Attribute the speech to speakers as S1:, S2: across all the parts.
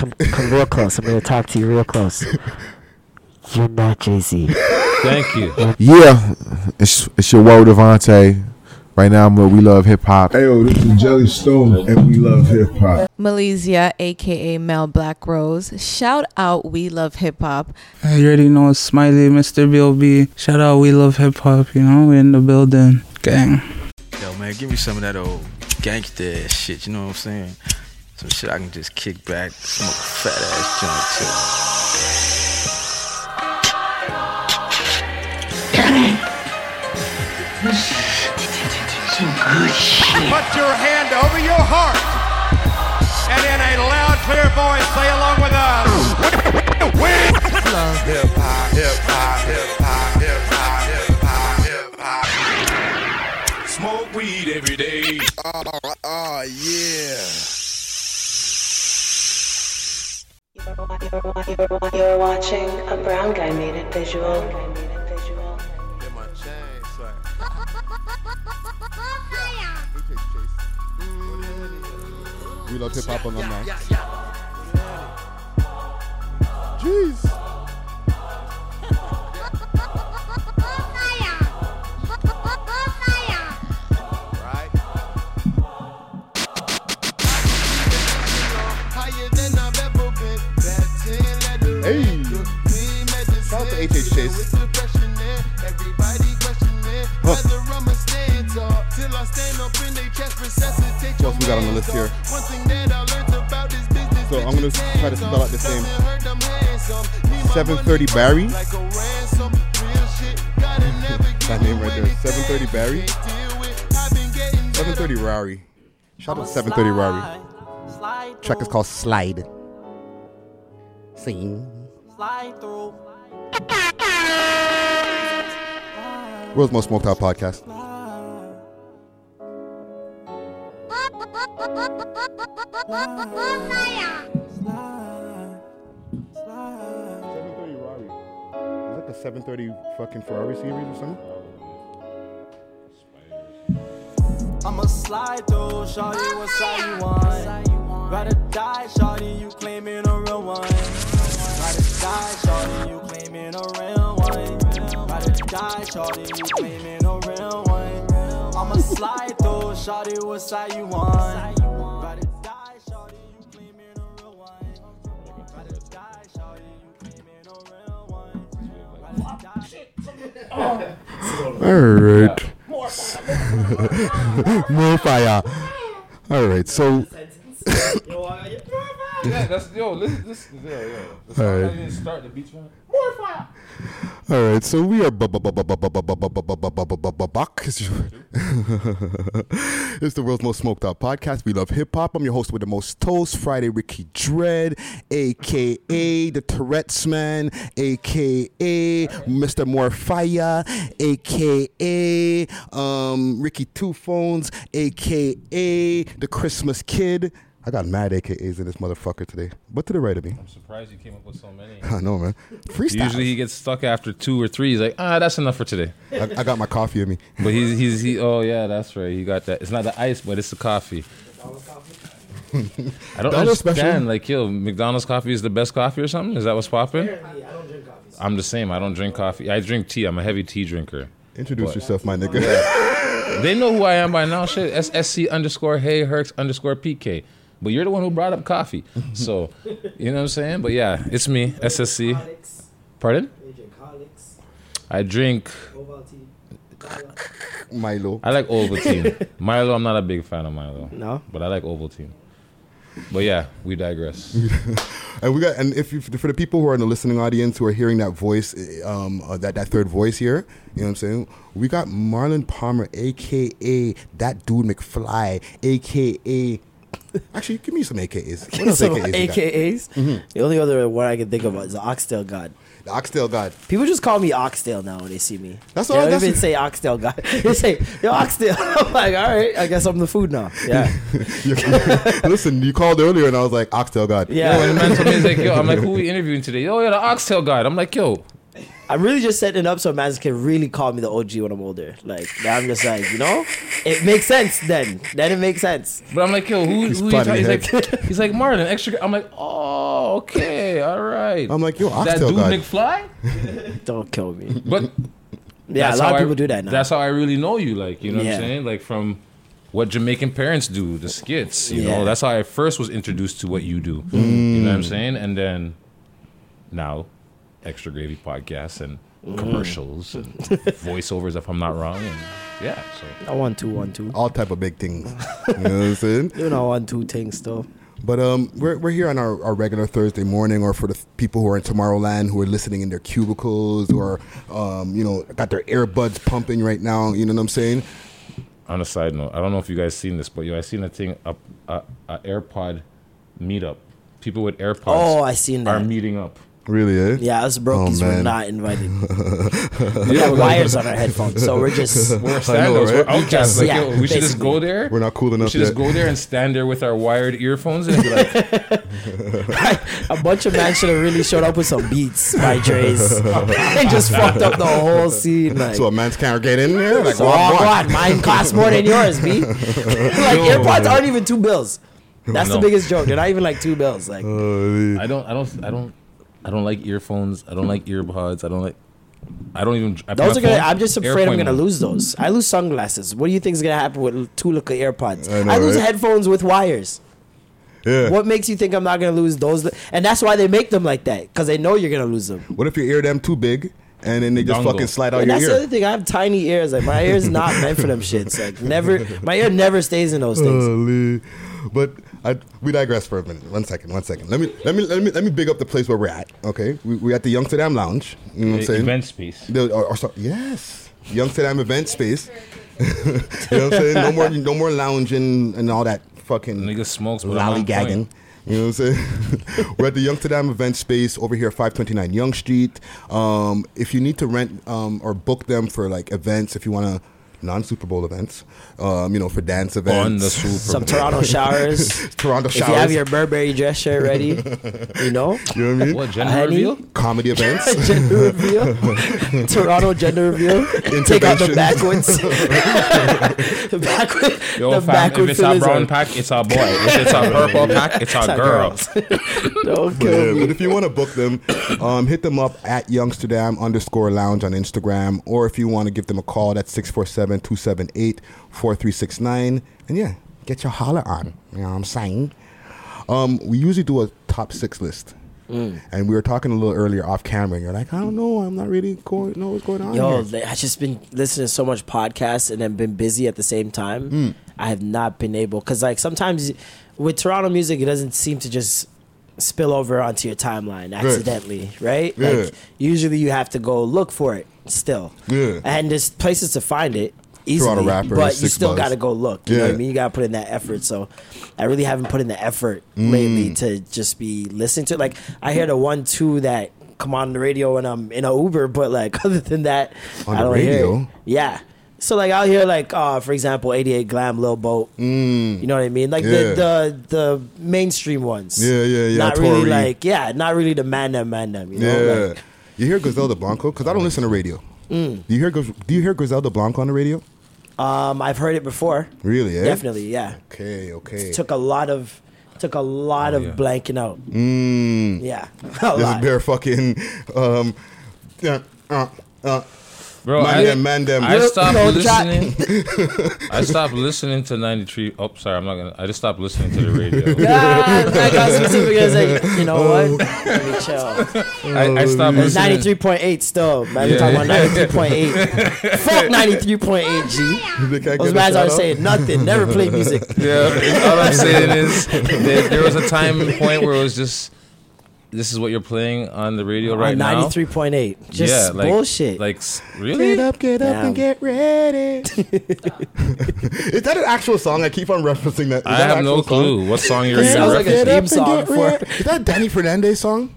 S1: Come, come real close. I'm gonna talk to you real close. You're not Jay Z.
S2: Thank you.
S3: Yeah, it's it's your world, Devontae. Right now, I'm with We Love Hip Hop.
S4: Hey, yo, this is Jelly Stone, and we love hip hop.
S5: Malaysia, aka Mel Black Rose. Shout out, we love hip hop.
S6: I already know it's Smiley, Mr. B.O.B. Shout out, we love hip hop, you know, we're in the building. Gang.
S7: Yo, man, give me some of that old gangster ass shit. You know what I'm saying? Some shit I can just kick back, smoke a fat ass joint
S8: Put your hand over your heart and in a loud, clear voice say along with us. Smoke weed every day.
S9: You're watching a brown guy made it visual.
S3: We Love Hip Hop alumni. Jeez. Hey. Shout out to HH Chase. What else we got on the list here? So I'm gonna try to spell out the same. 7:30 Barry. that name right there. 7:30 Barry. 7:30 Rowry. Shout out to 7:30 Rowry. Track is called Slide. Sing. World's most smoked out podcast. Seven thirty Ferrari. Is that the seven thirty fucking Ferrari series or something?
S10: I'ma slide through, shawty, what side you want? Ride or die, shawty, you claiming a real one. Ride or die, shawty, you claiming a real one. Ride or die, shawty, you claiming a real one. I'ma slide through, shawty, what side you want? Ride or die, shawty, you claiming a real one. Ride or die, shawty, you claiming a real one. Ride or die,
S3: All right. More fire. All right. So
S2: Yeah, that's yo. Listen, listen, yeah, yeah. The
S3: All
S2: song
S3: right.
S2: that didn't start the beach one.
S3: all right. So we are bu- bu- bu- bu- bu- bu- bu- bu- bu- bu- bu- bu- bu- bu- bu- buck. It's the world's most smoked out podcast. We love hip hop. I'm your host with the most toast, Friday Ricky Dread, aka the Tourette's man, aka Mr. More Fire, aka um, Ricky Two Phones, aka the Christmas Kid. I got mad AKAs in this motherfucker today. But to the right of me,
S2: I'm surprised you came up with so many.
S3: I know, man. Freestyle.
S2: Usually he gets stuck after two or three. He's like, ah, that's enough for today.
S3: I, I got my coffee in me.
S2: But he's he's he. Oh yeah, that's right. He got that. It's not the ice, but it's the coffee. I don't
S3: Dollar special?
S2: understand. Like, yo, McDonald's coffee is the best coffee or something? Is that what's popping? I'm the same. I don't drink coffee. I drink tea. I'm a heavy tea drinker.
S3: Introduce
S2: What?
S3: yourself, my nigga.
S2: They know who I am by now. Shit, SSC underscore Hey Herx underscore PK. But you're the one who brought up coffee, so you know what I'm saying. But yeah, it's me, SSC. Pardon? I drink.
S3: Milo.
S2: I like Ovaltine. Milo, I'm not a big fan of Milo.
S1: No?
S2: But I like Ovaltine. But yeah, we digress.
S3: And we got and if you, for the people who are in the listening audience who are hearing that voice, eh, um, uh, that that third voice here, you know what I'm saying? We got Marlon Palmer, aka that dude McFly, aka. Actually, give me some AKAs. What else
S1: Some
S3: AKAs? you got?
S1: AKAs.
S3: Mm-hmm.
S1: The only other one I can think of is the Oxtail God.
S3: The Oxtail God.
S1: People just call me Oxtail now when they see me.
S3: That's
S1: they
S3: all-
S1: They don't
S3: that's-
S1: even say Oxtail God. They say Yo Oxtail. I'm like, all right, I guess I'm the food now. Yeah,
S3: Listen, you called earlier, and I was like Oxtail God.
S2: Yo,
S1: yeah.
S2: when the man told me, he's like, yo, I'm like, who we interviewing today? Oh, yeah, the oxtail guy. I'm like, yo,
S1: I'm really just setting it up so Maz can really call me the OG when I'm older. Like now I'm just like, you know, it makes sense then. Then it makes sense.
S2: But I'm like, yo, who?
S1: He's
S2: who you
S1: planning
S2: talking- he's
S1: ahead.
S2: like, he's like Martin, extra. I'm like, oh, okay, all right.
S3: I'm like, yo,
S2: that
S3: Oxtail
S2: dude
S3: God.
S2: Nick Fly.
S1: Don't kill me.
S2: But
S1: Mm. Yeah,
S2: that's
S1: a lot
S2: how
S1: of
S2: I-
S1: people do that now.
S2: That's how I really know you. Like, you know what
S1: Yeah.
S2: I'm saying? Like from what Jamaican parents do, the skits. You
S1: Yeah. Mm.
S2: know, that's how I first was introduced to what you do. You know what I'm saying? And then now, extra gravy podcasts and
S1: Mm.
S2: commercials and voiceovers, if I'm not wrong. And yeah, so
S1: I want two, one two.
S3: all type of big things. You know what I'm saying?
S1: You know, one two things though.
S3: But um, we're, we're here on our, our regular Thursday morning, or for the people who are in Tomorrowland who are listening in their cubicles, or um, you know, got their earbuds pumping right now. You know what I'm saying?
S2: on a side note, I don't know if you guys seen this, but yo, I seen a thing up a, a AirPod meetup. People with AirPods.
S1: Oh, I seen
S2: Are
S1: that.
S2: meeting up.
S3: Really? Eh?
S1: Yeah, us brokies were
S3: man.
S1: not invited. We got wires on our headphones, so we're just
S2: We're
S3: I know,
S2: standos.
S3: right?
S2: We're outcasts. Like,
S1: Yeah,
S2: yo, we should just
S1: basically.
S2: go there.
S3: We're not cool
S2: We
S3: enough
S2: should just
S3: yet.
S2: go there and stand there with our wired earphones and be like,
S1: a bunch of men should have really showed up with some beats by Dre's and just fucked up the whole scene. Like,
S3: So a man's can't get in there. Like,
S1: so
S3: what,
S1: oh,
S3: what?
S1: God, mine costs more than yours, B. like AirPods aren't even two bills. That's the
S2: No.
S1: biggest joke. They're not even like two bills. Like
S3: Uh,
S2: I don't, I don't, I don't, I don't like earphones. I don't like earbuds. I don't like. I don't even. I put
S1: those
S2: my
S1: are gonna.
S2: phone-
S1: I'm just afraid I'm
S2: airplane
S1: gonna
S2: mode.
S1: lose those. I lose sunglasses. What do you think is gonna happen with two little AirPods?
S3: I
S1: I,
S3: know,
S1: lose
S3: right?
S1: headphones with wires.
S3: Yeah. What?
S1: What makes you think I'm not gonna lose those? And that's why they make them like that because they know you're gonna lose them.
S3: if your ear them too big, and then they just
S2: Dongle.
S3: fucking slide out
S1: And
S3: your
S1: that's the other
S3: ear?
S1: thing. I have tiny ears. Like my ears not meant for them shits. Like never, my ear never stays in those
S3: Uh.
S1: things.
S3: Holy. But I, we digress for a minute. One second. One second. Let me let me let me let me big up the place where we're at. Okay, we we at the Youngsterdam Lounge. You know what I'm
S2: The
S3: saying?
S2: E- event space.
S3: The, or, or so, yes, Youngsterdam event space. you know what I'm saying? No more, no more lounging and all that fucking
S2: Nigga smokes. but I'm on
S3: lollygagging.
S2: point.
S3: You know what I'm saying? We're at the Youngsterdam event space over here, 529 Young Street. Um, if you need to rent um, or book them for like events, if you want to non Super Bowl events, um, you know, for dance events,
S2: On the Super
S1: Some
S2: Bowl.
S1: Toronto showers.
S3: Toronto
S1: If you have
S3: showers,
S1: your Burberry dress shirt ready, you know.
S3: you know what I mean?
S2: What gender
S1: Honey?
S2: reveal?
S3: Comedy events.
S1: gender reveal, Toronto gender reveal. Take out the
S3: Intervention.
S1: backwards, the backward,
S2: Yo,
S1: the
S2: fam, if
S1: backward
S2: it's a
S1: fillers.
S2: brown
S1: are-
S2: pack, it's a boy. If it's a purple pack, it's a
S1: our
S2: girl.
S1: Don't
S3: But, yeah,
S1: kill me.
S3: but if you want to book them, um, hit them up at Youngsterdam underscore lounge on Instagram. Or if you want to give them a call, that's 647 278 4369. And yeah, get your holler on. You know what I'm saying? Um, we usually do a top six list.
S1: Mm.
S3: And we were talking a little earlier off camera, and you're like, I don't know, I'm not really going, know what's going on.
S1: Yo,
S3: here.
S1: li- I just been listening to so much podcasts and then been busy at the same time.
S3: Hmm.
S1: I have not been able because like sometimes with Toronto music, it doesn't seem to just spill over onto your timeline accidentally, right?
S3: Yeah.
S1: Like usually you have to go look for it still,
S3: Yeah.
S1: and there's places to find it. Easily,
S3: Toronto rappers,
S1: but you
S3: Six
S1: still
S3: Buzz.
S1: got to go look. You know what
S3: Yeah.
S1: I mean? You got to put in that effort. So I really haven't put in the effort
S3: Mm.
S1: lately to just be listening to it. Like I hear the one, two that come on the radio when I'm in a Uber, but like other than that,
S3: On
S1: I
S3: the
S1: don't hear it.
S3: radio?
S1: Yeah. So like I'll hear like uh for example 88 Glam Lil Boat. You know what I mean? Like
S3: Mm.
S1: the,
S3: Yeah.
S1: the the mainstream ones.
S3: Yeah, yeah, yeah,
S1: Not
S3: Tory.
S1: really like yeah, not really the man them man them, you know?
S3: yeah.
S1: Like, Mm.
S3: you hear Griselda Blanco? Because I don't listen to radio. Do you hear Gris- Do you hear Griselda Blanco on the radio?
S1: um I've heard it before.
S3: Really? Eh?
S1: Definitely, yeah.
S3: Okay. Okay.
S1: Took a lot of took a lot of blanking out.
S3: Mm.
S1: Yeah. A
S3: There's a
S1: lot.
S3: bare fucking um, uh, uh, uh,
S2: Bro,
S3: man
S2: I,
S3: them, man them.
S2: I stopped
S1: No, that-
S2: listening. I stopped listening to 93. Oh, sorry, I'm not gonna. I just stopped listening to the radio.
S1: Yeah, I got specific. I was like, you know what? Let me chill.
S2: I, I stopped listening.
S1: Ninety-three point eight still, man.
S2: Yeah.
S1: We're talking about ninety-three point eight. Fuck ninety-three point eight, G.
S3: They
S1: Those
S3: can't get a
S1: guys aren't
S3: shout-out?
S1: saying nothing. Never played music.
S2: Yeah, all I'm saying is that there was a time and point where it was just this is what you're playing on the radio right now.
S1: ninety-three point eight. Just
S2: like,
S1: bullshit.
S2: Like s-
S3: Get
S2: really?
S3: up, get up,
S1: Damn.
S3: and get ready. Is that an actual song? I keep on referencing that. Is
S2: I
S3: that an
S2: have no
S3: actual song?
S2: clue what song you're
S1: It
S2: even
S1: sounds like a
S2: referencing.
S1: theme song for-
S3: ready. Is that a Danny Fernandez song?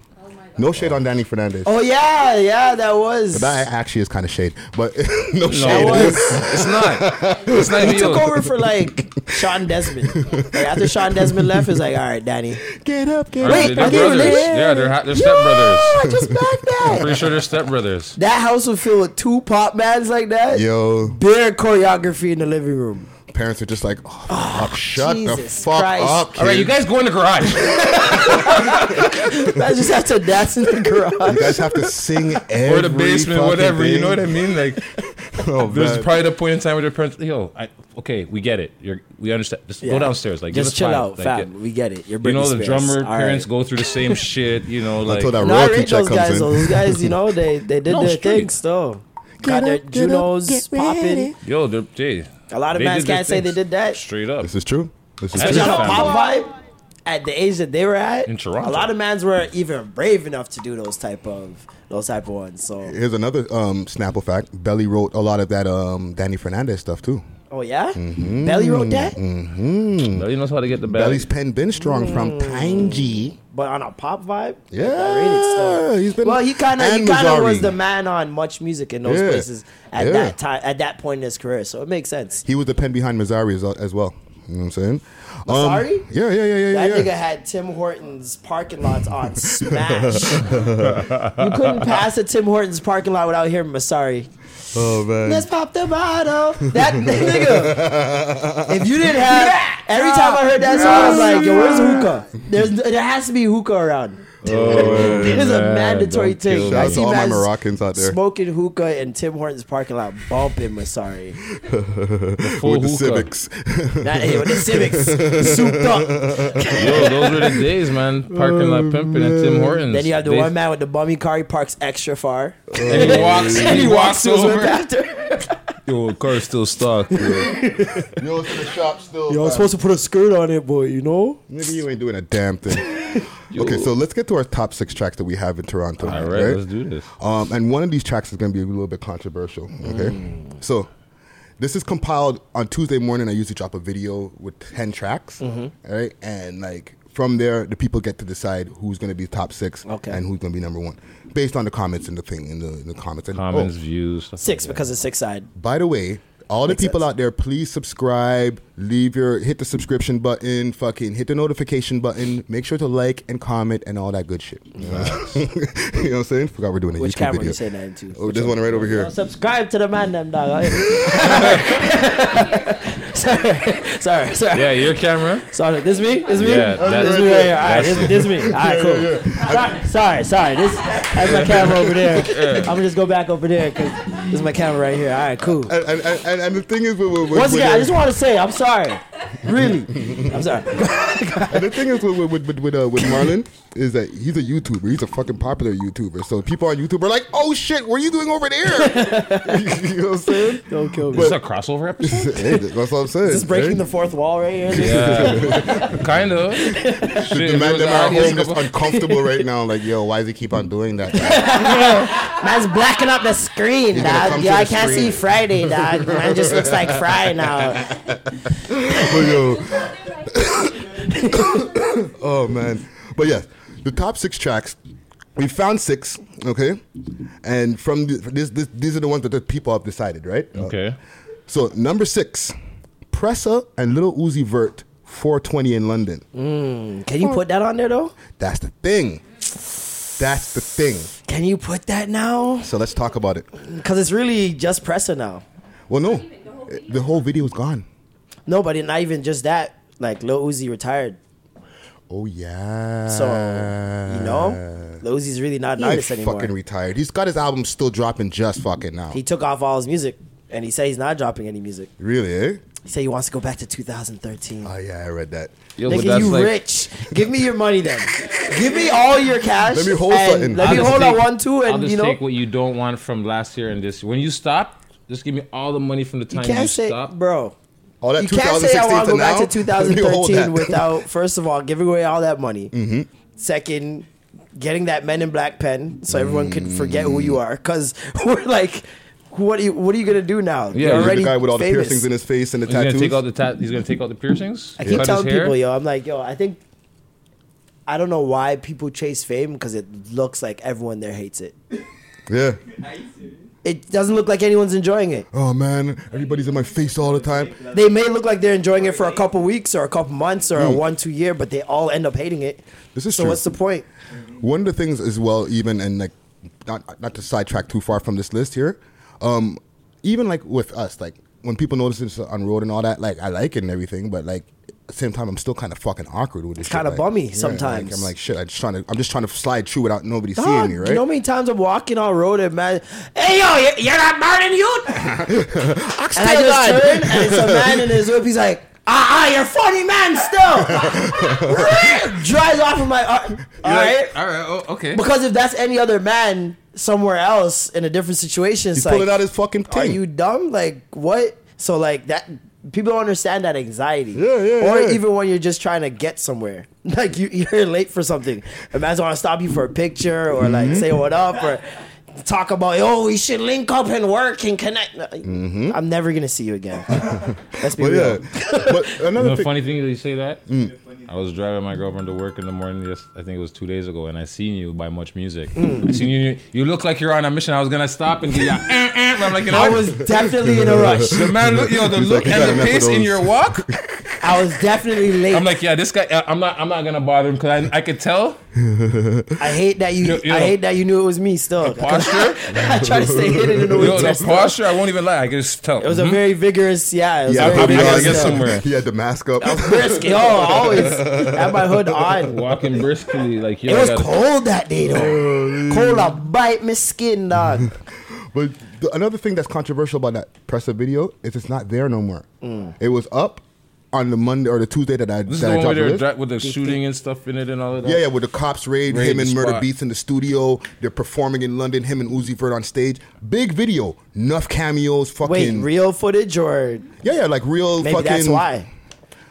S3: No shade on Danny Fernandez.
S1: Oh yeah, yeah, that was.
S3: But that actually is kind of shade, but no
S1: That
S3: shade.
S1: was.
S2: It's not. It's not
S1: He
S2: even
S1: took
S2: you.
S1: over for like Sean Desmond. Like, after Sean Desmond left, it's like, all right, Danny.
S3: get up,
S2: Are
S3: get up.
S1: Wait,
S2: they-
S1: are
S2: they're
S1: they
S2: brothers.
S1: related?
S2: Yeah, they're, ha- they're
S1: Oh, I
S2: stepbrothers.
S1: just backed
S2: I'm
S1: that.
S2: pretty sure they're stepbrothers.
S1: That house would fill with two pop bands like that.
S3: Yo,
S1: Their choreography in the living room.
S3: parents are just like, oh, fuck, shut the
S1: Jesus
S3: fuck
S1: Christ.
S3: up, kid.
S2: All right, you guys go in the garage.
S1: I just have to dance in the garage.
S3: You guys have to sing every
S2: or the basement,
S3: fucking
S2: whatever. You know what I
S3: thing.
S2: mean? Like,
S3: Oh,
S2: there's
S3: man.
S2: probably the point in time where their parents, yo, I, okay, we get it. You're, we understand. Just
S1: Yeah.
S2: go downstairs. Like, give
S1: just
S2: us
S1: chill
S2: five.
S1: out,
S2: Like,
S1: fam.
S2: yeah.
S1: We get it. You're
S2: You know,
S1: Britney
S2: the
S1: Spears.
S2: drummer
S1: All
S2: parents
S1: right.
S2: go through the same shit. You know, like
S3: Until that
S1: No, I
S3: royalty
S1: rate
S3: check
S1: those
S3: comes
S1: guys.
S3: in.
S1: though. Those guys, you know, they they did
S2: No,
S1: their
S2: straight.
S1: things though. Got their
S3: up, get up,
S1: Junos
S3: get ready.
S1: popping.
S2: yo, they're, hey,
S1: A lot of
S2: they
S1: mans
S2: did their
S1: can't say they
S2: things.
S1: did that.
S2: Straight up.
S3: This is true. This is
S2: That's
S1: Especially
S3: true.
S1: on a
S2: Family.
S1: pop vibe at the age that they were at.
S2: In
S1: a
S2: Toronto.
S1: lot of mans were even brave enough to do those type of those type of ones. So,
S3: Here's another um, Snapple fact. Belly wrote a lot of that um, Danny Fernandez stuff too.
S1: oh yeah,
S3: Mm-hmm.
S1: Belly wrote that,
S2: Belly knows how to get the belly.
S3: Belly's pen been strong
S1: Mm.
S3: from Tangy.
S1: but on a pop vibe.
S3: Yeah,
S1: that rated stuff.
S3: he's been-
S1: well, he kind of he
S3: and
S1: kind of
S3: Mazzari.
S1: was the man on Much Music in those
S3: Yeah.
S1: places at
S3: Yeah.
S1: that time at that point in his career. So it makes sense.
S3: He was the pen behind Mazzari as, as well. You know what I'm saying? Um,
S1: Mazzari?
S3: Yeah, yeah, yeah, yeah,
S1: That
S3: yeah.
S1: nigga had Tim Hortons parking lots on smash. you couldn't pass a Tim Hortons parking lot without hearing Masari.
S3: oh man.
S1: Let's pop the bottle. That nigga. If you didn't have every time I heard that song, I was like, yo, where's hookah? There's there has to be hookah around.
S3: Oh,
S1: It's a
S2: man,
S1: mandatory
S2: don't kill
S1: thing.
S3: Shout
S1: I
S3: out to
S1: see
S3: all my
S1: mans
S3: Moroccans out there
S1: Smoking hookah in Tim Hortons parking lot, bumping Masari.
S2: Full
S3: with
S2: hookah.
S3: the civics.
S1: That hey, with the civics, souped up.
S2: Yo, those were the days, man. Parking
S3: Oh,
S2: lot pimping and Tim Hortons.
S1: Then you have the
S2: They-
S1: one man with the bummy car. He parks extra far.
S2: And he walks. and he walks
S1: Goes right
S2: over.
S1: after.
S2: Yo, car's still stuck. Yo.
S3: Yo, it's in the shop still.
S1: Yo, I'm
S3: fam.
S1: supposed to put a skirt on it, boy. You know.
S3: Maybe you ain't doing a damn thing. okay, so let's get to our top six tracks that we have in Toronto.
S2: All right, let's do this.
S3: Um, and one of these tracks is going to be a little bit controversial. Okay,
S1: Mm.
S3: so this is compiled on Tuesday morning. I usually drop a video with ten tracks.
S1: Mm-hmm.
S3: all right, and like from there, the people get to decide who's going to be top six
S1: Okay.
S3: and who's going to be number one based on the comments in the thing in the in the comments. And,
S2: Comments,
S3: oh,
S2: views. stuff
S1: Six
S2: like that.
S1: because it's six side.
S3: by the way, all the
S1: Makes
S3: people
S1: sense.
S3: out there, please subscribe, leave your hit the subscription button, fucking hit the notification button, make sure to like and comment and all that good shit. You know, You know what I'm saying? Forgot we're doing a
S1: Which
S3: YouTube
S1: camera
S3: video.
S1: you saying that into?
S3: Oh, this one right over here.
S1: Subscribe to the man, them dog. sorry, sorry, sorry.
S2: Yeah, your camera.
S1: Sorry, this me? This me?
S2: Yeah, that-
S1: this me right here. All right,
S2: that's
S1: this,
S2: it.
S1: this me. All right, cool. Sorry, sorry, sorry. This that's my camera over there. I'm gonna just go back over there because this is my camera right here. All right, cool.
S3: And, and, and- and, and the thing is, with, with, with,
S1: Once
S3: with uh,
S1: again, I
S3: the-
S1: just want to say I'm sorry. Really, I'm sorry.
S3: and the thing is with with with, with, uh, with Marlon is that he's a YouTuber. He's a fucking popular YouTuber. So people on YouTube are like, "Oh shit, what are you doing over there?" you know what I'm saying?
S1: Don't kill me.
S2: This is a crossover episode.
S3: Hey, that's what I'm saying.
S1: This is breaking the
S3: right?
S1: fourth wall right here. This-
S2: Yeah, kind of. Shit, if
S3: the
S2: it
S3: man
S2: was an
S3: them are
S2: audience
S3: home just
S2: couple-
S3: uncomfortable right now. Like, yo, why does he keep on doing that?
S1: Man's blacking up the screen,
S3: gonna come
S1: dog.
S3: to
S1: Yeah,
S3: the
S1: I can't see
S3: screen.
S1: Friday, dog. Man just looks like Fry now.
S3: But yo, oh man. But yes, the top six tracks. We found six, okay, and from the, this, this, these are the ones that the people have decided, right? Uh,
S2: Okay.
S3: So number six, Pressa and Little Uzi Vert, 420 in London.
S1: Can you put that on there though?
S3: That's the thing. That's the thing.
S1: Can you put that now?
S3: So let's talk about it.
S1: Because it's really just Presser now.
S3: Well, no, the whole video's gone.
S1: Nobody, not even just that. Like Lil Uzi retired,
S3: Oh yeah.
S1: so you
S2: Uh.
S1: know, Lil Uzi's really not an
S3: He ain't
S1: artist anymore.
S3: fucking retired. He's got his album still dropping just fucking now.
S1: he took off all his music, and he said he's not dropping any music.
S3: really? Eh?
S1: He said he wants to go back to 2013.
S3: Oh yeah, I read that.
S2: Yo, but
S1: Nigga,
S2: that's
S1: you
S2: like,
S1: rich. Give me your money then. Give me all your cash.
S3: Let me hold
S1: and
S3: something.
S1: Let me
S2: I'll just
S1: hold on
S2: take-
S1: one too,
S2: I'll
S1: and
S2: just
S1: you know
S2: take what you don't want from last year and this. When you stop, just give me all the money from the
S1: you
S2: time you,
S1: can't say,
S2: stop.
S1: bro.
S3: All Oh, that
S1: You can't say I
S3: 2016
S1: want to go back to
S3: now? Let me hold
S1: 2013
S3: that. Mm-hmm.
S1: without, first of all, giving away all that money. Second, getting that Men in Black pen so everyone can forget who you are. Because we're like, what are you, what are you gonna do now?
S2: Yeah,
S1: You're
S2: you're the
S3: the
S1: already
S3: guy with all
S1: famous.
S3: the piercings in his face and the
S2: He's gonna
S3: tattoos.
S2: take out the ta- he's gonna take out the piercings.
S1: I keep
S2: cut his
S1: telling
S2: hair.
S1: people, yo, I'm like, yo, I think I don't know why people chase fame because it looks like everyone there hates it.
S3: Yeah.
S1: It doesn't look like anyone's enjoying it.
S3: Oh man, everybody's in my face all the time.
S1: They may look like they're enjoying it for a couple weeks or a couple months or a
S3: Mm.
S1: one two year, but they all end up hating it.
S3: This is
S1: so.
S3: true.
S1: What's the point?
S3: One of the things as well, even and like not not to sidetrack too far from this list here, um, even like with us, like when people notice it's on road and all that, like I like it and everything, but like at the same time I'm still kind of fucking awkward with this.
S1: It's
S3: shit,
S1: kinda
S3: like-
S1: bummy
S3: Yeah, like,
S1: sometimes.
S3: I'm like shit. I'm just trying to I'm just trying to slide through without nobody
S1: Dog,
S3: seeing me, right?
S1: You know how many times I'm walking on road and man, hey yo, you- you're not Martin Youth. and I just
S3: God.
S1: turn and it's a man in his whip. He's like, ah, ah you're funny man still. Drives off of my. ar- all right.
S2: All right. Oh, okay.
S1: Because if that's any other man somewhere else in a different situation, it's
S3: He's
S1: like,
S3: pulling out his fucking
S1: are
S3: thing.
S1: you dumb? Like what? So like that people don't understand that anxiety.
S3: yeah,
S1: or
S3: yeah.
S1: even when you're just trying to get somewhere, like you, you're late for something. A man's want to stop you for a picture or like
S3: Mm-hmm.
S1: say what up or talk about oh we should link up and work and connect. I'm never gonna see you again. Let's be
S3: but
S1: real.
S3: Mm-hmm. yeah, but
S2: You know
S3: another
S2: the
S3: thing.
S2: funny thing that you say that?
S1: Hmm.
S2: I was driving my girlfriend to work in the morning. Yes, I think it was two days ago, and I seen you by Much Music.
S1: Hmm.
S2: I seen you. You look like you're on a mission. I was gonna stop and give you. A, eh, eh, but I'm like, you know,
S1: I
S2: what?
S1: was definitely in a rush.
S2: The man, look, yo, the
S3: He's
S2: look
S3: like, you
S2: and
S3: got
S2: the
S3: enough of
S2: pace in
S3: those.
S2: your walk.
S1: I was definitely late.
S2: I'm like, yeah, this guy. I- I'm not. I'm not gonna bother him because I, I could tell
S1: I hate that you.
S2: Yo, yo.
S1: I hate that you knew it was me. Still,
S2: posture.
S1: I try to stay hidden in the
S2: Yo, Mm-hmm.
S1: winter.
S2: the posture. I won't even lie. I could just tell. Hmm?
S1: It was a very vigorous, yeah. It was
S3: Yeah,
S1: very
S2: probably
S3: probably
S2: gotta
S1: vigorous,
S2: get
S1: uh,
S2: somewhere.
S3: He had the mask up.
S1: Brisk, yo, always had my hood on.
S2: walking briskly. Like yo,
S1: It
S2: I
S1: was
S2: gotta-
S1: cold that day though. Cold, I bite my skin, dog.
S3: But the, another thing that's controversial about that presser video is it's not there no more.
S1: Mm.
S3: It was up on the Monday or the Tuesday that I,
S2: This is
S3: that
S2: the
S3: I
S2: one with,
S3: dropped the
S2: their,
S3: list.
S2: dra- with the shooting and stuff in it and all of that.
S3: yeah, yeah, with the cops raid,
S2: Raid
S3: him
S2: the
S3: and Murder
S2: spot.
S3: Beats in the studio. They're performing in London, him and Uzi Vert on stage. Big video, enough cameos,
S1: Wait,
S3: fucking.
S1: real footage or
S3: Yeah, yeah, like real
S1: maybe
S3: fucking.
S1: that's why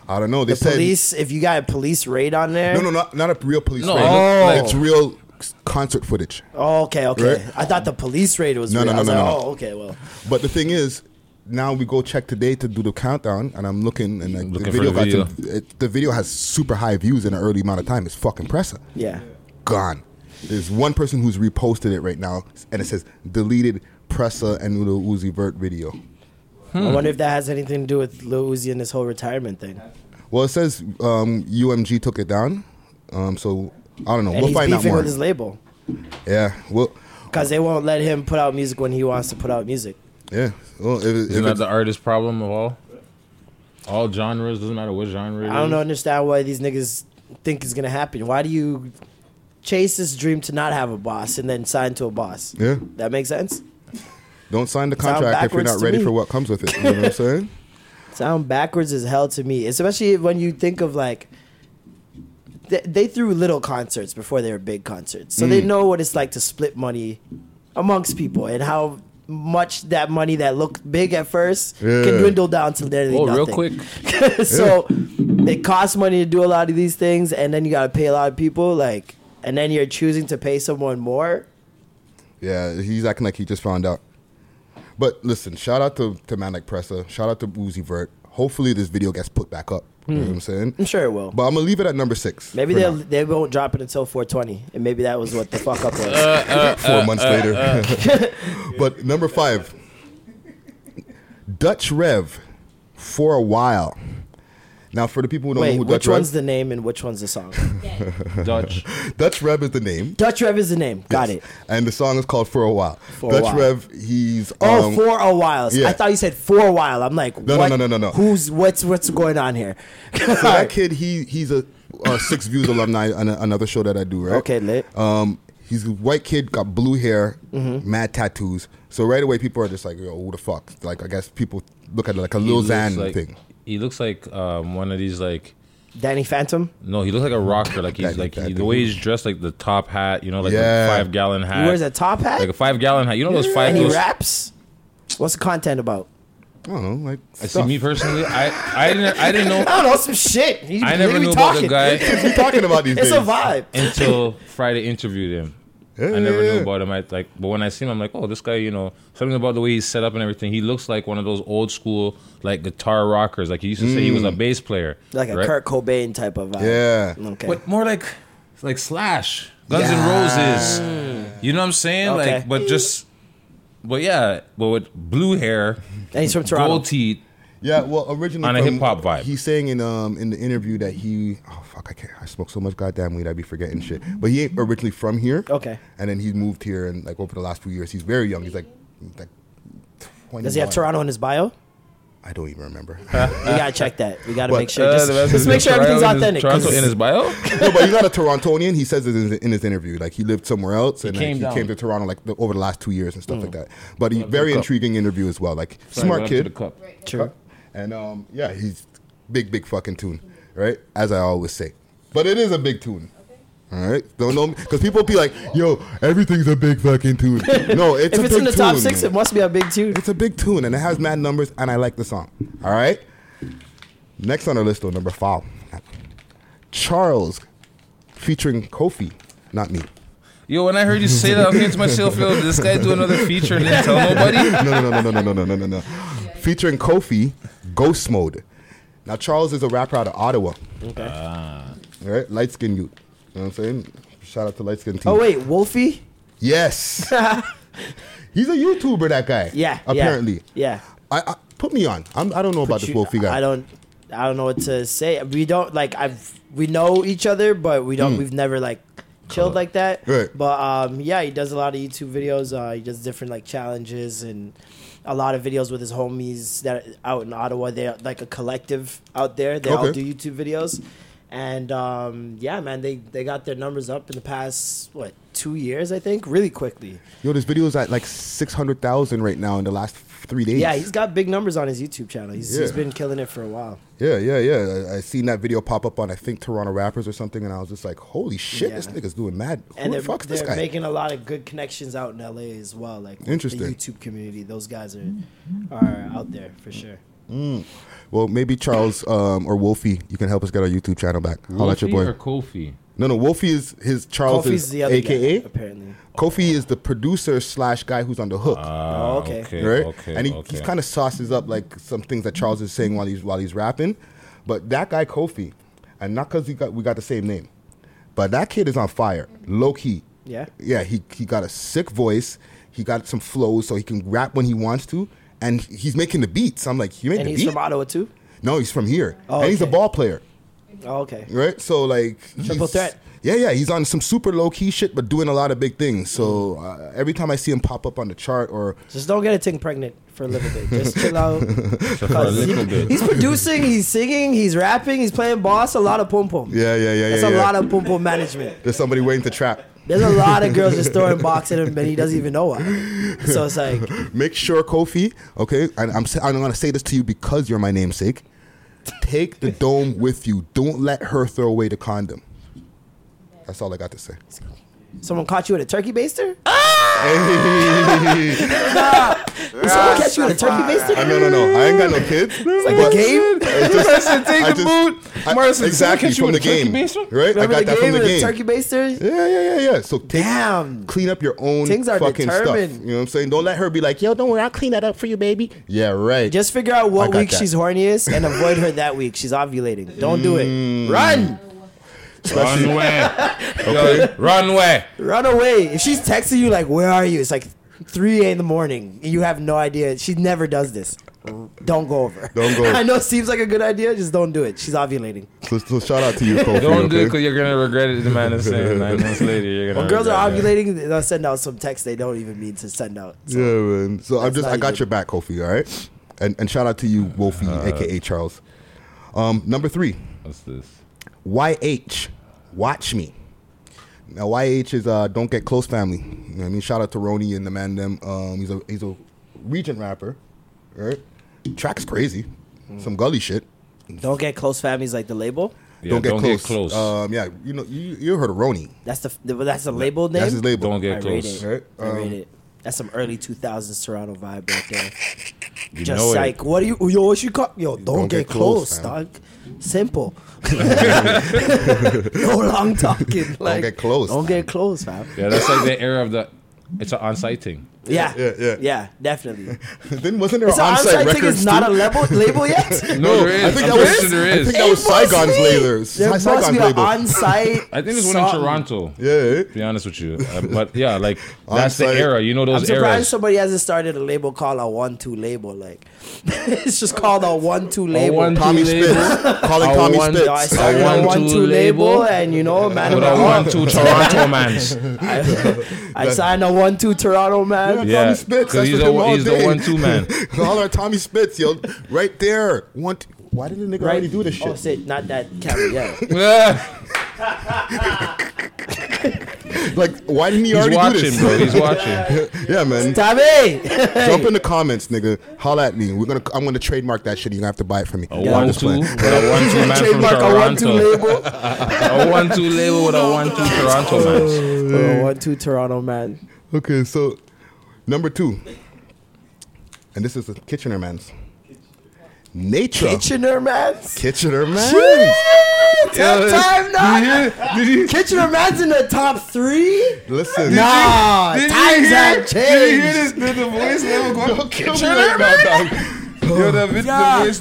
S3: I don't know. They
S1: the
S3: said
S1: police. If you got a police raid on there,
S3: no, no, not not a real police
S2: No,
S3: raid.
S2: Oh. like-
S3: it's real concert footage.
S1: Oh, okay, okay.
S3: Right?
S1: I thought the police raid was.
S3: No,
S1: real.
S3: no,
S1: I was
S3: no,
S1: like,
S3: no, no.
S1: Oh, okay, well.
S3: But the thing is, now we go check today to do the countdown, and I'm looking, and like,
S2: Looking for
S3: the video,
S2: the
S3: got to- it, the video has super high views in an early amount of time. It's fucking pressing.
S1: Yeah.
S3: Gone. There's one person who's reposted it right now, and it says deleted Pressa and Lil Uzi Vert video.
S1: I wonder if that has anything to do with Lil Uzi and this whole retirement thing.
S3: Well, it says um, UMG took it down, um, so I don't know.
S1: And
S3: we'll
S1: he's
S3: find out
S1: beefing
S3: more.
S1: with his label
S3: yeah, well,
S1: because they won't let him put out music when he wants to put out music.
S3: yeah. Well, if, if
S2: Isn't that
S3: it's-
S2: the artist problem of all? All genres doesn't matter what genre. it
S1: I don't
S2: is.
S1: know, understand why these niggas think is gonna happen. Why do you chase this dream to not have a boss and then sign to a boss?
S3: yeah,
S1: That makes sense.
S3: don't sign the
S1: Sound
S3: contract if you're
S1: backwards
S3: not
S1: to
S3: ready
S1: me.
S3: for what comes with it. You know what I'm saying?
S1: Sound backwards as hell to me, especially when you think of like they, they threw little concerts before they were big concerts, so they
S3: Mm.
S1: know what it's like to split money amongst people and how much that money that looked big at first can
S3: Yeah.
S1: dwindle down to literally
S2: Oh,
S1: nothing.
S2: real quick.
S1: so it costs money to do a lot of these things and then you got to pay a lot of people like and then you're choosing to pay someone more
S3: Yeah, he's acting like he just found out. But listen, shout out to, to man like Pressa. Shout out to Uzi Vert. Hopefully this video gets put back up. You know what I'm saying?
S1: i'm sure it will
S3: But I'm gonna leave it at number six.
S1: Mm. maybe
S3: for
S1: they'll,
S3: now.
S1: they won't drop it until 420 and maybe that was what the fuck up was
S2: Uh,
S3: four months later. but number five, Dutch Rev, for a while. Now, for the people who don't
S1: wait
S3: know who
S1: which
S3: Dutch
S1: one's
S3: Rev,
S1: the name and which one's the song
S2: Dutch.
S3: Dutch Rev is the name,
S1: dutch rev is the name got it
S3: and the song is called "For a While."
S1: For a
S3: Dutch
S1: While.
S3: Rev, he's
S1: Oh,
S3: um,
S1: for a while.
S3: yeah.
S1: I thought you said for a while. I'm like,
S3: No, no,
S1: what?
S3: no, no, no, no.
S1: Who's what's what's going on here?
S3: so that kid, he he's a, uh Six Views alumni on a, another show that I do, right?
S1: Okay, lit.
S3: Um, he's a white kid, got blue hair,
S2: Mm-hmm.
S3: mad tattoos. So right away, people are just like, "Yo, who the fuck?" Like, I guess people look at it like a Lil
S2: looks
S3: Xan
S2: like-
S3: thing.
S2: He looks like um, one of these like
S1: Danny Phantom.
S2: no, he looks like a rocker. Like he's
S3: That-
S2: like he,
S3: that
S2: the way
S3: dude.
S2: he's dressed, like the top hat, you know, like
S3: Yeah.
S2: a five gallon hat.
S1: He wears a top hat
S2: Like a five gallon hat. You know those five.
S1: and he
S2: Those,
S1: raps. What's the content about?
S3: I don't know, like
S2: I see
S3: stuff.
S2: me personally. I I didn't I didn't know
S1: I don't know some shit. He,
S2: I
S1: he
S2: never
S1: be
S2: knew about
S1: talking.
S2: the guy
S3: we talking about these
S1: It's a
S3: days.
S1: vibe.
S2: until Friday interviewed him.
S3: Yeah,
S2: I never
S3: yeah, yeah.
S2: knew about him. I like, but when I seen him, I'm like, oh, this guy, you know, something about the way he's set up and everything. He looks like one of those old school like guitar
S3: Mm.
S2: rockers. Like he used to say, he was a bass player,
S1: Like a
S2: right?
S1: Kurt Cobain type of vibe.
S3: Yeah.
S1: Okay.
S2: but more like like Slash, Guns N' Roses. You know what I'm saying?
S1: Okay.
S2: Like, but just, but yeah, but with blue hair,
S1: And he's from Toronto.
S2: gold teeth.
S3: Yeah, well, originally
S2: On a
S3: from-
S2: hip-hop vibe.
S3: He's saying in um in the interview that he oh fuck I can't I smoke so much goddamn weed I be forgetting shit. But he ain't originally from here.
S1: Okay.
S3: And then he moved here and like over the last few years he's very young. He's like like twenty.
S1: Does he have Toronto in his bio?
S3: I don't even remember.
S1: We gotta check that. We gotta
S3: But,
S1: make sure. Just,
S2: Uh,
S1: just make sure everything's
S2: Toronto in
S1: authentic.
S2: his- Toronto
S1: 'cause-
S2: in his bio.
S3: no, but he's not a Torontonian. He says it in his, in his interview. Like he lived somewhere else and like,
S2: came
S3: he
S2: down.
S3: came to Toronto like the, over the last two years and stuff like that. But he very intriguing interview as well. Like smart
S2: Right, to the
S3: kid.
S2: cup.
S1: True.
S3: And um, yeah, he's big, big fucking tune, right? As I always say. But it is a big tune. All right, don't know because people be like, "Yo, everything's a big fucking tune." No, it's
S1: If it's
S3: a big Hmm.
S1: in the top
S3: tune.
S1: six, it must be a big two.
S3: It's a big tune, and it has mad numbers, and I like the song. All right. Next on our list, though, number five, Charles, featuring Kofi, not me.
S2: Yo, when I heard you say that, I was thinking to myself, yo, did this guy do another feature and didn't tell nobody?
S3: no, no, no, no, no, no, no, no, no, no. Featuring Kofi, Ghost Mode. Now, Charles is a rapper out of Ottawa.
S1: Okay.
S3: Right? Light skin youth. You know what I'm saying? Shout out to light skin team.
S1: Oh wait, Wolfie.
S3: Yes. He's a YouTuber, that guy.
S1: Yeah.
S3: Apparently.
S1: Yeah.
S3: I, I Put me on. I'm, I don't know about
S1: yeah.
S3: this Wolfie guy.
S1: I don't. I don't know what to say. We don't like. I've. We know each other, but we don't. We've never like chilled like that.
S3: Hmm. Right.
S1: But um, yeah, he does a lot of YouTube videos. Uh, he does different like challenges and a lot of videos with his homies that are out in Ottawa. They're like a collective out there. They all
S3: Okay.
S1: do YouTube videos. And um, yeah, man, they, they got their numbers up in the past what two years, I think, really quickly.
S3: Yo, this video's at like 600,000 right now in the last three days.
S1: Yeah, he's got big numbers on his YouTube channel. He's, he's
S3: Yeah.
S1: been killing it for a while.
S3: Yeah, yeah, yeah. I, I seen that video pop up on I think Toronto rappers or something, and I was just like, "Holy shit,
S1: Yeah.
S3: this nigga's doing mad." Who
S1: and
S3: the
S1: they're,
S3: fuck's this
S1: they're
S3: guy?
S1: making a lot of good connections out in LA as well. Like with the
S3: Interesting.
S1: YouTube community, those guys are are out there for sure.
S3: well, maybe Charles um, or Wolfie, you can help us get our YouTube channel back. I'll let your
S2: Wolfie
S3: boy.
S2: or Kofi?
S3: no, no, Wolfie is his Charles
S1: Kofi's
S3: is
S1: the other
S3: AKA.
S1: guy, apparently.
S3: Kofi is the producer slash guy who's on the hook.
S2: Ah.
S1: Oh, okay.
S3: right?
S2: Okay.
S3: and he,
S2: okay.
S3: he's kind of sauces up like some things that Charles is saying while he's while he's rapping. But that guy Kofi, and not because we got we got the same name, but that kid is on fire, low key.
S1: Yeah.
S3: yeah. He he got a sick voice. He got some flows, so he can rap when he wants to, and he's making the beats. I'm like, you made
S1: And
S3: the
S1: he's
S3: beat?
S1: from Ottawa too.
S3: no, he's from here,
S1: Oh,
S3: and he's a
S1: okay.
S3: ball player,
S1: Oh, okay.
S3: right? So like,
S1: Triple
S3: he's-
S1: threat.
S3: Yeah, yeah, he's on some super low key shit, but doing a lot of big things. So uh, every time I see him pop up on the chart or
S1: Just don't get a thing pregnant for a little bit. Just chill out.
S2: for a little bit.
S1: he's producing, he's singing, he's rapping, he's playing boss. A lot of pom pom.
S3: yeah, yeah, yeah,
S1: That's
S3: yeah,
S1: a
S3: yeah.
S1: lot of pom pom management.
S3: There's somebody waiting to trap.
S1: There's a lot of girls just throwing box at him, and he doesn't even know why. So it's like,
S3: Make sure, Kofi. Okay, and I'm sa- I'm gonna say this to you because you're my namesake. Take the dome with you. Don't let her throw away the condom. That's all I got to say.
S1: someone caught you at a turkey baster. Did someone catch you at a turkey baster?
S3: Uh, no, no, no. I ain't got no kids. It's
S1: like a game.
S2: take the boot. Marcus, did
S3: exactly
S2: someone catch you
S3: from
S2: in
S3: the
S2: a turkey
S3: game,
S2: baster?
S3: right?
S1: Remember
S3: I
S1: the
S3: got that
S1: game
S3: from
S1: with
S3: the
S1: the
S3: game.
S1: turkey baster?
S3: yeah, yeah, yeah, yeah. So take,
S1: Damn.
S3: clean up your own
S1: Things are
S3: fucking stuff. You
S1: determined.
S3: know what I'm saying? Don't let her be like, yo, don't worry, I'll clean that up for you, baby. Yeah, right.
S1: Just figure out
S3: I
S1: what
S3: got
S1: week
S3: that.
S1: she's horniest and avoid her that week. She's ovulating. Don't do
S3: Mm.
S1: it. Run.
S2: Run away. Yo, Run away.
S1: Run away. If she's texting you like, "Where are you?" It's like 3 a.m. in the morning. And you have no idea. She never does this. Don't go over.
S3: Don't go over.
S1: I know it seems like a good idea. Just don't do it. She's ovulating.
S3: so, so shout out to you, Kofi.
S2: Don't do it
S3: okay?
S2: because you're going to regret it, the man is saying. Nine months later, you're going
S1: When
S2: to
S1: girls are
S2: ovulating.
S1: ovulating, they'll send out some texts they don't even mean to send out. So,
S3: Yeah, man. So I'm
S1: That's
S3: just
S1: not Uh,
S3: I got
S1: good.
S3: your back, Kofi. All right, and and shout out to you, Wolfie, aka Charles. Um, number three,
S2: What's this?
S3: YH, watch me. Now YH is uh, don't get close family. You know what I mean, shout out to Roni and the man them. Um, he's a he's a region rapper. All right, track's crazy,
S1: Mm.
S3: some gully shit.
S1: Don't get close families like the label.
S2: Yeah, don't get close.
S3: Um, yeah, you know you, you heard of Roni.
S1: That's the that's the label name.
S3: That's his label.
S2: Don't
S1: I
S2: get
S1: rate
S2: close.
S1: it.
S3: Right?
S1: I rate
S3: Um,
S1: it. That's some early 2000s Toronto vibe right there.
S2: You
S1: Just
S2: know it.
S1: like, what do you, yo, what you call, yo, don't,
S3: don't
S1: get,
S3: get
S1: close,
S3: close, fam.
S1: dog. Simple. no long talking. Like,
S3: get close,
S1: Don't
S3: fam.
S1: get close, fam.
S2: Yeah, that's like the era of the. It's an on-site thing.
S1: Yeah,
S3: yeah, yeah.
S1: definitely.
S3: then wasn't there
S1: It's
S3: an
S1: an
S3: on-site,
S1: onsite thing.
S3: records
S1: It's not
S3: too?
S1: a label, label yet.
S2: No, there is.
S3: I think
S2: I'm
S3: that
S2: pretty
S3: was
S2: sure there
S3: I
S2: is.
S3: think that was
S1: It must
S3: Saigon's
S1: be.
S3: labels.
S1: There
S3: Saigon's
S1: must be an
S3: label.
S1: on-site.
S2: I think there's one in
S1: song.
S2: Toronto.
S3: Yeah.
S2: To be honest with you, Uh, but yeah, like that's the
S3: site.
S2: era. You know
S1: I'm
S2: those
S1: surprised
S2: eras.
S1: somebody hasn't started a label called a one-two label. Like it's just called a one-two label.
S2: one-
S3: Tommy
S2: Two labels.
S3: Spitz. Calling
S2: A
S3: Tommy
S2: one-
S1: Yo, I
S3: Spitz.
S1: started
S2: A
S1: a
S2: one-two
S1: one-two label,
S2: label.
S1: and you know, man,
S2: With
S1: I'm
S2: a
S1: a
S2: one two Toronto mans.
S1: I signed a one-two Toronto man.
S3: Yeah,
S2: Yeah,
S3: Tommy Spitz.
S2: because
S3: That's
S2: he's,
S3: what them
S2: the,
S3: all
S2: he's the
S3: did.
S2: one two man.
S3: Holler at Tommy Spitz, yo. Right there. One, two. Why did the nigga already do this
S1: Oh,
S3: shit?
S1: shit, not that camera. Yeah,
S2: Yeah,
S3: Like, why didn't he
S2: he's
S3: already do
S2: watching,
S3: this?
S2: bro. He's watching.
S3: yeah, man.
S1: Tommy.
S3: Jump in the comments, nigga. Holla at me. We're gonna. I'm gonna trademark that shit. You're gonna have to buy it from me.
S2: A one two,
S3: One,
S2: with a one two man from
S1: Trademark a one-two
S2: Toronto.
S1: label.
S2: A one two label with a one two Toronto man.
S1: Oh, one-two Toronto man.
S3: Okay, so number two, and this is the Kitchener man's. Nature.
S1: Kitchener man.
S3: Kitchener man.
S1: Top time now. Kitchener man's in the top three.
S3: Listen.
S1: Nah, times have changed.
S2: this? Did the voice level go
S3: Don't kill me right now, dog.
S2: Yo, the, the voice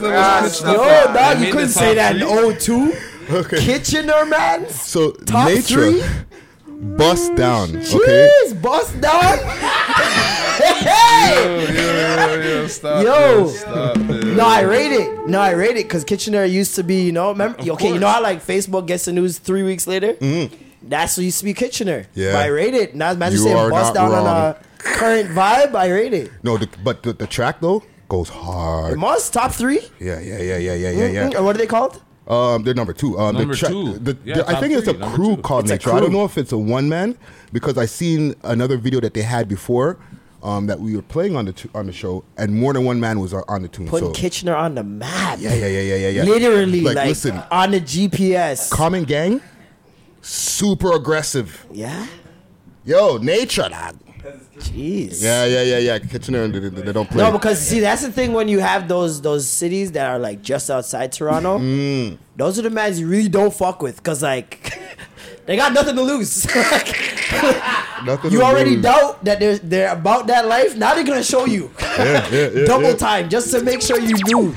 S2: level switched
S1: Ah, Yo,
S2: up.
S1: dog,
S2: Made
S1: you
S2: the
S1: couldn't
S2: top
S1: say that Oh. in
S2: three.
S1: 02.
S3: Okay.
S1: Kitchener man's.
S3: So
S1: Top
S3: nature.
S1: three?
S3: Bust down. Okay.
S1: Jeez, bust down. hey,
S2: Yo, yo, yo, yo, stop
S1: Yo.
S2: this, stop this.
S1: No, I rate it. No, I rate it because Kitchener used to be, you know, remember? okay, you know how like Facebook gets the news three weeks later? That's what used to be Kitchener.
S3: Mm-hmm. Yeah.
S1: But I rate it. Now imagine
S3: You
S1: saying
S3: are
S1: bust
S3: not
S1: down on
S3: wrong.
S1: a current vibe. I rate it.
S3: No, the, but the, the track though goes hard.
S1: Must top three?
S3: Yeah, yeah, yeah, yeah, yeah, yeah, yeah.
S1: Mm-mm. Or What are they called?
S3: Um, they're number two. Um,
S2: Number
S3: the tra-
S2: two.
S3: The,
S2: Yeah,
S3: the- I
S2: top
S3: think it's a
S2: three, number
S3: crew
S2: two.
S3: called
S1: It's a
S3: Nature. I don't
S1: crew.
S3: know if it's a one man because I seen another video that they had before um, that we were playing on the t- on the show, and more than one man was uh, on the tune.
S1: Putting
S3: so
S1: Kitchener on the map.
S3: yeah, yeah, yeah, yeah, yeah, yeah.
S1: Literally, like, uh,
S3: listen,
S1: on the GPS.
S3: Common Gang, super aggressive.
S1: yeah?
S3: Yo, Nature dog.
S1: Jeez.
S3: Yeah, yeah, yeah, yeah. Kitchener, they, they, they don't play.
S1: No, because see, that's the thing when you have those those cities that are like just outside Toronto.
S3: Mm.
S1: Those are the mans you really don't fuck with, cause like they got nothing to lose.
S3: Nothing
S1: you
S3: to
S1: already
S3: lose.
S1: doubt that they're they're about that life. Now they're gonna show you
S3: Yeah, yeah, yeah,
S1: double
S3: yeah.
S1: time just to make sure you do.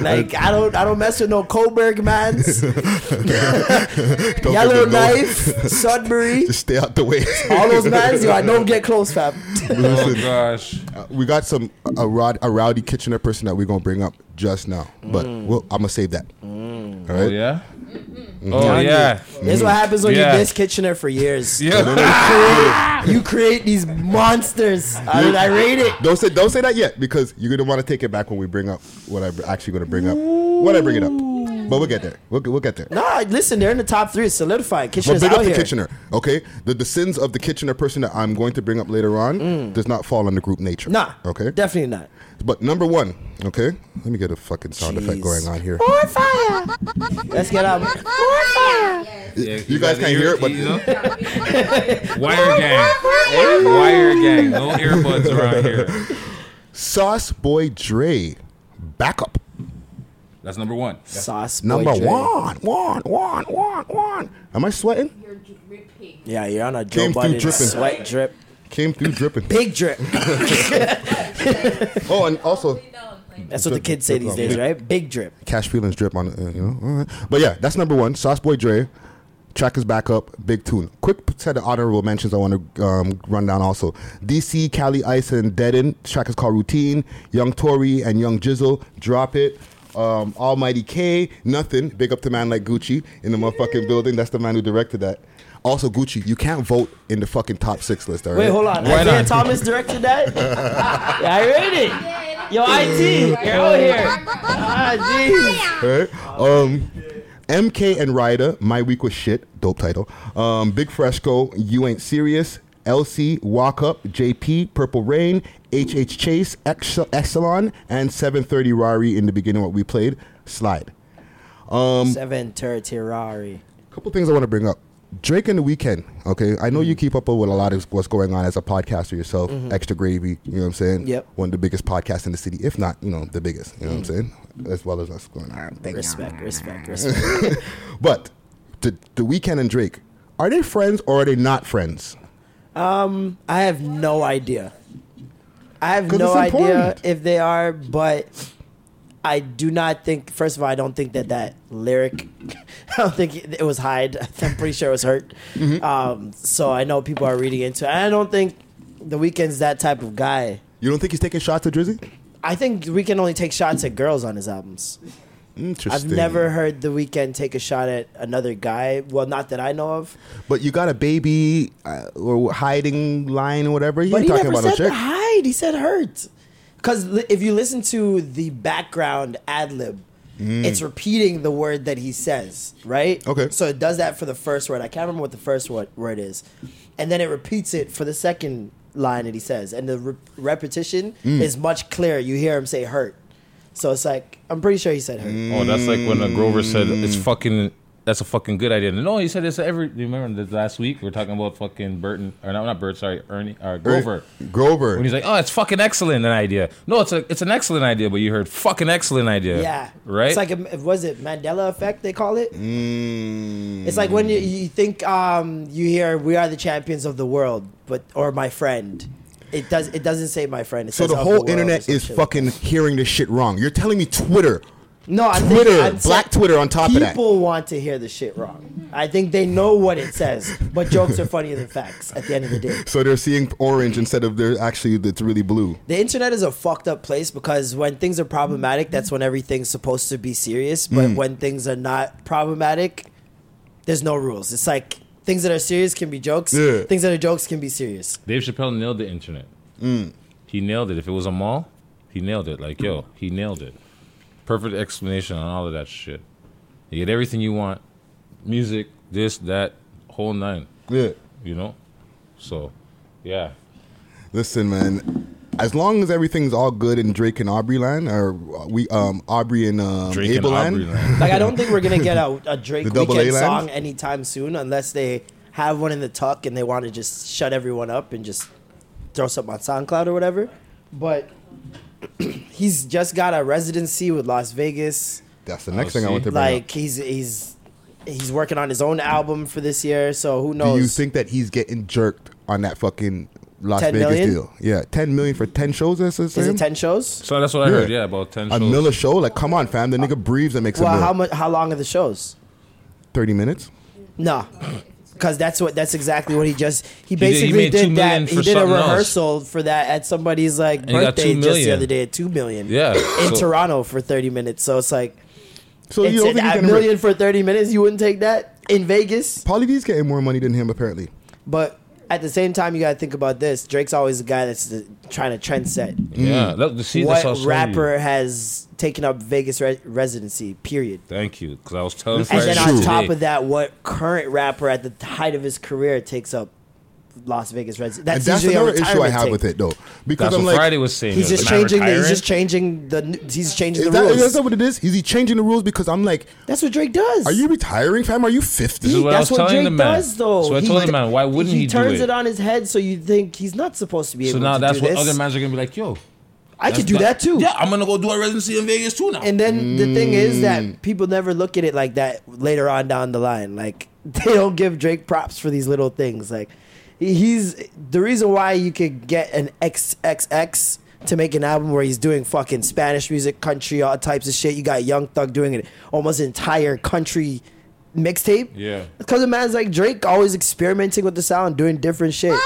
S1: Like I don't I don't mess with no Coburg mans,
S3: Don't
S1: Yellow
S3: give them no-
S1: Knife, Sudbury,
S3: Just stay out the way.
S1: all those mans. Yo, I don't get close, fam.
S2: Oh gosh.
S3: we got some a, rod, a rowdy Kitchener person that we're gonna bring up just now, but we'll, I'm gonna save that. All
S2: Oh
S3: right.
S2: yeah. Oh yeah.
S1: This is
S3: Mm.
S1: what happens when
S2: Yeah.
S1: you diss Kitchener for years.
S2: Yeah.
S1: You create these monsters. I mean, I rate it.
S3: Don't say don't say that yet because you're gonna want to take it back when we bring up what I'm actually gonna bring up when I bring it up. But we'll get there. We'll, we'll get there.
S1: Nah, listen, they're in the top three. It's solidified.
S3: But
S1: Kitchener's
S3: big
S1: out
S3: up to
S1: here.
S3: Kitchener, okay? The, the sins of the Kitchener person that I'm going to bring up later on does not fall on the group nature.
S1: Mm. Nah,
S3: Okay?
S1: definitely not.
S3: but number one, okay? Let me get a fucking sound effect
S1: Jeez.
S3: going on here.
S1: Let's get out.
S3: you guys can't hear it, but
S2: Wire gang. Wire gang. No earbuds around here.
S3: Sauce Boy Dre, backup.
S2: That's number one.
S1: Sauce Boy
S3: Number
S1: Dre.
S3: one, one, one, one, one. Am I sweating?
S1: Yeah, you're on a Joe
S3: Came through
S1: Budden
S3: dripping.
S1: sweat drip,
S3: Came through dripping.
S1: big drip.
S3: Oh, and also
S1: That's what the kids say these days, right? Big drip.
S3: cash feelings drip on, uh, you know. all right. But yeah, that's number one. Sauce Boy Dre, track is back up. Big tune. Quick set of honorable mentions I want to um, run down also. DC, Cali Ice, and Deaden. Track is called Routine. Young Tory and Young Jizzle. Drop it. Um, Almighty K, nothing. Big up to man like Gucci in the motherfucking building. That's the man who directed that. Also, Gucci, you can't vote in the fucking top six list. All right?
S1: Wait, hold on.
S2: Why
S1: Isaiah
S2: not?
S1: Thomas directed that. yeah, I rate it. Yo, IT, you're out here. Ah, jeez.
S3: Right? Um, MK and Ryder, My Week Was Shit, dope title. Um, Big Fresco, You Ain't Serious, LC, Walk Up, JP, Purple Rain, HH Chase, Ex- Exelon, and 730 Rari in the beginning what we played, Slide. Um,
S1: Seven Ter Terrari.
S3: couple things I want to bring up. Drake and the Weekend, okay? I know you keep up with a lot of what's going on as a podcaster yourself, Extra Gravy, you know what I'm saying?
S1: Yep.
S3: One of the biggest podcasts in the city, if not, you know, the biggest, you know what I'm saying? As well as us going on.
S1: Respect, respect, respect.
S3: But the the weekend and Drake, are they friends or are they not friends?
S1: I have no idea. I have
S3: 'Cause
S1: no
S3: it's
S1: idea
S3: important.
S1: if they are, but I do not think. First of all, I don't think that that lyric. I don't think it was Hyde. I'm pretty sure it was Hurt. Um, so I know people are reading into. it. I don't think the weekend's that type of guy.
S3: You don't think he's taking shots at Drizzy?
S1: I think we can only take shots at girls on his albums. I've
S3: Interesting.
S1: never heard The Weeknd take a shot at another guy. Well, not that I know of.
S3: But you got a baby uh, or hiding line or whatever. He
S1: but
S3: ain't
S1: he
S3: talking
S1: never
S3: about
S1: said
S3: no chick.
S1: hide. He said hurt. Because if you listen to the background ad lib, it's repeating the word that he says, right?
S3: Mm. Okay.
S1: So it does that for the first word. I can't remember what the first word, word is. And then it repeats it for the second line that he says. And the re- repetition
S3: Mm.
S1: is much clearer. You hear him say hurt. So it's like, I'm pretty sure he said hurt.
S3: Mm.
S2: Oh, that's like when uh, Grover said
S1: Mm.
S2: it's fucking. That's a fucking good idea. No, he said it's every. You remember the last week we were talking about fucking Burton or no, not Burt. Sorry, Ernie or Grover.
S3: Grover.
S2: When he's like, "Oh, it's fucking excellent an idea." No, it's a it's an excellent idea, but you heard fucking excellent idea.
S1: Yeah.
S2: Right.
S1: It's like, a, was it Mandela effect they call it?
S3: Mm.
S1: It's like when you, you think um, you hear "We are the champions of the world," but or "My friend," it does it doesn't say "My friend." It
S3: so
S1: says "Oh,
S3: the
S1: "of
S3: whole
S1: world" or
S3: internet
S1: some
S3: is
S1: shit.
S3: fucking hearing this shit wrong. You're telling me Twitter,
S1: No, I think-
S3: Twitter,
S1: I'm saying
S3: Black Twitter on top of that.
S1: People want to hear the shit wrong. I think they know what it says, but jokes are funnier than facts. At the end of the day,
S3: So they're seeing orange instead of they're actually it's really blue.
S1: the internet is a fucked up place because when things are problematic, that's when everything's supposed to be serious. But
S3: Mm.
S1: when things are not problematic, there's no rules. It's like things that are serious can be jokes.
S3: Yeah.
S1: Things that are jokes can be serious.
S2: Dave Chappelle nailed the internet.
S1: Mm.
S2: He nailed it. If it was a mall, he nailed it. Like yo, he nailed it. Perfect explanation on all of that shit. You get everything you want, music, this, that, whole nine.
S3: Yeah.
S2: You know. So, yeah.
S3: Listen, man. As long as everything's all good in Drake and Aubrey land, or we um Aubrey and um,
S2: Drake
S3: Abel
S2: and Aubrey.
S3: land.
S2: Land.
S1: Like I don't think we're gonna get a, a Drake
S3: The double
S1: weekend
S3: A land?
S1: song anytime soon, unless they have one in the tuck and they want to just shut everyone up and just throw something on SoundCloud or whatever. But he's just got a residency with Las Vegas.
S3: That's the next thing I want to bring
S1: Oh, Like he's he's he's working on his own album for this year, so who
S3: up.
S1: knows?
S3: Do you think that he's getting jerked on that fucking Las
S1: 10
S3: Vegas
S1: million?
S3: deal? Yeah, ten million for ten shows. That's the
S1: is
S3: same.
S1: it ten shows?
S2: So that's what I
S3: Yeah.
S2: heard. Yeah, about ten.
S3: A
S2: shows.
S3: Miller show? Like, come on, fam. The nigga breathes and makes a
S1: Uh, Well,
S3: meal.
S1: how much? How long are the shows?
S3: Thirty minutes.
S1: No, because that's what that's exactly what he just he
S2: did- he
S1: basically
S2: made
S1: did,
S2: two million
S1: that. He
S2: for
S1: did a
S2: something else.
S1: rehearsal for that at somebody's like
S2: he got
S1: birthday
S2: two
S1: just the
S2: million.
S1: other day at two million.
S2: Yeah.
S1: in
S2: so-
S1: Toronto for thirty minutes. So it's like
S3: So
S1: it's
S3: you don't
S1: an-
S3: think he's
S1: a
S3: getting
S1: million
S3: rich?
S1: for thirty minutes. You wouldn't take that in Vegas,
S3: Pauly D's getting more money than him apparently.
S1: but. At the same time, you gotta think about this. Drake's always the guy that's the, trying to trend set. Hmm.
S2: Yeah. That, see, that's
S1: what
S2: also-
S1: rapper has taken up Vegas re- residency? Period.
S2: Thank you, because I was telling.
S1: And
S2: Friday
S1: then
S3: True.
S1: on
S2: today,
S1: top of that, what current rapper at the height of his career takes up Las Vegas Reds?
S3: And
S1: That's,
S3: that's
S1: usually
S3: another
S1: a
S3: issue I have
S1: take.
S3: with it though, because
S2: That's
S3: I'm
S2: what
S3: like,
S2: Friday was saying.
S1: He's
S2: It was
S1: just
S2: like, "Am I
S1: changing. The, he's
S2: retiring?"
S1: just changing the. He's changing
S3: is
S1: the
S3: that, is
S1: rules.
S3: that what it is? Is he changing the rules because I'm like,
S1: That's what Drake does.
S3: are you retiring, fam? Are you
S2: This
S3: fifty?
S2: is what I
S1: That's
S2: was
S1: what
S2: telling
S1: Drake
S2: the man.
S1: does, though.
S2: So I
S1: He-
S2: told the man, why wouldn't he, do
S1: turns
S2: it?
S1: it on his head, so you think he's not supposed to be
S2: so
S1: able
S2: now
S1: to
S2: that's
S1: do
S2: what
S1: this.
S2: other mans are gonna be like, yo.
S1: I could
S2: that's
S1: do that too.
S2: Yeah, I'm gonna go do a residency in Vegas too now.
S1: And then the thing is that people never look at it like that later on down the line. Like they don't give Drake props for these little things. Like he's the reason why you could get an XXX to make an album where he's doing fucking Spanish music, country, all types of shit. You got Young Thug doing it almost entire country mixtape.
S2: Yeah.
S1: Because a man's like Drake always experimenting with the sound, doing different shit.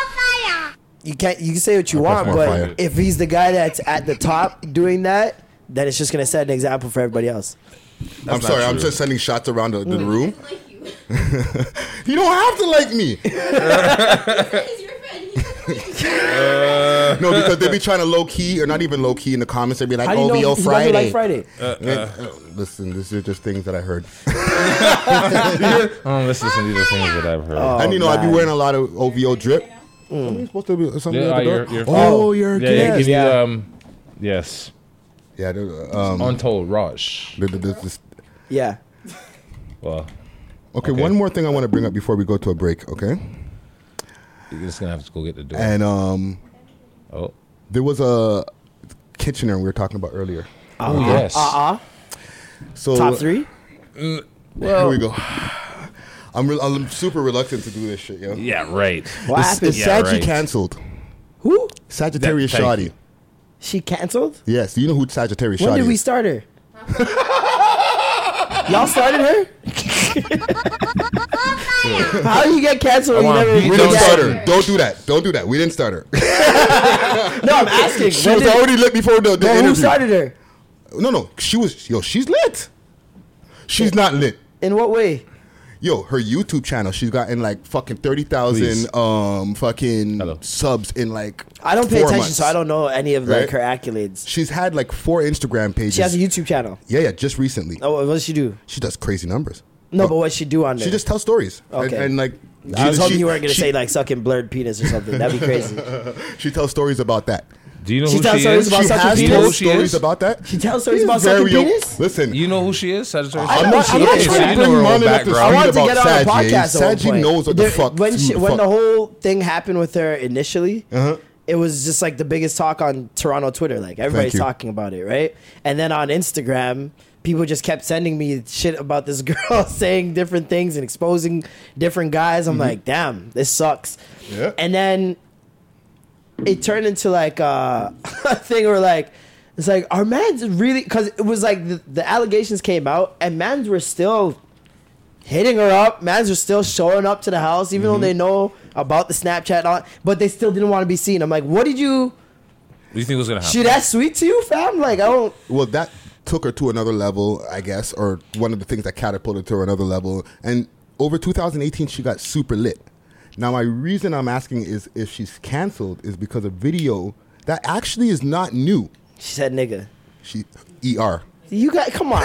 S1: You can't you can say what you
S3: press
S1: want,
S3: more
S1: but
S3: fire.
S1: if he's the guy that's at the top doing that, then it's just gonna set an example for everybody else.
S3: I'm sorry, I'm
S2: true.
S3: just sending shots around the,
S1: Mm.
S3: the room. you don't have to like me. No, because they be trying to low key or not even low key in the comments. They be like,
S1: How do you
S3: "OVO
S1: know he
S3: Friday."
S1: doesn't like Friday?
S3: Uh, listen, these are just things that I heard.
S2: Oh, Um, let's listen to these things that I've heard.
S1: Oh,
S3: and you know, i I be
S1: man.
S3: wearing a lot of OVO drip. Somebody's supposed to be something
S2: Mm. Yeah, oh,
S3: at the door.
S2: you're- you're-
S3: oh, you're a
S2: yeah, yeah,
S3: guest.
S2: give me
S1: yeah.
S2: the, um, yes,
S3: Yeah, the, um,
S2: untold rush.
S3: the- the- the- this-
S1: Yeah.
S2: Well, Okay.
S3: okay, one more thing I want to bring up before we go to a break, okay?
S2: you're just gonna have to go get the door.
S3: And um,
S2: oh,
S3: there was a Kitchener we were talking about earlier.
S2: oh yes.
S1: Uh-uh.
S3: So
S1: Top three?
S3: Here we go. I'm, re- I'm super reluctant to do this shit, yo.
S2: Yeah, right.
S1: What
S3: It's,
S1: happened?
S3: it's
S2: Yeah,
S3: Saji
S2: right.
S3: canceled.
S1: Who?
S3: Sagittarius
S2: That- thank
S3: Shoddy.
S2: you.
S1: She canceled?
S3: Yes, you know who Sagittarius
S1: When
S3: Shotty
S1: did we
S3: is.
S1: start her? Y'all started her? How do you get canceled? when
S2: Come on,
S1: you never
S2: you
S1: did
S3: We didn't
S2: Don't
S3: start
S2: do
S3: her. Don't do that. Don't do that. We didn't start her.
S1: No, I'm asking.
S3: she
S1: when
S3: was
S1: did-
S3: already lit before the, the
S1: well,
S3: interview.
S1: who started her?
S3: No, no. She was yo. She's lit. She's not lit.
S1: In what way?
S3: Yo, her YouTube channel. She's gotten like fucking thirty
S2: Please.
S3: thousand um fucking
S2: Hello.
S3: subs in like.
S1: I don't pay
S3: four
S1: attention,
S3: months.
S1: so I don't know any of like
S3: Right?
S1: her accolades.
S3: She's had like four Instagram pages.
S1: She has a YouTube channel.
S3: yeah, yeah. Just recently,
S1: Oh, what does she do?
S3: she does crazy numbers.
S1: No, but what she do on there?
S3: She just tells stories. And-
S1: Okay.
S3: And, like,
S1: I was
S3: she-
S1: hoping
S3: she-
S1: you weren't gonna
S3: she-
S1: say like sucking blurred penis or something. That'd be crazy.
S3: She tells stories about that.
S2: Do you know
S1: She
S2: who
S1: tells
S2: she
S1: stories
S2: is?
S1: about
S3: she
S1: sucking
S3: has
S1: penis?
S3: told
S2: Who she
S3: stories
S2: is?
S3: about that. She
S1: tells stories about sucking penis?
S3: Listen,
S2: You know who she is, Sagittarius?
S3: I'm not, I'm
S1: she
S3: not
S1: is.
S3: trying
S1: I
S2: know
S3: to bring
S2: her
S3: Mon
S2: whole
S3: in at this
S2: background.
S1: I wanted to
S3: about
S1: get on
S3: Saji.
S1: a podcast. at one
S3: Saji
S1: point.
S3: knows what the
S1: There-
S3: fuck.
S1: When she,
S3: the
S1: when
S3: fuck. Uh-huh.
S1: the whole thing happened with her initially, it was just like the biggest talk on Toronto Twitter. Like everybody's
S3: you.
S1: talking about it, right? And then on Instagram, people just kept sending me shit about this girl saying different things and exposing different guys. I'm like, damn, this sucks.
S3: Yeah.
S1: And then it turned into like uh, a thing where like it's like our man's really because it was like the, the allegations came out and mans were still hitting her up mans were still showing up to the house even though they know about the snapchat and all, but they still didn't want to be seen i'm like what did you
S2: What do you think was gonna
S1: she
S2: happen?
S1: that sweet to you fam like i don't
S3: well, that took her to another level, I guess, or one of the things that catapulted to her another level. And over 2018, she got super lit. Now, my reason I'm asking is if she's canceled is because a video that actually is not new.
S1: she said nigga
S3: She er.
S1: you guys come on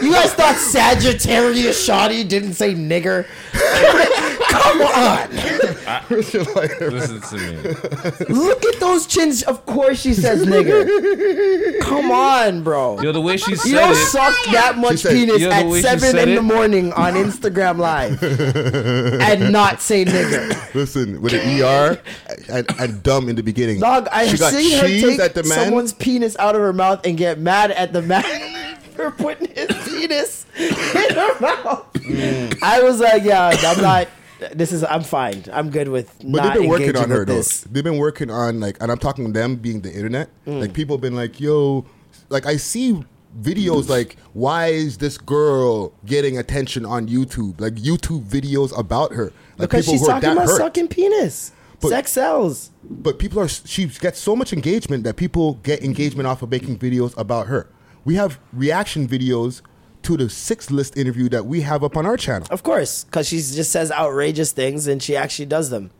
S1: you guys thought sagittarius shoddy didn't say nigger come on
S2: Listen to me.
S1: Look at those chins. Of course she says nigger. Come on, bro.
S2: Yo, the way she
S1: you
S2: said
S1: don't
S2: it.
S1: suck that
S3: She
S1: much
S3: said-
S1: penis
S2: Yo, the
S1: at
S2: way she
S1: 7
S2: said
S1: in the
S2: it.
S1: morning on Instagram Live and not say nigger.
S3: Listen, with an er and, and dumb in the beginning.
S1: Dog, I've
S3: She got
S1: seen her
S3: cheese
S1: take
S3: at the man.
S1: someone's penis out of her mouth and get mad at the man for putting his penis in her mouth. I was like, yeah, I'm not. This is I'm fine. I'm good with.
S3: But
S1: not
S3: they've been working
S1: engaging
S3: on her
S1: with
S3: though.
S1: This. Mm.
S3: They've been working on like, and I'm talking them being the internet. Like people have been like, "Yo," like I see videos like, "Why is this girl getting attention on YouTube?" Like YouTube videos about her. Like
S1: Because she's talking about sucking penis.
S3: But-
S1: Sex sells.
S3: But people are she gets so much engagement that people get engagement off of making videos about her. We have reaction videos to the six list interview that we have up on our channel.
S1: Of course, because she just says outrageous things and she actually does them.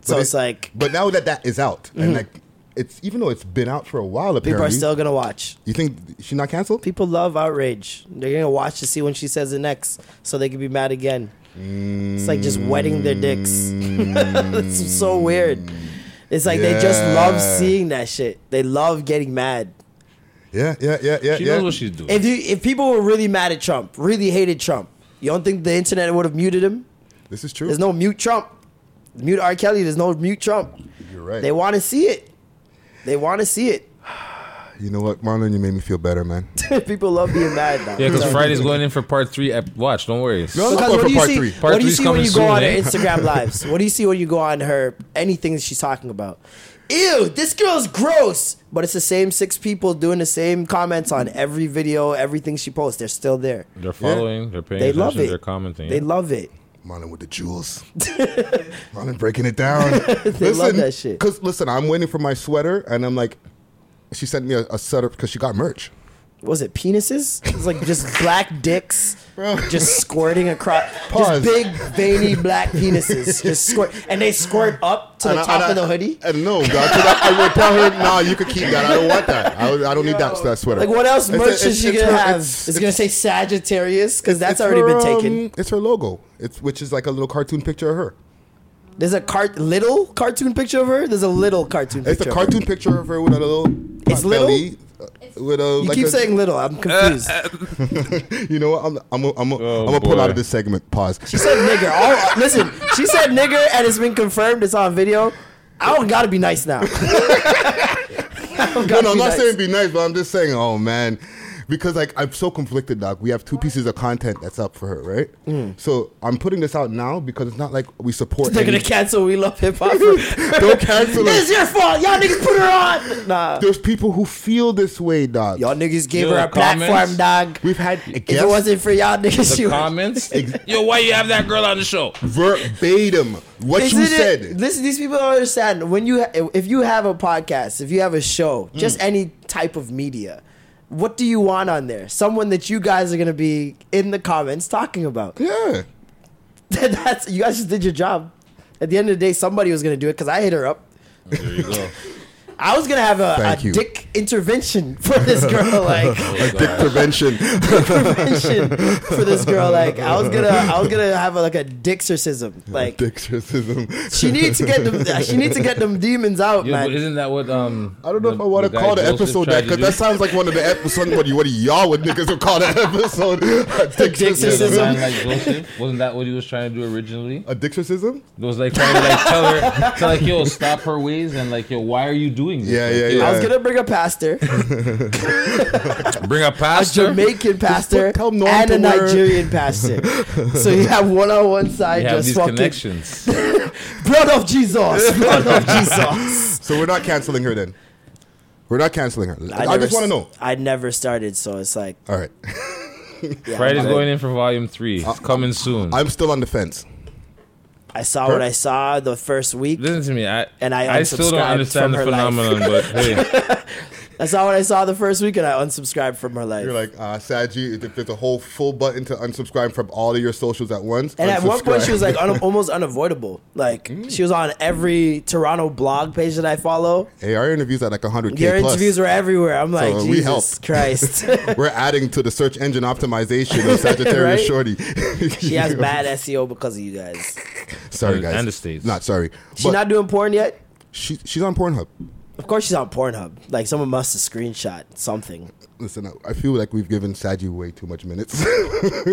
S1: So
S3: But
S1: it's
S3: it-
S1: like Mm-hmm.
S3: but now that that is out, and like it's even though it's been out for a while, apparently
S1: people are still gonna watch.
S3: You think she not canceled?
S1: People love outrage. They're gonna watch to see when she says it next, so they can be mad again. It's like just wetting their dicks. it's so weird. It's like they just love
S3: Yeah.
S1: seeing that shit. They love getting mad.
S3: Yeah, yeah, yeah, yeah.
S2: She
S3: yeah.
S2: knows what she's doing.
S1: If you if people were really mad at Trump, really hated Trump, you don't think the internet would have muted him?
S3: This is true.
S1: There's no mute Trump. Mute R. Kelly. There's no mute Trump.
S3: You're right.
S1: They want to see it. They want to see it.
S3: you know what, Marlon? You made me feel better, man.
S1: People love being mad. Now.
S2: Yeah, because Friday's going in for part three. At, watch, don't worry.
S3: No,
S1: Because
S3: I'm
S1: what
S3: going
S1: do
S3: for
S1: you
S3: part
S1: see?
S3: three.
S2: Part
S1: what do you
S2: three's
S1: see when
S2: coming
S1: you go on her
S2: soon, eh?
S1: Instagram lives? What do you see when you go on her anything that she's talking about? Ew, this girl's gross. But it's the same six people doing the same comments on every video, everything she posts. They're still there.
S2: They're following. They're paying
S1: They
S2: attention.
S1: love it.
S2: They're commenting.
S1: They love it.
S3: Marlon with the jewels. Marlon breaking it down. listen,
S1: love that shit.
S3: Because listen, I'm waiting for my sweater, and I'm like, she sent me a, a setup because she got merch.
S1: What was it penises? It's like just black dicks,
S3: Bro.
S1: just squirting across,
S3: Pause.
S1: just big veiny black penises, just squirt, and they squirt up to the
S3: And I-
S1: top
S3: and
S1: of the
S3: I-
S1: hoodie.
S3: And no, God, 'cause I, I would tell her, nah, you could keep that. I don't want that. I, I don't need that, that sweater.
S1: Like what else
S3: It's-
S1: merch
S3: it's-
S1: is she
S3: it's
S1: gonna
S3: her-
S1: have?
S3: it's-
S1: It's, gonna
S3: it's-
S1: say Sagittarius because that's
S3: it's
S1: already
S3: her,
S1: been taken.
S3: um, It's her logo. It's which is like a little cartoon picture of her.
S1: There's a cart little cartoon picture of her. There's a little cartoon.
S3: It's
S1: picture
S3: a
S1: of her.
S3: cartoon picture of her with a little
S1: It's
S3: pot
S1: little?
S3: belly, uh, with a
S1: You
S3: like
S1: keep
S3: a,
S1: saying little. I'm confused.
S3: You know what? I'm I'm I'm, I'm
S2: Oh,
S3: gonna pull
S2: boy.
S3: out of this segment. Pause.
S1: she said nigger. All, listen, she said nigger, and it's been confirmed. It's on video. I don't gotta be nice now. I don't
S3: No,
S1: gotta
S3: no, I'm
S1: be
S3: not
S1: nice.
S3: saying be nice, but I'm just saying, oh man, because like I'm so conflicted, doc. We have two pieces of content that's up for her, right? So I'm putting this out now because it's not like we support.
S1: Mm. They're gonna
S3: any-
S1: cancel We Love Hip Hop. for-
S3: Don't cancel
S1: It's
S3: it.
S1: your fault. Y'all niggas put her on. Nah.
S3: There's people who feel this way, dog.
S1: Y'all niggas gave
S2: Yo,
S1: her a
S2: comments?
S1: platform, dog.
S3: We've had a
S1: If
S3: guest
S1: it wasn't for y'all niggas, she
S2: The
S1: would.
S2: comments. Yo, why you have that girl on the show?
S3: verbatim what
S1: Isn't
S3: you
S1: it-
S3: said.
S1: Listen, these people don't understand. When you, ha- if you have a podcast, if you have a show,
S3: Mm.
S1: just any type of media, what do you want on there? Someone that you guys are gonna be in the comments talking about.
S3: yeah.
S1: That's you guys just did your job. At the end of the day, somebody was gonna do it because I hit her up.
S2: There you go.
S1: I was gonna have a,
S3: Thank
S1: a
S3: you.
S1: dick intervention for this girl, like
S3: Dick prevention.
S1: intervention for this girl. Like I was gonna, I was gonna have a, like a dicksorcism. Like
S3: Dick criticism.
S1: she needs to get them, she needs to get them demons out,
S2: Yo, but
S1: man.
S2: isn't that what um?
S3: I don't know
S2: the-
S3: if I want to
S2: the guy
S3: call the
S2: Joseph
S3: episode
S2: tried
S3: that
S2: to
S3: because
S2: do?
S3: that sounds like one of the episodes. What, you- what y'all would niggas would call that episode? A
S2: Yeah, the
S1: Dicticism.
S2: man
S3: dicticism.
S2: like Joseph. Wasn't that what he was trying to do originally?
S3: A dicticism?
S2: It was like trying to like tell her, to like yo, stop her ways and like yo, why are you doing this?
S3: Yeah,
S2: Like,
S3: yeah,
S2: yo,
S3: yeah.
S1: I was gonna bring a pastor,
S2: Bring a
S1: a
S2: pastor.
S1: Jamaican pastor,
S3: tell Norm
S1: and
S3: to
S1: a
S3: wear-
S1: Nigerian pastor. So you have one on one side,
S2: You have
S1: just
S2: these
S1: fucking
S2: connections.
S1: blood of Jesus, blood of Jesus.
S3: So we're not canceling her then. We're not canceling her. I,
S1: never
S3: just want to
S1: s-
S3: know.
S1: I never started, so it's like
S3: All right.
S1: yeah, I'm-
S2: Friday's going in for volume three. It's
S3: Uh,
S2: coming soon.
S3: I'm still on the fence.
S1: I saw what I saw the first week.
S2: Listen to me. I
S1: And I
S2: I still don't
S1: unsubscribed
S2: understand the
S1: from her life.
S2: phenomenon, but hey,
S1: I saw what I saw the first week, and I unsubscribed from her life.
S3: You're like, uh, Saji, if there's a whole full button to unsubscribe from all of your socials at once.
S1: And at one point,
S3: unsubscribe.
S1: she was like un- almost unavoidable. Like
S3: Mm.
S1: she was on every Toronto blog page that I follow.
S3: hey, our interview's at like 100K.
S1: Your
S3: plus.
S1: interviews were everywhere. I'm like,
S3: we
S1: Jesus
S3: helped.
S1: Christ.
S3: We're adding to the search engine optimization of
S1: Right?
S3: Sagittarius Shorty.
S1: she has bad SEO because of you guys.
S3: Sorry, guys.
S2: And the States.
S3: Not sorry.
S1: She's
S3: But
S1: not doing porn yet.
S3: she, she's on Pornhub.
S1: Of course, she's on Pornhub. Like someone must have screenshot something.
S3: Listen, I- I feel like we've given Saji way too much minutes.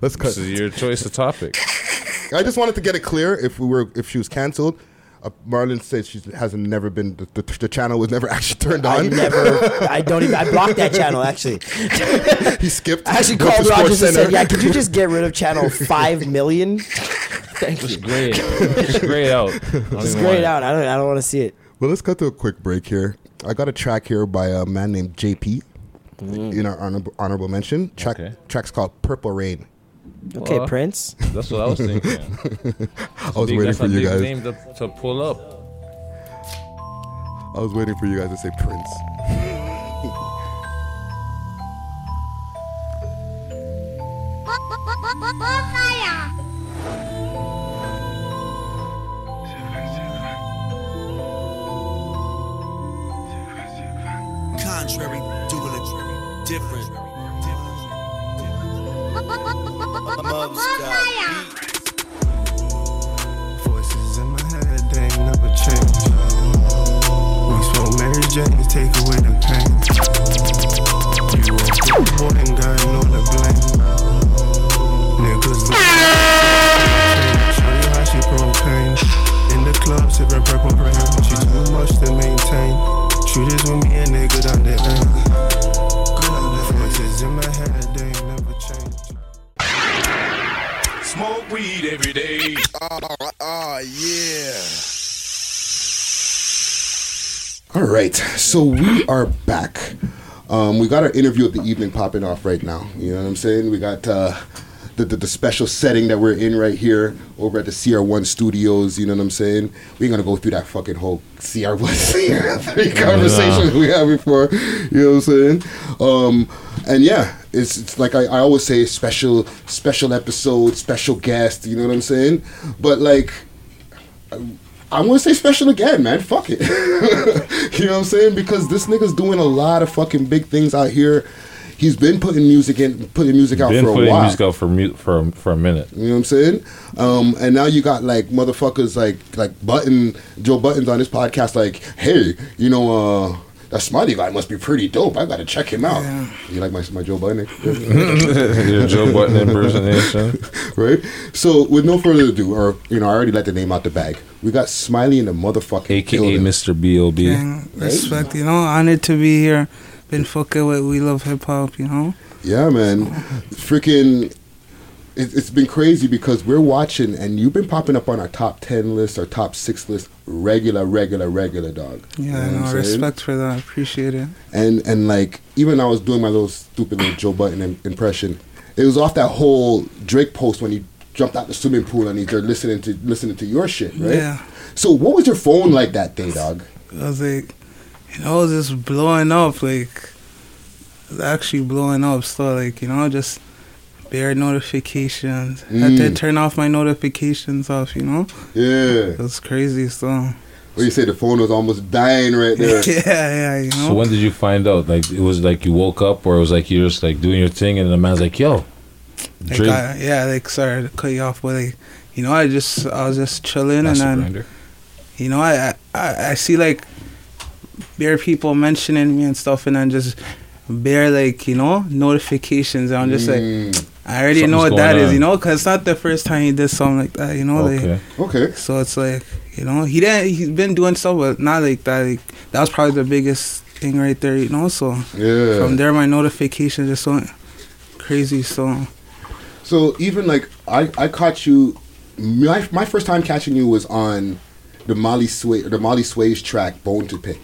S3: Let's cut.
S2: this is your choice of topic.
S3: I just wanted to get it clear if we were if she was canceled. Uh, Marlon said she hasn't never been the, the, the channel was never actually turned
S1: I
S3: on.
S1: never. I don't even. I blocked that channel actually.
S3: he skipped.
S1: I actually
S3: went to
S1: called Rogers and
S3: Sports
S1: said,
S3: Center.
S1: "Yeah, could you just get rid of channel five million? Thank you.
S2: Just gray it. Just gray it out. I don't
S1: It's
S2: even want
S1: grayed
S2: it.
S1: out. I don't. I don't want to see it.
S3: Well, let's cut to a quick break here. I got a track here by a man named JP in our honorable, honorable mention. Track
S2: Mm. Okay.
S3: track's called Purple Rain.
S1: Okay,
S2: Well,
S1: Prince.
S2: That's what I was thinking.
S3: I was waiting
S2: That's
S3: for
S2: a
S3: you
S2: big
S3: guys.
S2: name to, to pull up.
S3: I was waiting for you guys to say Prince.
S10: Contrary, doing it different. Above sky.
S11: Voices in my head, they ain't never change. We smoke Mary Jane to take away the pain. You a good boy and got no the blame. Niggas look Shorty how she propane. In the club sipping purple rain. She too much to maintain. Shooters with me and they good on the end. Voices in my head, they ain't never change.
S8: Smoke weed every day.
S3: All right, so we are back. Um, we got our interview of the evening popping off right now. You know what I'm saying? We got uh, the, the the special setting that we're in right here over at the CR1 Studios. You know what I'm saying? We ain't gonna go through that fucking whole CR1 CR3 conversation we had before. You know what I'm saying? Um, and yeah, it's, it's like I, I always say, special special episode, special guest. You know what I'm saying? But like. I'm gonna say special again, man. Fuck it. you know what I'm saying? Because this nigga's doing a lot of fucking big things out here. He's been putting music in, putting music out
S2: Been
S3: for a
S2: putting
S3: while.
S2: music out for mute for for a minute.
S3: You know what I'm saying? Um, and now you got like motherfuckers like like Button Joe Buttons on his podcast like, hey, you know, uh, that Smiley guy must be pretty dope. I gotta check him out. You like my my Joe Button,
S2: Your Joe Button impersonation.
S3: right? So with no further ado, or you know, I already let the name out the bag. We got Smiley in the motherfucking
S2: AKA
S3: building.
S2: Mr. B.O.B.
S6: Gang, respect, you know, honored to be here. been fucking with We Love Hip Hop, you know?
S3: Yeah, man. Freaking. It, it's been crazy because we're watching and you've been popping up on our top 10 list, our top 6 list, regular, regular, regular, dog. You
S6: Yeah,
S3: know what I'm
S6: no,
S3: saying?
S6: respect for that. Appreciate it.
S3: and and like even I was doing my little stupid little Joe Button im- impression. It was off that whole Drake post when he jumped out the swimming pool and he's there listening to listening to your shit, right?
S6: Yeah.
S3: So what was your phone like that day, dog?
S6: I was like, you know, just blowing up, like, it's actually blowing up. So, like, you know, just bare notifications. Had to
S3: Mm.
S6: turn off my notifications off, you know?
S3: Yeah.
S6: That's crazy, so.
S3: Well, you said the phone was almost dying right there.
S6: yeah, yeah, you know?
S2: So when did you find out? Like it was like you woke up, or it was like you're just like doing your thing, and the man's like, "Yo,
S6: Like
S2: Drake."
S6: I, yeah, like sorry to cut you off, but like you know, I just I was just chilling and
S2: Master
S6: then
S2: Grinder.
S6: you know I, I- I I see like bare people mentioning me and stuff, and then just bare like you know notifications. And I'm just like
S3: Mm.
S6: I already know
S2: Something's
S6: what that
S2: going
S6: is,
S2: on.
S6: you know, because it's not the first time he did something like that, you know.
S2: Okay.
S6: Like,
S3: okay.
S6: So it's like you know he didn't he's been doing stuff, but not like that. Like that was probably the biggest thing right there, you know. So
S3: Yeah.
S6: from there my notifications just went crazy. So.
S3: So even like I, I caught you. My, my first time catching you was on the Molly Sway the Molly Sway's track "Bone to Pick."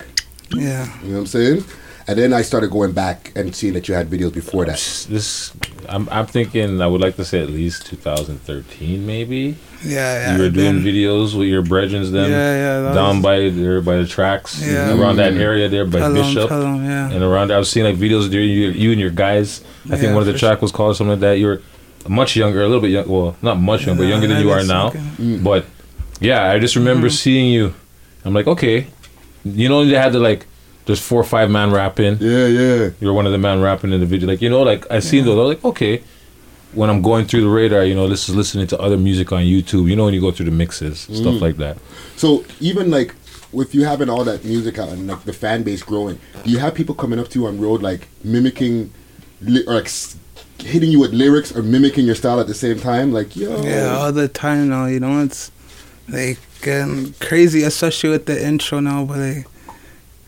S6: Yeah.
S3: You know what I'm saying? And then I started going back and seeing that you had videos before that.
S2: This I'm I'm thinking I would like to say at least 2013, maybe.
S6: Yeah, yeah,
S2: You were doing
S6: then-
S2: videos with your brethrens then.
S6: Yeah, yeah, that
S2: Down
S6: was-
S2: by there by the tracks,
S6: Yeah.
S2: around that
S6: Mhm.
S2: area there by
S6: Pelham,
S2: Bishop,
S6: Pelham, yeah.
S2: and around there. I was seeing like videos of you, you and your guys. I think
S6: Yeah,
S2: one of the
S6: for
S2: track was called something like that. You were much younger, a little bit young. Well, not much younger, but
S6: No,
S2: younger
S6: I
S2: than you are
S6: guess, Mm-hmm.
S2: now.
S6: okay.
S2: But yeah, I just remember seeing you. I'm like, okay, you know, they had to like. There's four or five man rapping.
S3: Yeah, yeah.
S2: You're one of the man rapping in the video. Like, you know, like I seen those. I was like, okay. When I'm going through the radar, you know, this is listening to other music on YouTube. You know, when you go through the mixes,
S3: Mm.
S2: stuff like that.
S3: So even like with you having all that music out and like the fan base growing, do you have people coming up to you on road like mimicking li- or like s- hitting you with lyrics or mimicking your style at the same time? Like yo,
S6: Yeah, all the time now. You know, it's like um, crazy, especially with the intro now. But like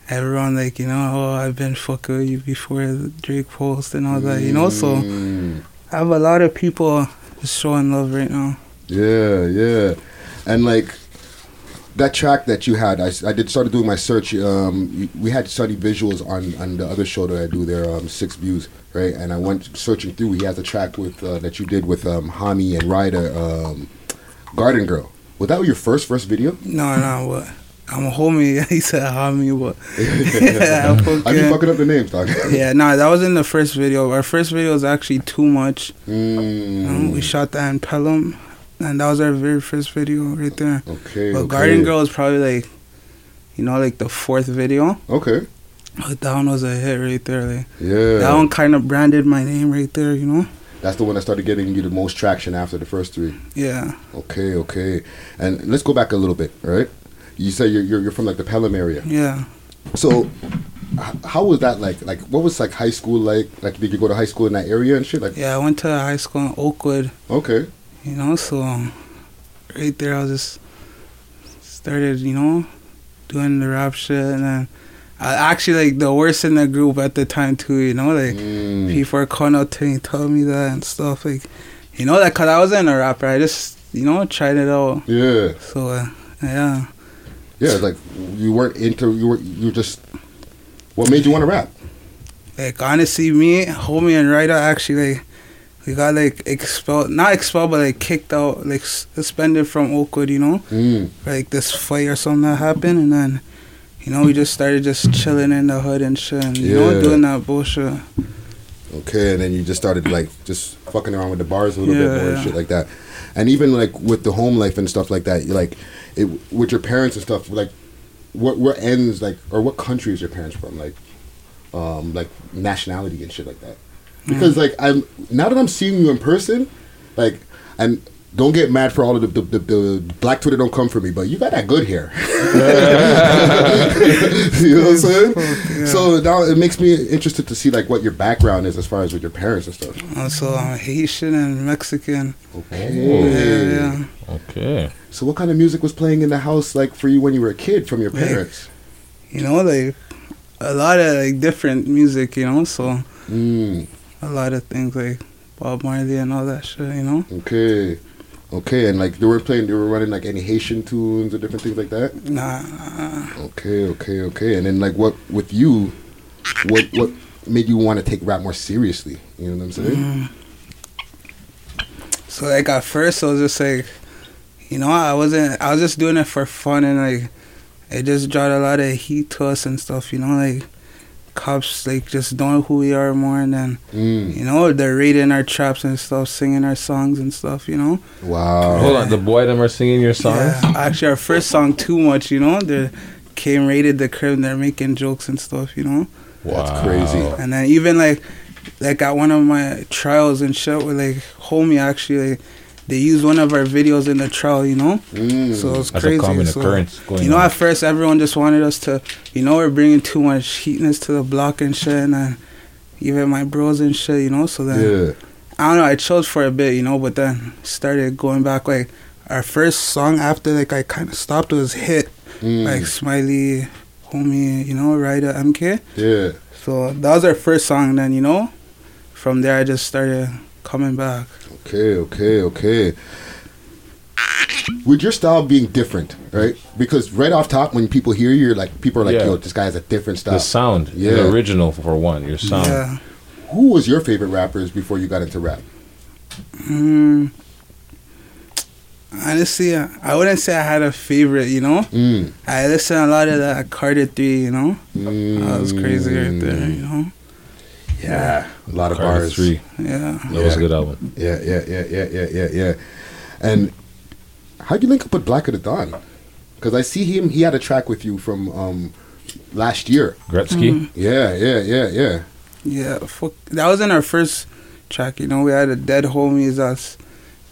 S6: everyone, like you know, oh, I've been fucking with you before the Drake post and all that. You know, so
S3: Mm.
S6: I have a lot of people just showing love right now.
S3: Yeah, yeah, and like that track that you had, I, s- I did started doing my search. Um, y- we had study visuals on on the other show that I do there, um, six views, right? And I went searching through. He has a track with uh, that you did with um, Hami and Ryder, um, Garden Girl. Was that your first first video?
S6: No, no, what? I'm a homie. he said homie, what?
S3: I be fucking up the names, dog.
S6: yeah, no, that was in the first video. Our first video was actually too much.
S3: Mm.
S6: Um, we shot that in Pelham, and that was our very first video right there.
S3: Okay.
S6: But
S3: okay.
S6: Garden Girl is probably like, you know, like the fourth video.
S3: Okay.
S6: But that one was a hit right there. Like,
S3: Yeah.
S6: That one kind of branded my name right there. You know.
S3: That's the one that started getting you the most traction after the first three.
S6: Yeah.
S3: Okay, okay. And let's go back a little bit, all right? You say you're, you're, you're from like the Pelham area.
S6: Yeah.
S3: So, h- how was that like? Like, what was like high school like? Like, did you go to high school in that area and shit? Like,
S6: Yeah, I went to high school in Oakwood.
S3: Okay.
S6: You know, so um, right there I was just started, you know, doing the rap shit and then I actually like the worst in the group at the time too, you know, like
S3: Mm.
S6: people are calling out to me, telling me that and stuff like you know that cuz I wasn't a rapper. I just, you know, tried it out.
S3: yeah,
S6: So uh, yeah.
S3: yeah. Like, you weren't into you were you were just. What made you want to rap?
S6: Like honestly, me, homie, and Ryder actually like we got like expelled, not expelled, but like kicked out, like s- suspended from Oakwood, you know,
S3: Mm.
S6: for like this fight or something that happened, and then you know we just started just chilling in the hood and shit, and, you
S3: Yeah.
S6: know, doing that bullshit.
S3: Okay, and then you just started like just fucking around with the bars a little
S6: Yeah,
S3: bit more and
S6: yeah.
S3: shit like that, and even like with the home life and stuff like that, you like it with your parents and stuff. Like, what what ends like or what country is your parents from? Like, um, like nationality and shit like that. Because like I'm now that I'm seeing you in person, like and don't get mad for all of the the, the, the black Twitter don't come for me, but you got that good hair. you know what I'm saying? So now it makes me interested to see like what your background is as far as with your parents and stuff.
S6: Also, I'm Haitian and Mexican.
S3: Okay.
S6: Yeah, yeah.
S2: Okay.
S3: So what kind of music was playing in the house like for you when you were a kid from your
S6: Like,
S3: parents?
S6: you know, like a lot of like different music, you know. So
S3: Hmm.
S6: a lot of things like Bob Marley and all that shit, you know.
S3: Okay. Okay, and like they were playing, they were running like any Haitian tunes or different things like that.
S6: Nah.
S3: Okay, okay, okay. And then like what with you, what what made you want to take rap more seriously? You know what I'm saying?
S6: Mm. So like at first I was just like, you know, I wasn't. I was just doing it for fun and like, it just brought a lot of heat to us and stuff. You know, like cops like just knowing who we are more and then
S3: Mm.
S6: you know they're raiding our traps and stuff, singing our songs and stuff. You know.
S3: Wow.
S2: Hold on, the boy them are singing your songs.
S6: Yeah, actually, our first song, Too Much, you know, they came raided the crib and they're making jokes and stuff, you know?
S2: Wow,
S3: That's crazy.
S6: And then even like, like at one of my trials and shit with like homie actually, like, they used one of our videos in the trial, you know?
S3: Mm.
S6: So it's
S2: That's a
S6: crazy.
S2: common
S6: So,
S2: occurrence going
S6: you know,
S2: on.
S6: at first everyone just wanted us to, you know, we're bringing too much heatness to the block and shit, and then even my bros and shit, you know. So then
S3: Yeah.
S6: I don't know. I chilled for a bit, you know, but then started going back. Like our first song after, like I kind of stopped was hit,
S3: Mm.
S6: like Smiley, homie, you know, Ryder, MK.
S3: Yeah.
S6: So that was our first song. Then you know, from there I just started coming back.
S3: Okay, okay, okay. With your style being different, right? Because right off top, when people hear you, you're like people are like,
S2: Yeah.
S3: "Yo, this guy has a different style."
S2: The sound,
S3: Yeah.
S2: the original for one, your sound.
S6: Yeah.
S3: Who was your favorite rappers before you got into rap?
S6: Mm. Honestly, I I wouldn't say I had a favorite. You know,
S3: Mm.
S6: I listened a lot of that Carter Three. You know, that was crazy right there.
S3: Mm.
S6: You know,
S3: Yeah, a lot of
S2: Carter
S3: bars.
S2: Three.
S6: yeah.
S2: That was a
S3: Yeah.
S2: good album.
S3: Yeah, yeah, yeah, yeah, yeah, yeah, yeah. And how'd you link up with Black of the Dawn? Because I see him. He had a track with you from um, last year.
S2: Gretzky.
S3: Yeah, yeah, yeah, yeah.
S6: Yeah, fuck. That was in our first track. You know, we had a dead homies that's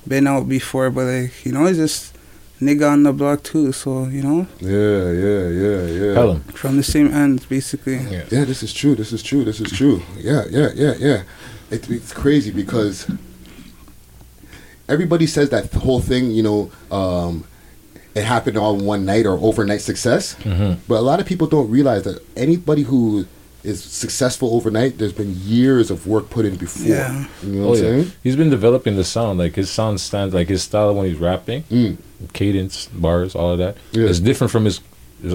S6: been out before, but like you know, it's just nigga on the block too. So you know,
S3: Yeah, yeah, yeah, yeah.
S2: Tell him.
S6: from the same end basically.
S3: Yeah, this is true. This is true. This is true. Yeah, yeah, yeah, yeah. It, it's crazy because everybody says that whole thing, you know, um, it happened all in one night or overnight success.
S2: Mm-hmm.
S3: But a lot of people don't realize that anybody who is successful overnight, there's been years of work put in before.
S6: Yeah.
S3: You know
S2: Oh
S3: what I'm
S2: yeah,
S3: saying?
S2: he's been developing the sound. Like his sound stands, like his style when he's rapping,
S3: Mm.
S2: cadence, bars, all of that.
S3: Yeah.
S2: It's different from his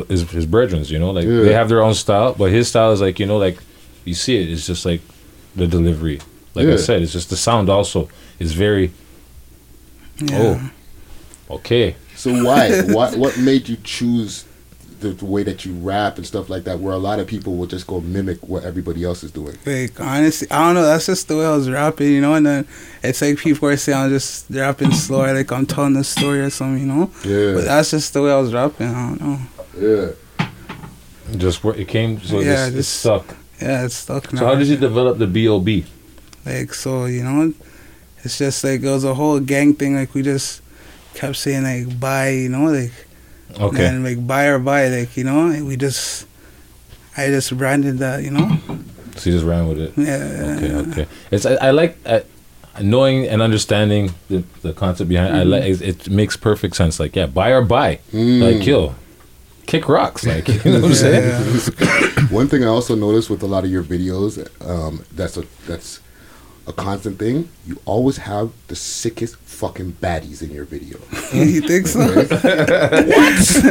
S2: his, his brethren's. You know, like
S3: Yeah.
S2: they have their own style, but his style is like you know, like you see it. It's just like the delivery. Like
S3: Yeah.
S2: I said, it's just the sound. Also, is very
S6: Yeah.
S2: oh, okay.
S3: So why? what what made you choose the, the way that you rap and stuff like that, where a lot of people will just go mimic what everybody else is doing?
S6: Like honestly, I don't know. That's just the way I was rapping, you know. And then it's like people are saying I'm just rapping slow, like I'm telling a story or something, you know.
S3: Yeah.
S6: But that's just the way I was rapping. I don't know.
S3: Yeah.
S2: Just wor- it came. So
S6: Yeah,
S2: yeah,
S6: just-
S2: just stuck.
S6: Yeah, it's stuck now.
S2: So how did you develop the B.O.B.?
S6: Like so, you know, it's just like it was a whole gang thing. Like we just kept saying like bye, you know, like
S2: Okay.
S6: and like bye or bye, like you know, we just I just branded that, you know.
S2: So you just ran with it.
S6: Yeah.
S2: Okay, okay. It's I, I like uh, knowing and understanding the, the concept behind. I like
S6: Mm-hmm.
S2: it, it makes perfect sense. Like yeah, buy or buy,
S3: Mm.
S2: like yo, kick rocks, like you know what I'm saying.
S6: Yeah.
S3: One thing I also noticed with a lot of your videos, um, that's a that's a constant thing. You always have the sickest fucking baddies in your video.
S6: you think so?
S2: I like the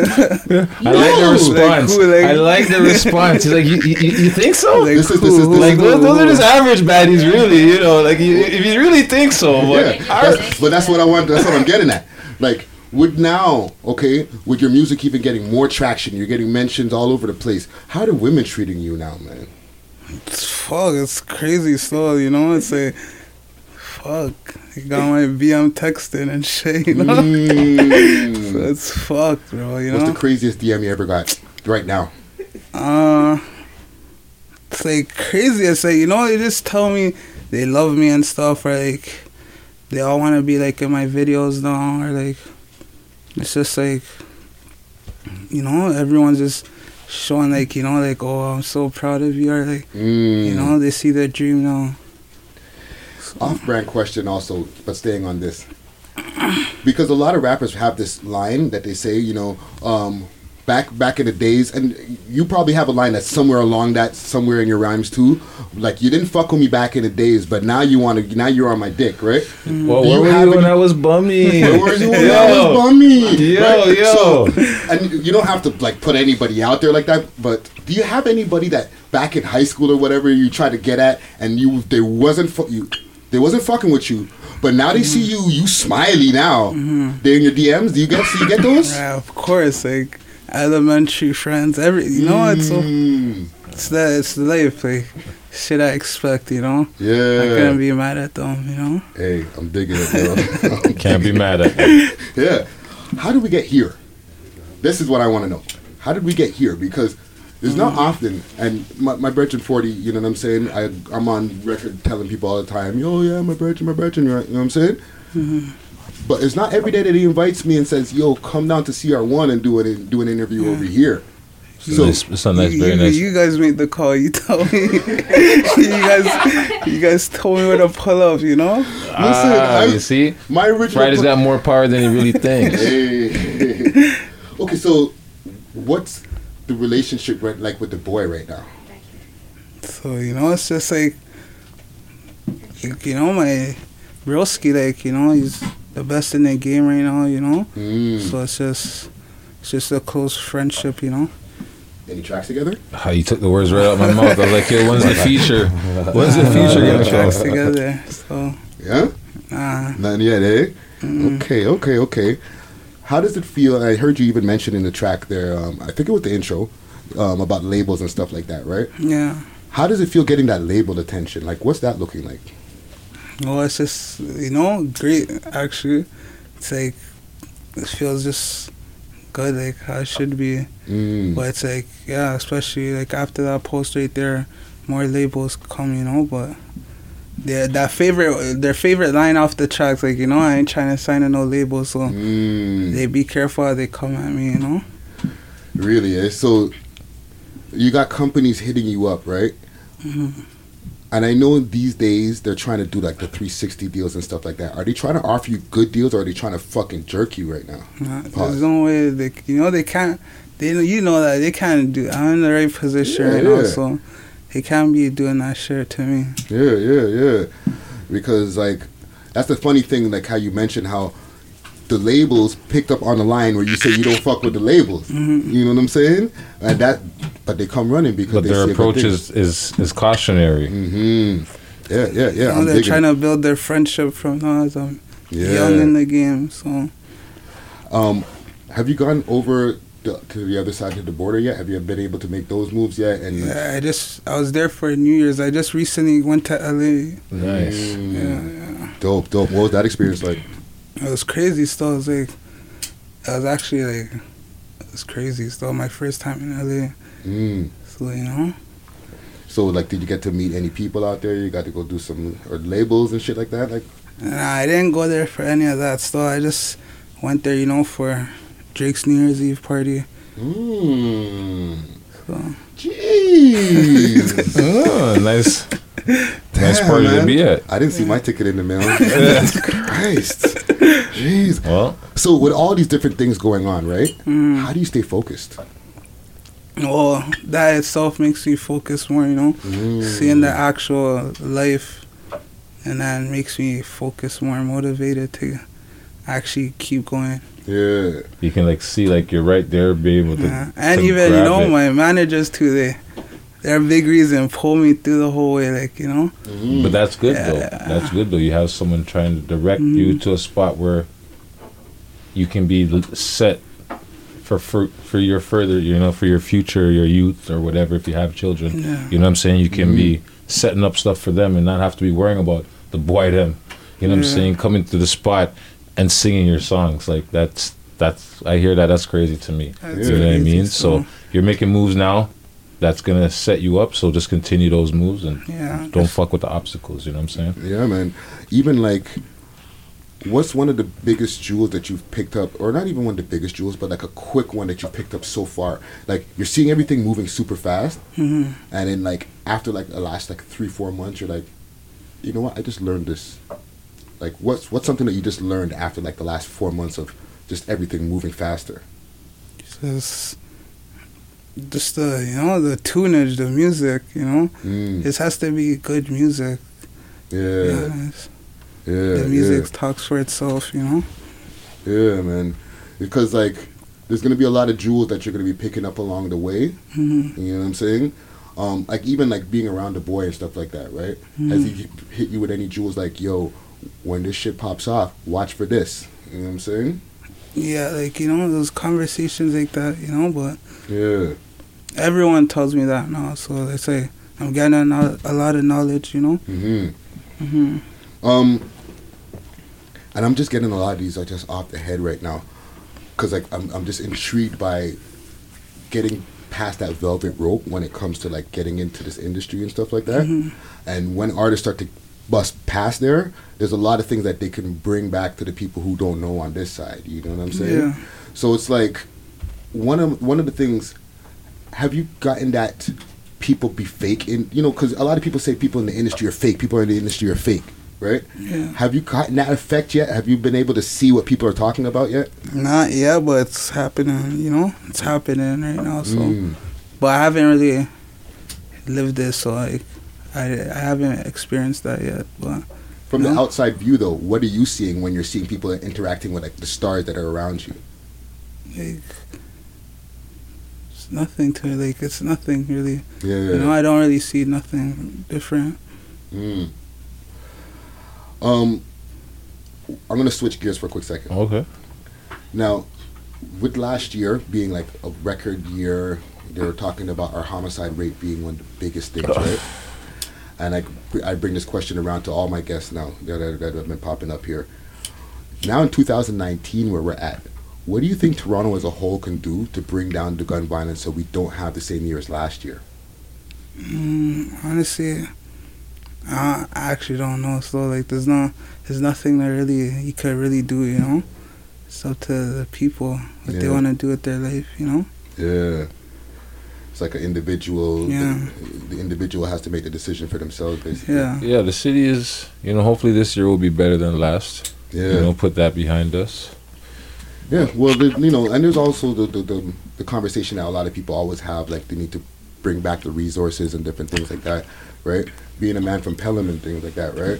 S3: No!
S2: response.
S6: Like, who, like-
S2: I like the response. He's like you, you, you- you think so? Like,
S6: Like,
S3: This is this is this is-
S2: those, those are just average baddies, really. You know, like you, if you really think so, but
S3: yeah. That's, but that's what I want. That's what I'm getting at. Like with now, okay, with your music even getting more traction, you're getting mentions all over the place. How do women treating you now, man?
S6: fuck, it's crazy slow, you know. It's like fuck. I got my BM texting and shit, you know. So
S3: Mm.
S6: it's fucked, bro. You
S3: What's
S6: know.
S3: the craziest DM you ever got right now?
S6: Uh, it's like crazy. It's like you know, they just tell me they love me and stuff. Or like they all want to be like in my videos now. Or like it's just like you know, everyone's just showing like you know, like oh, I'm so proud of you. Or like
S3: Mm.
S6: you know, they see their dream now.
S3: off-brand question also but staying on this because a lot of rappers have this line that they say you know um, back back in the days, and you probably have a line that's somewhere along that somewhere in your rhymes too. Like you didn't fuck with me back in the days, but now you want to. Now you're on my dick, right?
S2: Well,
S3: Do
S2: where were
S3: have
S2: you when
S3: any-
S2: I was bummy?
S3: Where were you when I was bummy?
S2: Yo,
S3: Right?
S2: yo.
S3: So, and you don't have to like put anybody out there like that, but do you have anybody that back in high school or whatever you tried to get at and you they wasn't fu- you they wasn't fucking with you, but now they see you you smiley now.
S6: Mm-hmm.
S3: They're in your DMs. Do you get you get those?
S6: Yeah, of course, like elementary friends, every you know it's so
S3: Mm.
S6: it's the it's the life, like shit I expect, you know. I
S3: Yeah.
S6: couldn't be mad at them, you know.
S3: Hey, I'm digging it, bro. I'm
S2: Can't be
S3: digging
S2: mad
S3: it.
S2: at it.
S3: yeah. How did we get here? This is what I want to know. How did we get here? Because it's not often, and my, my Bertrand 40, you know what I'm saying? I, I'm on record telling people all the time, yo, yeah, my Bertrand, my Bertrand, right? you know what I'm saying? But it's not every day that he invites me and says, yo, come down to CR1 and do, it, do an interview over here. So,
S2: Nice- it's a nice,
S6: you,
S2: very
S6: you-
S2: nice.
S6: you guys made the call. You told me. you guys, you guys told me where to pull up. You know.
S2: Ah,
S3: I-
S2: you see,
S3: my original
S2: Friday's
S3: pl-
S2: got more power than he really thinks.
S3: Hey. okay, so what's the relationship right, like with the boy right now?
S6: So you know, it's just like, you, you know, my broski, like you know, he's the best in the game right now. You know.
S2: Mm.
S6: So it's just, it's just a close friendship. You know.
S3: Any tracks together?
S2: How you took the words right out of my mouth. I was like, yo, when's the feature? When's the feature
S6: Uh,
S2: gonna
S6: tracks
S2: come?
S6: together. So
S3: Yeah?
S6: nah.
S3: None yet, eh? Okay, okay, okay. How does it feel? I heard you even mention in the track there, um, I think it was the intro, um, about labels and stuff like that, right?
S6: Yeah.
S3: How does it feel getting that labeled attention? Like, what's that looking like?
S6: Well, it's just you know great actually. It's like it feels just good like how it should be.
S3: Mm.
S6: But it's like yeah, especially like after that post right there, more labels come you know. But their that favorite their favorite line off the tracks like you know I ain't trying to sign to no label so
S3: Mm,
S6: they be careful how they come at me you know.
S3: really, eh? So, you got companies hitting you up, right? And I know these days they're trying to do like the 360 deals and stuff like that. Are they trying to offer you good deals or are they trying to fucking jerk you right now?
S6: Nah,
S3: Pause.
S6: There's no way they you know they can't they you know that they can't do I'm in the right position
S3: Yeah,
S6: right now
S3: yeah.
S6: so they can't be doing that shit to me.
S3: Yeah, yeah, yeah. Because like that's the funny thing, like how you mentioned how the labels picked up on the line where you say you don't fuck with the labels.
S6: Mm-hmm.
S3: You know what I'm saying? And that, but they come running because
S2: But
S3: they
S2: their
S3: see a good
S2: approach
S3: thing.
S2: is, is, is cautionary.
S3: Mm-hmm. Yeah, yeah, yeah.
S6: You know,
S3: I'm
S6: they're
S3: digging.
S6: trying to build their friendship from now as I'm
S3: Yeah.
S6: young in the game. So
S3: um, have you gone over the, to the other side of the border yet? Have you been able to make those moves yet? And
S6: yeah, I just I was there for New Year's. I just recently went to LA.
S2: Nice.
S6: Yeah,
S3: Mm, dope, dope. What was that experience like?
S6: yeah. it was crazy. Still, it was like I was actually like it was crazy. Still, my first time in LA.
S3: Mm.
S6: So you know,
S3: So like, did you get to meet any people out there? You got to go do some or labels and shit like that. Like,
S6: and I didn't go there for any of that. Still, I just went there, you know, for Drake's New Year's Eve party.
S3: mm.
S6: So
S3: Jeez.
S6: Mm.
S2: Oh, nice. Nice
S3: Damn,
S2: party to
S3: man.
S2: be at.
S3: I didn't see my ticket in the mail. Jesus Christ. Jeez.
S2: Well,
S3: So with all these different things going on, right?
S6: Mm.
S3: How do you stay focused?
S6: well, that itself makes me focus more, you know.
S3: Mm.
S6: Seeing the actual life and that makes me focus more motivated to actually keep going.
S3: Yeah.
S2: you can like see like you're right there, babe. With the,
S6: Yeah. And
S2: to
S6: even, you
S2: grab
S6: know,
S2: it.
S6: my managers too, they they're a big reason pull me through the whole way, like, you know.
S2: But that's good though. That's good though. You have someone trying to direct
S6: Mm-hmm.
S2: you to a spot where you can be l- set for, for for your further, you know, for your future, your youth or whatever. If you have children,
S6: Yeah. Mm-hmm.
S2: you know what I'm saying. You can be setting up stuff for them and not have to be worrying about the boy them. You know what I'm saying? Coming to the spot and singing your songs like that's that's I hear that. That's crazy to me.
S6: That's
S2: you know what I
S6: crazy,
S2: mean?
S6: so-
S2: So you're making moves now. That's gonna set you up. So just continue those moves and
S6: Yeah.
S2: don't fuck with the obstacles. You know what I'm saying?
S3: Yeah, man. Even like what's one of the biggest jewels that you've picked up or not even one of the biggest jewels, but like a quick one that you picked up so far? Like you're seeing everything moving super fast
S6: Mm-hmm.
S3: and then like after like the last like three, four months you're like, you know what, I just learned this. Like what's what's something that you just learned after like the last four months of just everything moving faster?
S6: Just just the you know the tunage, the music. You know,
S3: Mm.
S6: this has to be good music.
S3: Yeah.
S6: Yes.
S3: Yeah.
S6: the music talks for itself. You know.
S3: Yeah. yeah, man. Because like, there's gonna be a lot of jewels that you're gonna be picking up along the way.
S6: Mhm.
S3: You know what I'm saying? Um, like even like being around the boy and stuff like that, right? Has he hit you with any jewels like, yo, when this shit pops off, watch for this. You know what I'm saying?
S6: Yeah, like you know those conversations like that. You know, but
S3: Yeah.
S6: everyone tells me that now, so they say I'm getting a, no- a lot of knowledge. You know.
S3: hmm
S6: hmm
S3: Um, and I'm just getting a lot of these are just off the head right now, because like I'm I'm just intrigued by getting past that velvet rope when it comes to like getting into this industry and stuff like that. And when artists start to bust past there, there's a lot of things that they can bring back to the people who don't know on this side. You know what I'm saying?
S6: Yeah.
S3: So it's like one of one of the things. Have you gotten that? People be fake, in you know, because a lot of people say people in the industry are fake. People in the industry are fake, right?
S6: Yeah.
S3: Have you gotten that effect yet? Have you been able to see what people are talking about yet?
S6: Not yeah, but it's happening. You know, it's happening right now. So,
S3: Mm.
S6: but I haven't really lived this, so like, I I haven't experienced that yet. But
S3: From the
S6: No.
S3: outside view, though, what are you seeing when you're seeing people interacting with like the stars that are around you?
S6: like, it's nothing to like. It's nothing really.
S3: Yeah.
S6: You know, I don't really see nothing different.
S3: Mm. Um, I'm gonna switch gears for a quick second.
S2: Okay.
S3: Now, with last year being like a record year, they were talking about our homicide rate being one of the biggest things, right? And I, I bring this question around to all my guests now that, that, that have been popping up here. Now in 2019, where we're at, what do you think Toronto as a whole can do to bring down the gun violence so we don't have the same year as last year?
S6: Mm, honestly, I, I actually don't know. So like, there's not, there's nothing that really you could really do. You know, it's up to the people what they
S3: Yeah.
S6: want to do with their life. You know.
S3: Yeah. It's like an individual.
S6: Yeah.
S3: The, the individual has to make the decision for themselves, basically.
S6: Yeah.
S2: Yeah, the city is, you know, hopefully this year will be better than last.
S3: Yeah.
S2: You know, put that behind us.
S3: Yeah, well, the, you know, and there's also the, the, the, the conversation that a lot of people always have, like they need to bring back the resources and different things like that, right? Being a man from Pelham and things like that, right?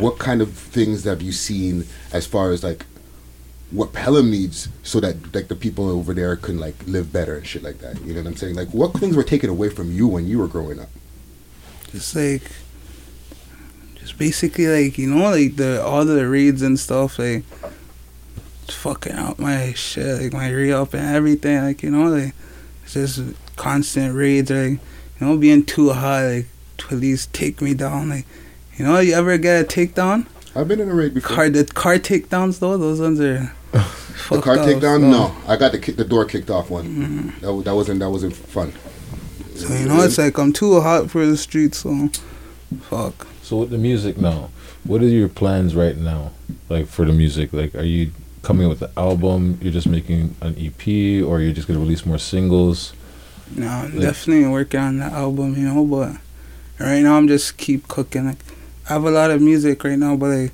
S3: What kind of things have you seen as far as like what Pelham needs so that like the people over there can like live better and shit like that? You know what I'm saying? Like what things were taken away from you when you were growing up?
S6: just like just basically like you know like the all the raids and stuff like fucking out my shit like my re up and everything like you know like it's just constant raids like you know being too hot like police take me down like you know you ever get a takedown
S3: I've been in a raid before.
S6: car the car takedowns though those ones are
S3: the
S6: fucked
S3: car
S6: up,
S3: takedown?
S6: so-
S3: No, I got the kick, the door kicked off one. That, wa- that wasn't that wasn't fun.
S6: Mm. so you know it's like I'm too hot for the streets so fuck
S2: So with the music now, what are your plans right now, like for the music? Like, are you coming up with an album? You're just making an EP, or you're just gonna release more singles?
S6: No, I'm
S2: Like-
S6: definitely working on the album, you know, but right now I'm just keep cooking. Like I have a lot of music right now, but like,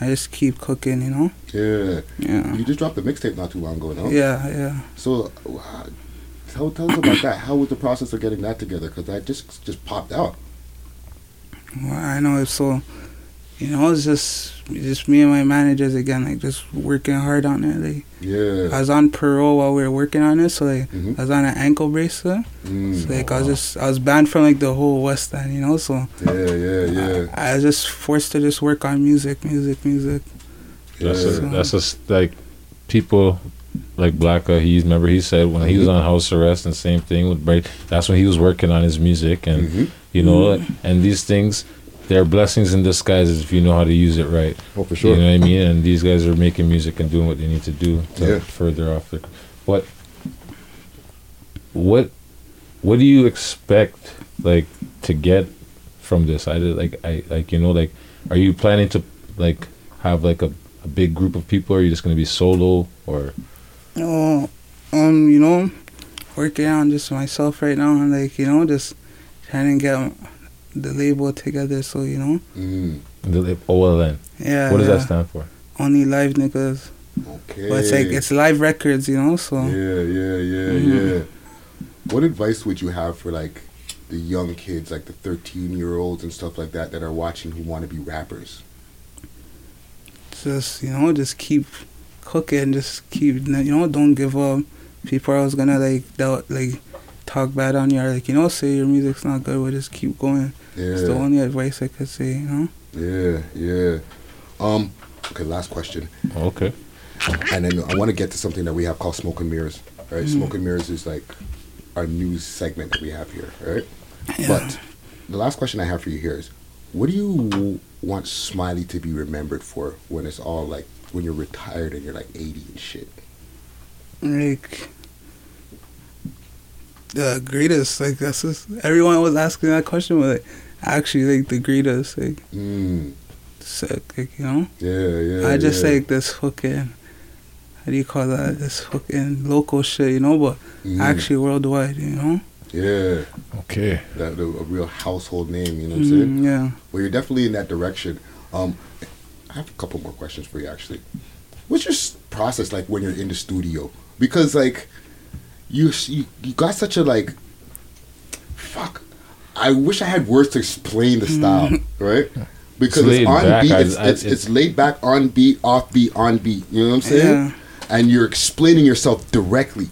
S6: I just keep cooking, you know?
S3: Yeah.
S6: Yeah.
S3: You just dropped a mixtape not too long ago, no?
S6: Yeah, yeah.
S3: So, uh, tell, tell us about that. How was the process of getting that together? Because that just just popped out.
S6: Well, I know it's so you know, it's just it's just me and my managers again, like just working hard on it. Like I
S3: Yeah.
S6: was on parole while we were working on it, so like
S3: Mhm.
S6: I was on an ankle bracelet. So,
S3: Mm.
S6: like I was just I was banned from like the whole West End, you know, so
S3: Yeah, yeah, yeah.
S6: I was just forced to just work on music, music, music.
S2: That's a,
S3: Yeah.
S2: that's a s like people like Blacka. He's remember he said when he was on house arrest and same thing with Bright. That's when he was working on his music and
S3: Mhm.
S2: you know and these things. They're blessings in disguises if you know how to use it right.
S3: Oh, for sure.
S2: You know what I mean? And these guys are making music and doing what they need to do to
S3: Yeah.
S2: further off the. What? What? What do you expect like to get from this? I did like I like you know like are you planning to like have like a, a big group of people? Or are you just gonna be solo or
S6: Oh, um, you know, working on just myself right now and like, you know, just trying to get the label together. So, you know,
S3: Mm.
S2: the like, OLN?
S6: yeah.
S2: what does
S6: yeah.
S2: that stand for?
S6: Only live niggas.
S3: Okay.
S6: But it's like, it's live records, you know, so.
S3: yeah, yeah, yeah,
S6: Mhm.
S3: yeah. What advice would you have for like the young kids, like the thirteen year olds and stuff like that, that are watching who want to be rappers?
S6: Just you know, just keep cooking. Just keep you know, don't give up. People are always gonna like doubt, like talk bad on you or like you know say your music's not good. But just keep going. It's the
S3: Yeah.
S6: only advice I could say. You know.
S3: Yeah, yeah. Um, okay, last question.
S2: Okay.
S3: And then I want to get to something that we have called Smoke and Mirrors. Right?
S6: Mm.
S3: Smoke and Mirrors is like our news segment that we have here, right? But the last question I have for you here is what do you want Smiley to be remembered for when it's all like when you're retired and you're like 80 and shit?
S6: like the greatest. Like that's just, everyone was asking that question, but like, actually, like the greatest. Like,
S3: mm.
S6: sick. Like you know,
S3: Yeah, yeah.
S6: I just
S3: yeah.
S6: like this fucking. How do you call that? This fucking local shit, you know, but
S3: Mm.
S6: actually worldwide, you know.
S3: Yeah.
S2: Okay.
S3: That a a real household name, you know what
S6: Mhm,
S3: I'm saying?
S6: yeah.
S3: Well, you're definitely in that direction. Um, I have a couple more questions for you, actually. What's your s- process like when you're in the studio? Because like, you s- you, you got such a like, fuck. I wish I had words to explain the style, right? Because it's,
S2: laid
S3: on
S2: back.
S3: beat,
S2: I-
S3: it's,
S2: I-
S3: it's,
S2: it's-
S3: it's laid back on beat, off beat, on beat. You know what I'm saying?
S6: Yeah.
S3: And you're explaining yourself directly.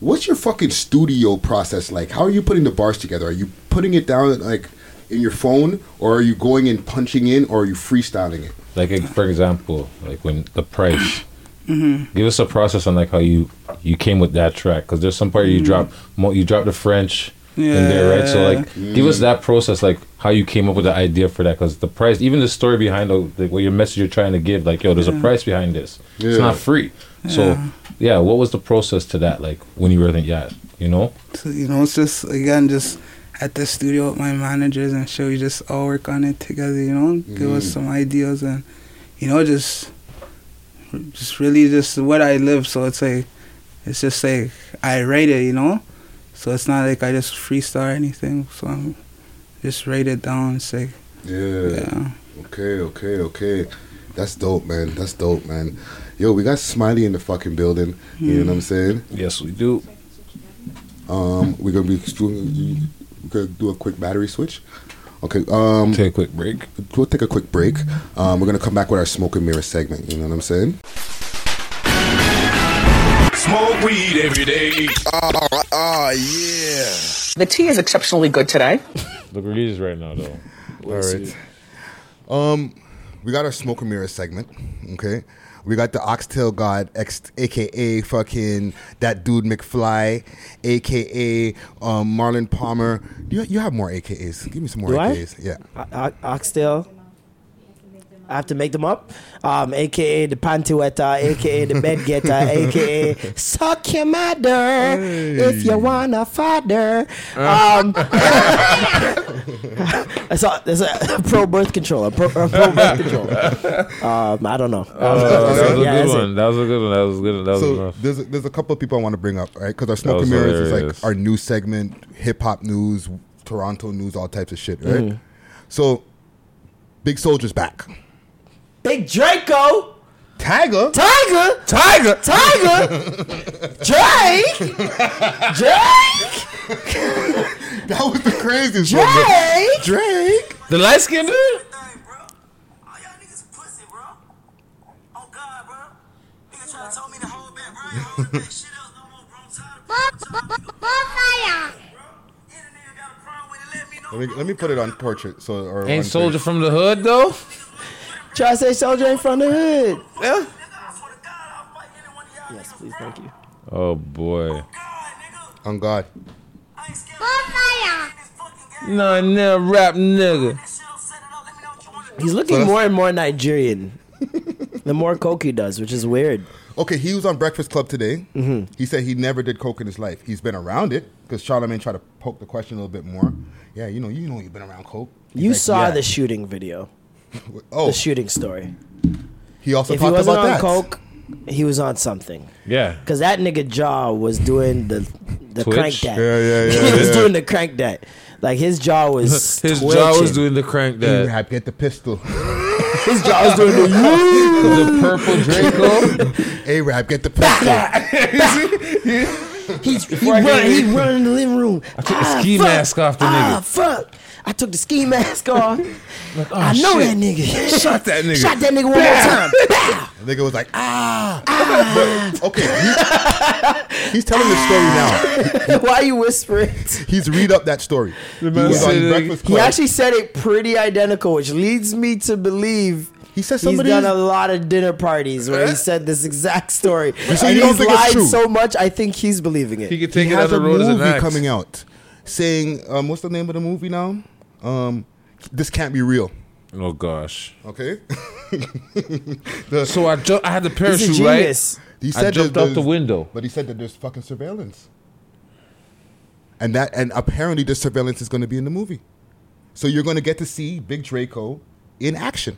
S3: What's your fucking studio process like? How are you putting the bars together? Are you putting it down like in your phone, or are you going and punching in, or are you freestyling it?
S2: Like ex- for example, like when the price.
S6: Mm-hmm.
S2: Give us a process on like how you you came with that track because there's some part
S6: Mm-hmm.
S2: you drop mo- you drop the French in there, right? So
S6: Yeah. Mm-hmm.
S2: like, give us that process, like how you came up with the idea for that, because the price, even the story behind the, like, what your message you're trying to give, like yo, there's a
S6: Yeah.
S2: price behind this. It's
S3: Yeah.
S2: not free. So
S6: Yeah.
S2: yeah, what was the process to that? Like when you were like, yeah, you know,
S6: So, you know, it's just again just at the studio with my managers and shit. We just all work on it together. You know, give us
S3: Mhm.
S6: some ideas and you know just just really just what I live. So it's like it's just like I write it. You know, so it's not like I just freestyle or anything. So I'm just write it down. It's like
S3: Yeah. Okay, okay, okay. That's dope, man. That's dope, man. Yo, we got Smiley in the fucking building. You know what I'm saying?
S2: Yes, we do.
S3: Um, we're gonna be doing, we're gonna do a quick battery switch. Okay. Um,
S2: take a quick break.
S3: We'll take a quick break. Um, we're gonna come back with our smoke and mirror segment. You know what I'm saying?
S12: Smoke weed every day. Oh, oh yeah.
S13: The tea is exceptionally good today.
S2: the release right now though.
S3: All right. Um, we got our smoke and mirror segment. Okay, we got the oxtail god, ex- aka fucking that dude McFly, aka um, Marlon Palmer. You you have more AKAs. Give me some more
S1: Do I?
S3: AKAs. Yeah.
S1: O- o- oxtail. I have to make them up. Um, AKA the pantywetter, AKA the bed getter, AKA suck your mother if you wanna father.
S2: Uh.
S1: Um, that's a, that's a pro birth control. A pro, a pro birth control. Um, I don't know.
S2: Uh, that was a
S1: Yeah,
S2: good
S1: that's it.
S2: one. That was a good one. That was a good. One. That was
S3: So
S2: enough.
S3: there's a, there's a couple of people I want to bring up, right? Because our smoke
S2: was
S3: and mirrors is
S2: hilarious.
S3: like our news segment, hip hop news, Toronto news, all types of shit, right?
S2: Mm.
S1: Mhm.
S3: So, Big Soldier's back.
S1: Big Draco.
S3: Tiger.
S1: Tiger.
S3: Tiger.
S1: Tiger. Drake. Drake.
S3: that was the craziest
S1: Drake.
S3: one. Drake.
S2: The light skinned dude.
S3: Oh, Let me let me put it on portrait. So or on
S2: Ain't soldier
S3: thing.
S2: from the hood though.
S1: Try to say soldier in front of the hood. Yeah. Yes, please, thank you.
S2: Oh boy.
S3: On God.
S2: Nah, nah, rap nigga.
S1: He's looking more and more Nigerian. the more coke he does, which is weird.
S3: Okay, he was on Breakfast Club today.
S1: Mm-hmm.
S3: He said he never did coke in his life. He's been around it because Charlamagne tried to poke the question a little bit more. Yeah, you know, you know, you've been around coke. He's
S1: You
S3: like,
S1: saw
S3: yeah.
S1: the shooting video.
S3: Oh.
S1: The shooting story.
S3: He also
S1: if he
S3: talked
S1: wasn't
S3: about
S1: on
S3: that.
S1: coke, he was on something.
S2: Yeah.
S1: Cause that nigga jaw was doing the the
S2: Twitch?
S1: crank that.
S2: Yeah, yeah,
S1: he
S2: yeah,
S1: was
S2: yeah.
S1: doing the crank that. Like his jaw was
S2: His jaw was
S1: twitching.
S2: doing the crank
S3: You
S2: that.
S3: have get the pistol.
S1: his jaw was doing the
S2: The purple Draco.
S3: A rap, get the pistol.
S1: He's he
S2: Before I get
S1: running, he
S2: ready-
S1: running in the living room. Ah,
S2: I took the ski
S1: fuck.
S2: mask off the
S1: ah,
S2: nigga.
S1: fuck. I took the ski mask off.
S2: oh,
S1: I know
S2: shit.
S1: that nigga.
S2: Shot that nigga.
S1: Shot that nigga one
S2: Bam.
S1: more time.
S3: The nigga was like, ah. But, okay, he- he's telling the story now.
S1: Why are you whispering?
S3: He's read up that story. He
S2: man
S3: was
S2: said,
S3: on
S2: uh,
S3: Breakfast
S1: He
S3: Club.
S1: actually said it pretty identical, which leads me to believe he said
S3: somebody-
S1: he's done a lot of dinner parties where he said this exact story.
S3: You say
S1: And
S3: you don't
S1: he's
S3: think it's
S1: lied
S3: true?
S1: so much, I think he's believing it.
S3: he has a movie coming out saying, um, what's the name of the movie now? Um, this can't be real.
S2: Oh gosh.
S3: Okay.
S2: so I ju- I had the parachute right.
S3: He
S2: I
S3: said
S2: jumped
S3: that
S2: out the
S3: there's-
S2: window.
S3: But he said that there's fucking surveillance. And that and apparently this surveillance is going to be in the movie. So you're going to get to see Big Draco in action.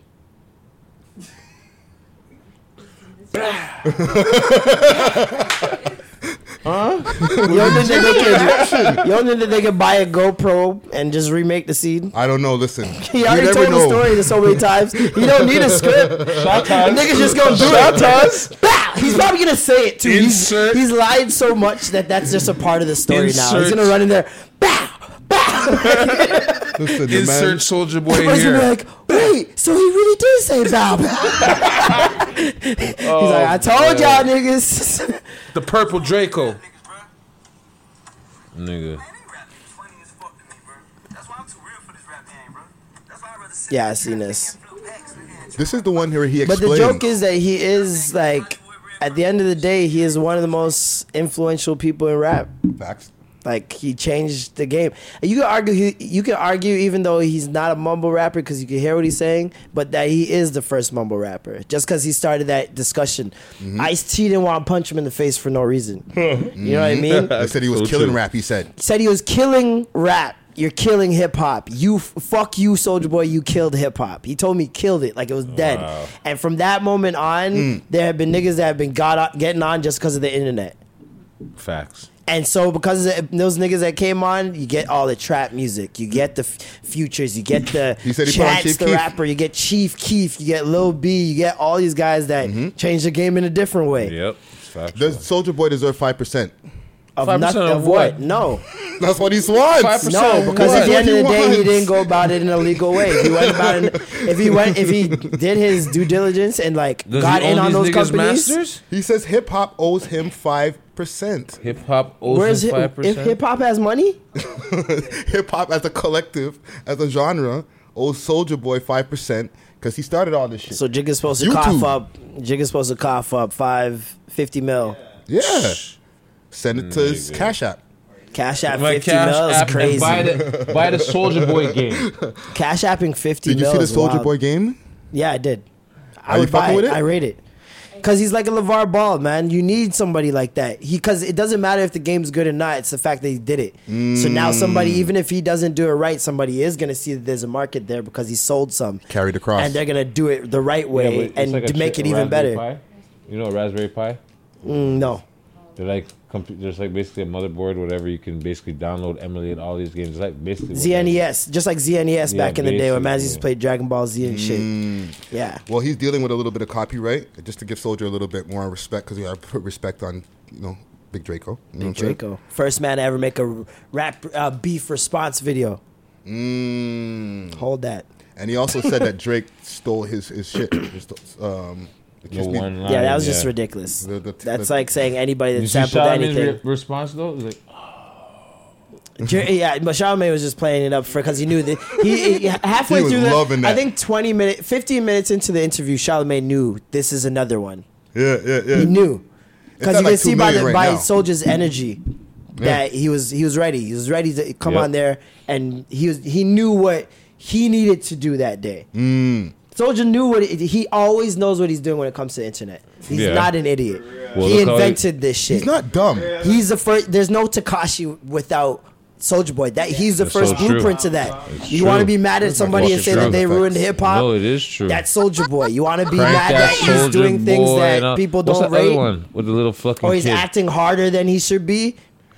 S1: Huh? you don't think that they can- you don't think that they can buy a GoPro and just remake the scene?
S3: I don't know. Listen,
S1: He already told the story so many times. He don't need a script.
S2: Shot
S1: The nigga's just gonna do
S2: Shot
S1: it.
S2: times.
S1: Bah! He's probably gonna say it too. He's,
S2: Insert.
S1: he's lied so much that that's just a part of the story now. He's
S2: Insert.
S1: gonna run in there.
S3: Listen, the
S2: Insert
S3: man,
S2: Soldier Boy
S1: Everybody's gonna
S2: here.
S1: be like, wait, so he really did say bow bow. He's like, I
S2: Oh,
S1: told y'all niggas.
S2: The purple Draco. Nigga.
S1: yeah, I seen this.
S3: this is the one here he
S1: But
S3: explained.
S1: the joke is that he is like, at the end of the day, he is one of the most influential people in rap.
S3: Facts.
S1: Like he changed the game. And You can argue. He, you can argue even though he's not a mumble rapper because you can hear what he's saying, but that he is the first mumble rapper just because he started that discussion. Ice T didn't want to punch him in the face for no reason. You know what I mean?
S3: They said he was
S2: So
S3: killing
S2: true.
S3: rap. He said,
S1: said he was killing rap. You're killing hip hop. You f- fuck you, Soldier Boy. You killed hip hop. He told me killed it like it was dead.
S2: Wow.
S1: And from that moment on, there have been niggas that have been got on, getting on just because of the internet.
S2: Facts.
S1: And so because of the- those niggas that came on, you get all the trap music. You get the f- futures. You get the
S3: He said he put on
S1: Chance
S3: Chief
S1: the
S3: Keef.
S1: rapper. You get Chief Keef. You get Lil B. You get all these guys that
S3: Mm-hmm.
S1: change the game in a different way.
S2: Yep.
S3: "Does Soldier Boy deserve five percent?"
S1: Of
S2: 5%
S1: nothing.
S2: of
S1: Of what?
S2: what?
S1: No.
S3: That's what he wants.
S2: 5%.
S1: No, because
S2: What?
S1: at the end of the
S3: What he
S1: day, he
S3: wants.
S1: didn't go about it in a legal way. If he went about it, if he went, if he did his due diligence and like
S2: Does
S1: got
S2: he
S1: in
S2: own
S1: on those
S2: these niggas
S1: companies,
S2: masters?
S3: He says hip hop owes him five percent.
S2: Hip hop
S1: where's
S2: owes him
S1: hip,
S2: five
S1: if hip
S2: percent.
S1: hop has money?
S3: Hip hop as a collective, as a genre, owes Soldier Boy five percent because he started all this shit.
S1: So Jig is supposed to
S3: YouTube.
S1: cough up. Jig is supposed to cough up five fifty mil.
S3: yeah, send it to his
S2: Nigga.
S3: Cash App.
S1: Cash app
S2: My
S1: fifty
S2: Cash
S1: mil is
S2: App and
S1: crazy.
S2: Buy the buy the Soldier Boy game.
S1: Cash apping fifty.
S3: Did you
S1: mil
S3: see the
S1: is
S3: Soldier
S1: wild.
S3: Boy game?
S1: Yeah, I did. I
S3: Are you
S1: would buy
S3: fucking
S1: it.
S3: with it?
S1: I rate it. Cause he's like a LeVar Ball, man. You need somebody like that. He, cause it doesn't matter if the game's good or not. It's the fact that he did it. So now somebody,
S3: Mm.
S1: even if he doesn't do it right, somebody is gonna see that there's a market there because he sold some,
S3: Carried across.
S1: and they're gonna do it the right
S2: Yeah,
S1: way
S2: but it's
S1: and
S2: like a
S1: to make
S2: chi-
S1: it
S2: a
S1: even better.
S2: Raspberry Pi. You know, a Raspberry Pi.
S1: Mm, no,
S2: They're like compu- there's like basically a motherboard, whatever you can basically download, emulate all these games. It's like basically what that is.
S1: ZNES, E just like ZNES
S2: Yeah,
S1: back in the day when Maz used to
S2: basically.
S1: play Dragon Ball Z and
S3: Mm.
S1: shit. Yeah,
S3: Well, he's dealing with a little bit of copyright just to give Soldier a little bit more respect because we gotta put respect on you know Big Draco. You know what I'm saying?
S1: Draco, first man to ever make a rap uh, beef response video.
S3: Mm.
S1: Hold that.
S3: And he also said that Drake stole his his shit. Just, um, the
S2: The
S3: Kiss Me-
S2: one
S1: Yeah, that
S2: line,
S1: was just
S2: yeah.
S1: ridiculous.
S3: The- the-
S1: That's
S3: the-
S1: like saying anybody
S2: You
S1: that
S2: see
S1: sampled
S2: Charlamagne's re-
S1: anything.
S2: response though, He's like
S1: Jer- yeah, but Charlamagne was just playing it up for because he knew that he, he- halfway
S3: He was
S1: through the
S3: loving
S1: I
S3: that.
S1: think twenty minute, fifteen minutes into the interview, Charlamagne knew this is another one.
S3: yeah, yeah, yeah.
S1: He knew
S3: at
S1: because you
S3: like
S1: can see
S3: two
S1: by
S3: million
S1: the,
S3: right
S1: by
S3: now.
S1: Soldier's energy that he was he was ready. He was ready to come
S2: Yep.
S1: on there, and he was he knew what he needed to do that day.
S2: Mm.
S1: Soldier knew what it, he always knows what he's doing when it comes to the internet. He's
S2: Yeah.
S1: not an idiot.
S2: Well,
S1: he
S2: look how he-
S1: invented this shit.
S3: He's not dumb.
S1: He's the first. There's no Takashi without Soldier Boy. That he's the
S2: That's
S1: first
S2: so true.
S1: blueprint to that.
S2: It's
S1: you want to
S2: true.
S1: be mad at somebody and
S3: fucking
S1: say that
S3: sound
S1: they
S3: effects.
S1: ruined hip hop?
S2: No, it is true.
S1: That's Soldier Boy. You want to be
S2: Crank
S1: mad that, he's
S2: Soulja
S1: doing things
S2: Boy
S1: that
S2: and, uh,
S1: people
S2: what's
S1: don't
S2: the
S1: rate,
S2: Other one with the little fucking
S1: or he's
S2: kid.
S1: acting harder than he should be?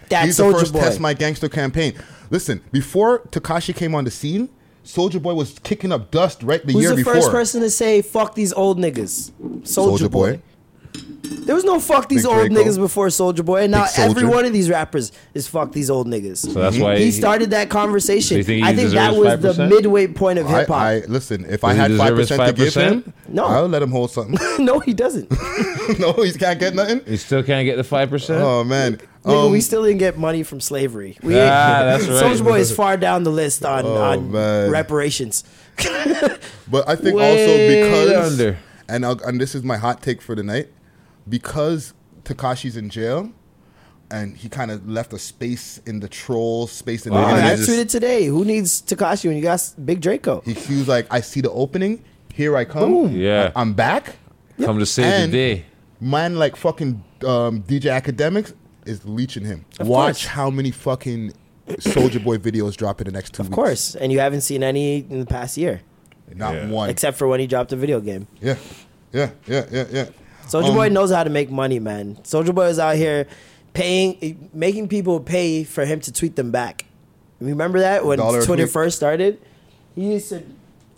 S1: That's
S3: He's the
S1: Soldier
S3: first
S1: Boy.
S3: test my gangster campaign. Listen, before Takashi came on the scene, Soldier Boy was kicking up dust right the
S1: Who's
S3: year
S1: the
S3: before.
S1: first person to say "fuck these old niggas"? Soldier
S3: Soulja
S1: Boy.
S3: Boy.
S1: There was no fuck these
S2: Big
S1: old
S2: Draco.
S1: niggas before Soldier Boy. and Now
S2: Big Soulja.
S1: every one of these rappers is fuck these old niggas.
S3: So that's why
S1: he
S3: he-
S1: started that conversation.
S3: So you think he
S1: I think that
S3: deserves
S1: was the
S3: 5%?
S1: midway point of
S3: I,
S1: hip hop.
S3: I- listen. If I
S1: Does he
S3: had five
S1: deserve his
S3: percent to give
S2: 5%?
S3: him,
S1: No.
S3: I would let him hold something.
S1: no, he doesn't.
S3: no, he can't get nothing.
S2: You still can't get the five percent.
S3: Oh man,
S1: Nigga,
S3: Um,
S1: we still didn't get money from slavery. We
S2: Ah, that's right.
S1: Soldier Boy is far down the list on,
S3: Oh,
S1: on
S3: man.
S1: reparations.
S3: But I think
S1: Way
S3: also because
S1: under.
S3: and I'll, and this is my hot take for the night, because Takashi's in jail, and he kind of left a space in the troll space in
S1: Wow,
S3: the
S1: I
S3: internet.
S1: tweeted today. Who needs Takashi when you got s- Big Draco?
S3: He, he was like, "I see the opening. Here I come.
S1: Boom.
S2: Yeah.
S3: I, am back.
S2: Come to save the
S3: And
S2: day.
S3: Man, like fucking um, DJ Academics is leeching him.
S1: Of
S3: Watch
S1: course.
S3: how many fucking Soldier Boy videos drop in the next two.
S1: Of course, and you haven't seen any in the past year.
S3: Not one.
S1: except for when he dropped a video game.
S3: Yeah, yeah, yeah, yeah, yeah.
S1: Soldier
S3: Um,
S1: Boy knows how to make money, man. Soldier Boy is out here paying, making people pay for him to tweet them back. Remember that when
S3: Dollar a
S1: Twitter
S3: tweet.
S1: first started, he used to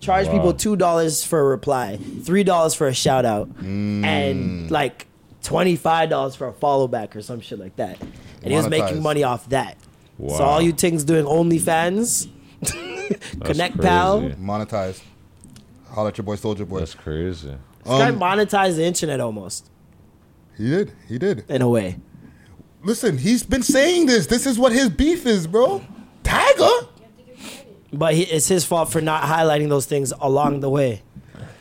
S1: charge
S3: Wow.
S1: people two dollars for a reply, three dollars for a shout out,
S3: Mm.
S1: and like twenty five dollars for a follow back or some shit like that. And he was
S3: Monetized.
S1: making money off that. So
S3: Wow.
S1: all you things doing OnlyFans, Connect Pal, this
S3: monetized. Holler at your boy Soldier Boy. That's
S2: crazy.
S1: guy
S2: Um,
S1: monetized the internet almost.
S3: He did. He did.
S1: In a way.
S3: Listen, he's been saying this. This is what his beef is, bro. Tiger.
S1: But he, it's his fault for not highlighting those things along the way.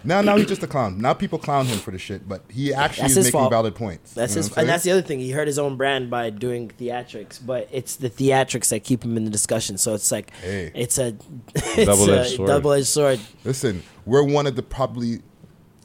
S3: Now, now he's just a clown. Now people clown him for the shit, but he actually
S1: That's
S3: is
S1: his
S3: making
S1: fault.
S3: valid points.
S1: That's
S3: You know
S1: his,
S3: what I'm
S1: and that's the
S3: saying?
S1: other thing. He hurt his own brand by doing theatrics, but it's the theatrics that keep him in the discussion. So it's like
S3: Hey.
S1: it's a
S3: Double-edged
S1: it's a
S3: sword.
S1: double-edged sword.
S3: Listen, we're one of the probably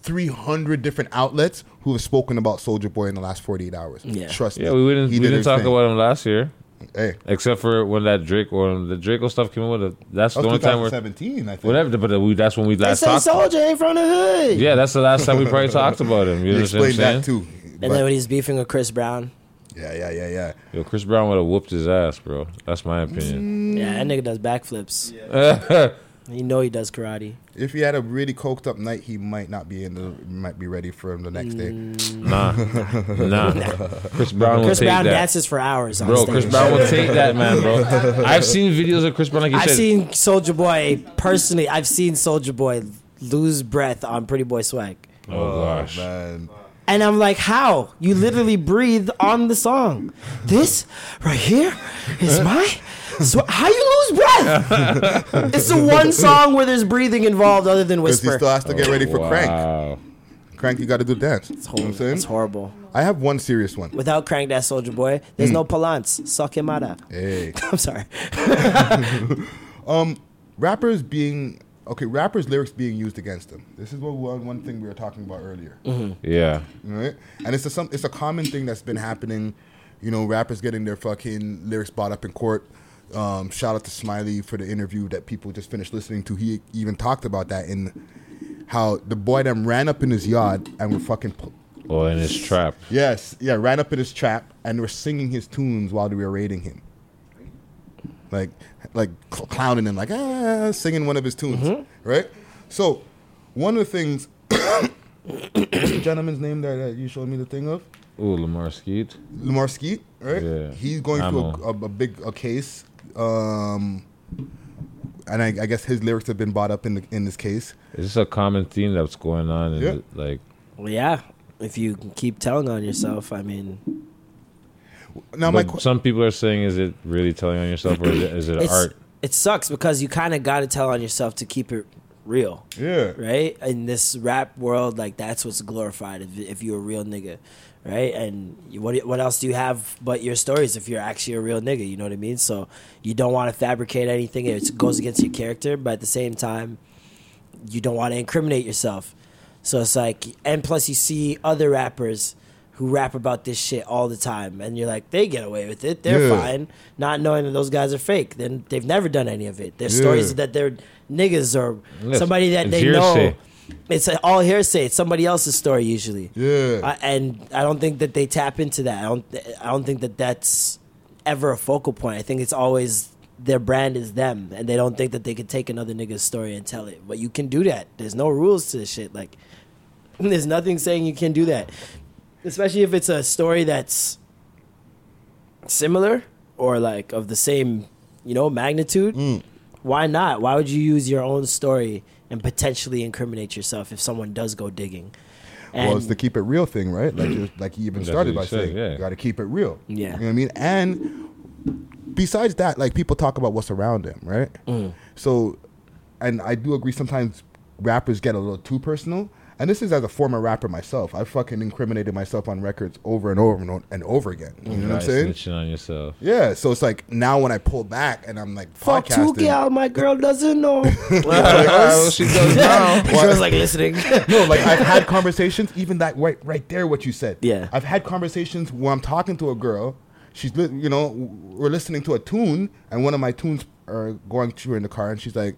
S3: 300 different outlets who have spoken about Soldier Boy in the last 48 hours. Trust me.
S2: Yeah, we didn't we
S3: He did
S2: didn't
S3: his
S2: talk
S3: thing.
S2: about him last year.
S3: Hey.
S2: Except for when that Drake or the Draco stuff came out. with it. That's
S3: That
S2: the
S3: was
S2: only time we're
S3: 2017, I think.
S2: Whatever, but we, that's when we
S1: They
S2: last
S1: say
S2: talked.
S1: soldier ain't from the hood.
S2: Yeah, that's the last time we probably talked about him. You,
S3: You
S2: understand what I'm
S3: explained that
S2: saying?
S3: too,
S1: And then when he's beefing with Chris Brown,
S3: Yeah, yeah, yeah, yeah.
S2: Yo, Chris Brown would have whooped his ass, bro. That's my opinion.
S1: yeah, that nigga does backflips. Yeah. you know he does karate.
S3: If he had a really coked up night, he might not be in the might be ready for him the next day.
S1: Mm.
S2: Nah, nah. Chris Brown will
S1: Chris
S2: take
S1: Brown
S2: that.
S1: dances for hours on
S2: bro.
S1: stage.
S2: Chris Brown will take that, man, bro. I've seen videos of Chris Brown like you
S1: I've
S2: said.
S1: seen Soldier Boy personally. I've seen Soldier Boy lose breath on Pretty Boy Swag.
S2: oh, gosh,
S3: man.
S1: And I'm like, how? You literally breathe on the song. This right here is my. So how you lose breath? it's the one song where there's breathing involved, other than
S3: Because
S1: whisper.
S3: he still has to get ready
S2: Oh,
S3: for
S2: Crank.
S3: Crank, you got to do the dance. It's
S1: horrible. it's horrible.
S3: I have one serious one.
S1: Without crank that Soldier Boy, there's
S3: Hmm.
S1: no Palance. Suck him out. of.
S3: Hey.
S1: I'm sorry.
S3: um, rappers being okay, rappers lyrics being used against them. This is what one, one thing we were talking about earlier.
S1: Mm-hmm.
S2: Yeah.
S3: Right? And it's a some it's a common thing that's been happening. You know, rappers getting their fucking lyrics bought up in court. Um, shout out to Smiley for the interview that people just finished listening to. He even talked about that in how the boy them ran up in his yard and were fucking pu-
S2: Oh, and it's trap.
S3: Yes, yeah, ran up in his trap and were singing his tunes while they were raiding him. Like, like cl- clowning him, like ah, singing one of his tunes,
S2: Mm-hmm.
S3: right? So, one of the things, the gentleman's name there that you showed me the thing of,
S2: Ooh, Lamar Skeet.
S3: Lamar Skeet, right?
S2: Yeah.
S3: He's going
S2: Ammo.
S3: through a, a, a big a case, um, and I, I guess his lyrics have been bought up in the, in this case.
S2: Is this a common theme that's going on? In
S3: Yeah.
S2: the- like,
S1: Well, yeah. If you keep telling on yourself, I mean,
S3: now
S1: my
S2: but some people are saying, is it really telling on yourself, or is it, is it
S1: it's,
S2: art?
S1: It sucks because you kind of got to tell on yourself to keep it real.
S3: Yeah.
S1: Right? In this rap world, like that's what's glorified if, if you're a real nigga. Right? And you- what what else do you have but your stories if you're actually a real nigga, you know what I mean? So you don't want to fabricate anything. It goes against your character, but at the same time, you don't want to incriminate yourself. So it's like, and plus you see other rappers who rap about this shit all the time, and you're like, they get away with it, they're
S14: Yeah.
S1: fine, not knowing that those guys are fake. Then they've never done any of it. Their
S14: Yeah.
S1: stories that they're niggas or
S14: Yes,
S1: somebody that
S14: it's
S1: they
S14: hearsay.
S1: know. It's uh, all hearsay. It's somebody else's story usually.
S3: Yeah.
S1: I, and I don't think that they tap into that. I don't. I don't think that that's ever a focal point. I think it's always their brand is them, and they don't think that they could take another nigga's story and tell it. But you can do that. There's no rules to this shit. Like, there's nothing saying you can do that. especially if it's a story that's similar or like of the same, you know, magnitude.
S3: Mm.
S1: Why not? Why would you use your own story and potentially incriminate yourself if someone does go digging?
S3: well, it's the keep it real thing, right? Like, you like you even
S1: That's
S3: started
S1: what
S3: by
S1: you said,
S3: saying,
S1: yeah.
S3: you got to keep it real.
S1: Yeah.
S3: You know what I mean? And besides that, like people talk about what's around them, right?
S1: Mm.
S3: So, and I do agree sometimes rappers get a little too personal. And this is as a former rapper myself. I fucking incriminated myself on records over and over and o- and over again. You know what I'm
S2: Guys
S3: saying?
S2: Snitching on yourself.
S3: Yeah. So it's like now when I pull back and I'm like,
S1: Fuck
S3: podcasting,
S1: two gal, my girl doesn't know.
S3: she does now.
S1: She was like listening.
S3: no, like I've had conversations, even that right, right there, what you said.
S1: Yeah.
S3: I've had conversations where I'm talking to a girl. She's, li- you know, we're listening to a tune, and one of my tunes are going through in the car, and she's like,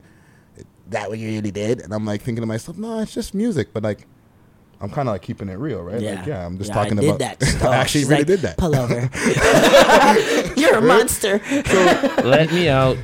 S3: "That what you really did?" And I'm like thinking to myself, "No, it's just music," but like. I'm kind of like keeping it real, right?
S1: Yeah.
S3: Like, yeah, I'm just
S1: Yeah, I
S3: talking
S1: did
S3: about.
S1: that stuff.
S3: I actually
S1: She's
S3: really
S1: like,
S3: did that.
S1: "Pull over." You're a monster.
S2: Let me out.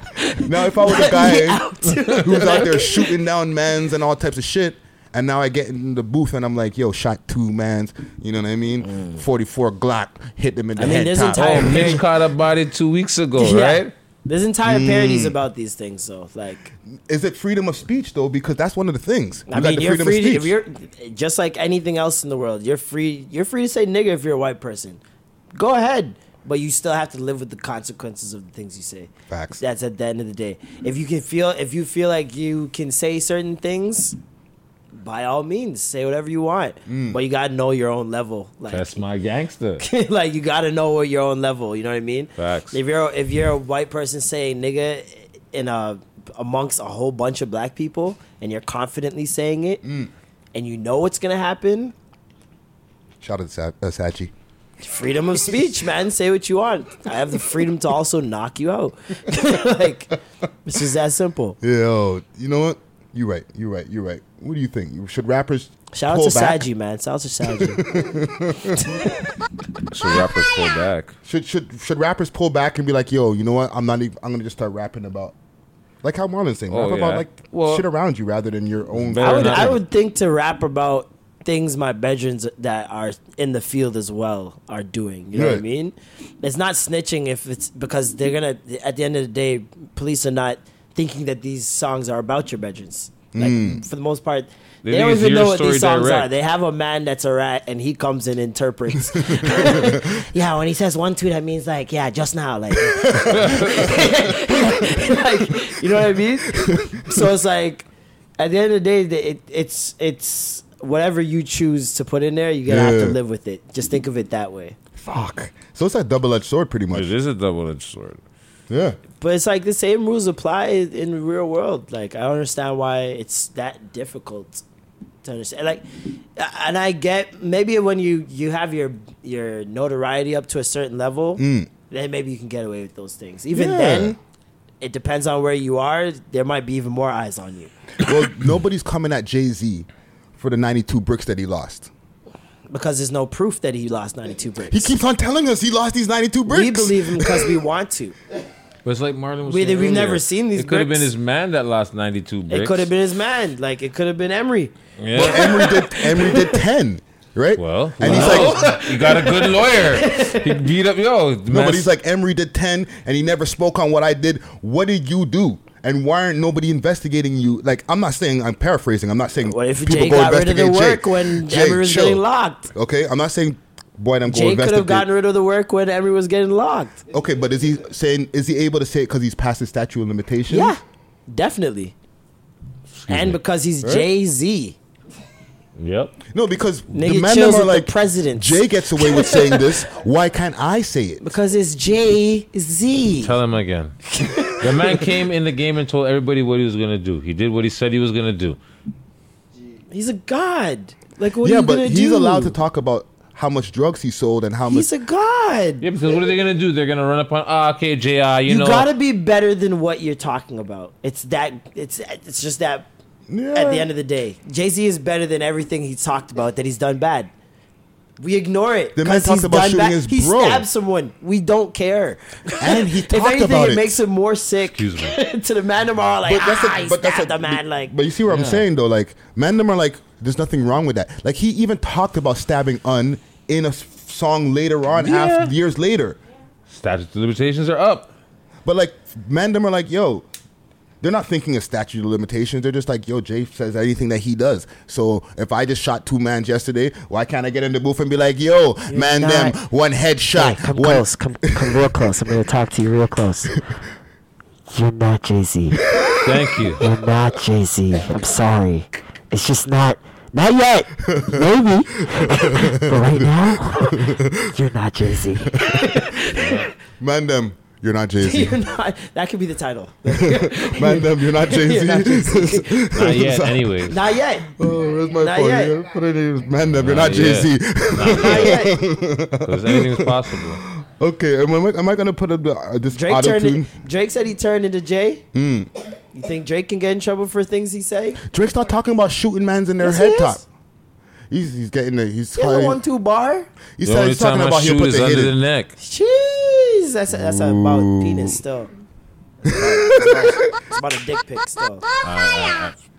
S3: Now, if I was a
S1: Let me
S3: guy
S1: out.
S3: who's out there shooting down mans and all types of shit, and now I get in the booth and I'm like, yo, shot two mans, you know what I mean? 44 Glock, hit them in the
S1: Mm. I mean,
S3: head.
S1: there's
S3: top.
S2: Oh,
S1: entire-
S2: Mitch caught a body two weeks ago,
S1: Yeah.
S2: right?
S1: There's entire parodies
S3: Mm.
S1: about these things, though. Like,
S3: Oh, Is it freedom of speech, though? Because that's one of the things.
S1: I
S3: You got
S1: mean,
S3: the
S1: you're
S3: freedom of
S1: free.
S3: speech.
S1: if you're just like anything else in the world, you're free. You're free to say nigga if you're a white person. Go ahead, but you still have to live with the consequences of the things you say.
S3: Facts.
S1: That's at the end of the day. If you can feel, if you feel like you can say certain things, by all means, say whatever you want.
S3: Hmm.
S1: But you gotta know your own level. Like,
S2: That's my gangster.
S1: like you gotta know what your own level. You know what I mean?
S2: Facts.
S1: If you're if you're a white person saying nigga in a amongst a whole bunch of black people and you're confidently saying it
S3: Mm.
S1: and you know what's gonna happen,
S3: Shout out to Sa- uh, Sachi.
S1: freedom of speech, man. Say what you want. I have the freedom to also knock you out. like it's just that simple.
S3: Yo, you know what? You're right. You're right. You're right. What do you think? Should rappers.
S1: Shout out
S3: pull
S1: to
S3: back?
S1: Saji, man. Shout out to Saji.
S2: Should rappers pull back?
S3: Should, should, should rappers pull back and be like, yo, you know what? I'm not even, I'm going to just start rapping about. Like how Marlon's saying,
S2: Oh,
S3: rap about
S2: yeah.
S3: like shit around you rather than your own.
S1: I would I would think to rap about things my veterans that are in the field as well are doing. You know what I
S3: Right.
S1: mean? It's not snitching if it's because they're gonna at the end of the day, police are not thinking that these songs are about your veterans. Like
S3: Mm.
S1: for the most part.
S3: They
S1: They,
S3: think
S1: don't
S3: it's
S1: even
S3: your
S1: know what these
S3: story
S1: songs
S3: direct.
S1: are. They have a man that's a rat, and he comes and interprets. yeah, when he says one two, that means like, yeah, just now, like, like you know what I mean? so it's like at the end of the day the- it, it's it's whatever you choose to put in there you're gonna have to
S3: Yeah.
S1: live with it just think of it that way
S3: Fuck. So it's a double edged sword, pretty much.
S2: It is a double edged sword.
S3: Yeah.
S1: but it's like the same rules apply in in the real world like i don't understand why it's that difficult to understand like a- and i get maybe when you you have your your notoriety up to a certain level
S3: Mm.
S1: then maybe you can get away with those things even
S3: Yeah.
S1: then it depends on where you are there might be even more eyes on you
S3: Well, nobody's coming at Jay Z for the 92 bricks that he lost.
S1: because there's no proof that he lost 92 bricks
S3: He keeps on telling us he lost these 92 bricks.
S1: We believe him because we want to.
S2: But it's like Marlon was
S1: We-
S2: saying
S1: we've
S2: earlier.
S1: never seen these
S2: It could have been
S1: bricks.
S2: his man that lost 92 bricks.
S1: It could have been his man. Like it could have been Emery.
S2: Yeah.
S3: But Emery did, Emery did 10, right? Well, and he's like,
S2: you got a good lawyer. He beat up, yo.
S3: no, but he's like, Emery did 10 and he never spoke on what I did. What did you do? And why aren't nobody investigating you? Like, I'm not saying, I'm paraphrasing. I'm not saying what
S1: if Jay got rid of the work when Emery was getting locked?
S3: Okay, I'm not saying, boy, I'm going to
S1: Jay could have
S3: investigate.
S1: gotten rid of the work when Emery was getting locked.
S3: okay, but is he saying, is he able to say it because he's past the statute of limitations?
S1: Yeah, definitely. and because he's
S3: Right?
S1: Jay Z,
S2: Yep.
S3: No, because
S1: Nigga
S3: the men
S1: chills
S3: them are
S1: with the
S3: like
S1: presidents.
S3: Jay gets away with saying this. Why can't I say it?
S1: because it's Jay Z.
S2: Tell him again. the man came in the game and told everybody what he was going to do. He did what he said he was going to do.
S1: He's a god. Like what
S3: yeah,
S1: are you
S3: but
S1: gonna
S3: he's
S1: do?
S3: allowed to talk about how much drugs he sold and how much.
S1: He's a god.
S2: Yeah, because what are they going to do? They're going to run up on, ah, okay, J.I., you,
S1: You,
S2: know.
S1: gotta be better than what you're talking about. It's that. It's it's just that. At the end of the day, Jay Z is better than everything he talked about that he's done bad. We ignore it.
S3: The man
S1: 'cause
S3: talked
S1: he's
S3: about
S1: done
S3: shooting
S1: bad.
S3: his
S1: He
S3: bro.
S1: stabbed someone. We don't care.
S3: And he
S1: if
S3: talked
S1: anything,
S3: about
S1: it
S3: it.
S1: makes him more sick.
S3: Excuse me.
S1: to the man tomorrow, like
S3: But that's a-
S1: ah, he
S3: but that's
S1: stabbed
S3: a-
S1: the man. Like,
S3: But you see what I'm saying though? Like, men them are like, there's nothing wrong with that. Like he even talked about stabbing Un in a s- song later on,
S2: Yeah.
S3: after, years later.
S2: Statute of limitations are up.
S3: But like, men them are like, yo, they're not thinking of statute of limitations. They're just like, yo, Jay says anything that he does. So if I just shot two mans yesterday, why can't I get in the booth and be like, yo, man, them one headshot,
S1: Come
S3: one
S1: close. Come, come real close. I'm gonna talk to you real close. You're not Jay Z.
S2: Thank you.
S1: You're not Jay Z. I'm sorry. It's just not. Not yet. Maybe. but right now, you're not Jay Z.
S3: man, them, you're not Jay Z.
S1: you're not. That could be the title.
S3: man, them, you're not Jay
S1: You're not
S3: Z.
S2: Not yet, anyways.
S1: Not yet.
S3: Oh, where's my
S1: Not
S3: phone?
S1: yet.
S3: Yeah, Put it in. Man, them, you're
S2: Not
S3: not Jay Z.
S2: yet. Not yet. 'Cause anything's possible.
S3: Okay, am I, am I gonna put up the, uh, this
S1: Drake
S3: auto
S1: turned.
S3: tune?
S1: in- Drake said he turned into Jay.
S3: Hmm.
S1: You think Drake can get in trouble for things he say?
S3: Drake's not talking about shooting mans in their
S1: Yes, he
S3: head
S1: is.
S3: top. He's, he's getting the he's
S1: He has a
S3: calling-
S1: one-two bar.
S2: The
S3: He said
S2: only
S3: he's talking
S2: time I
S3: about he'll
S2: shoot
S3: put
S2: is
S3: the hit
S2: under
S3: in.
S2: the neck.
S1: Jeez, that's that's about penis still. It's about a dick pic still.
S2: I,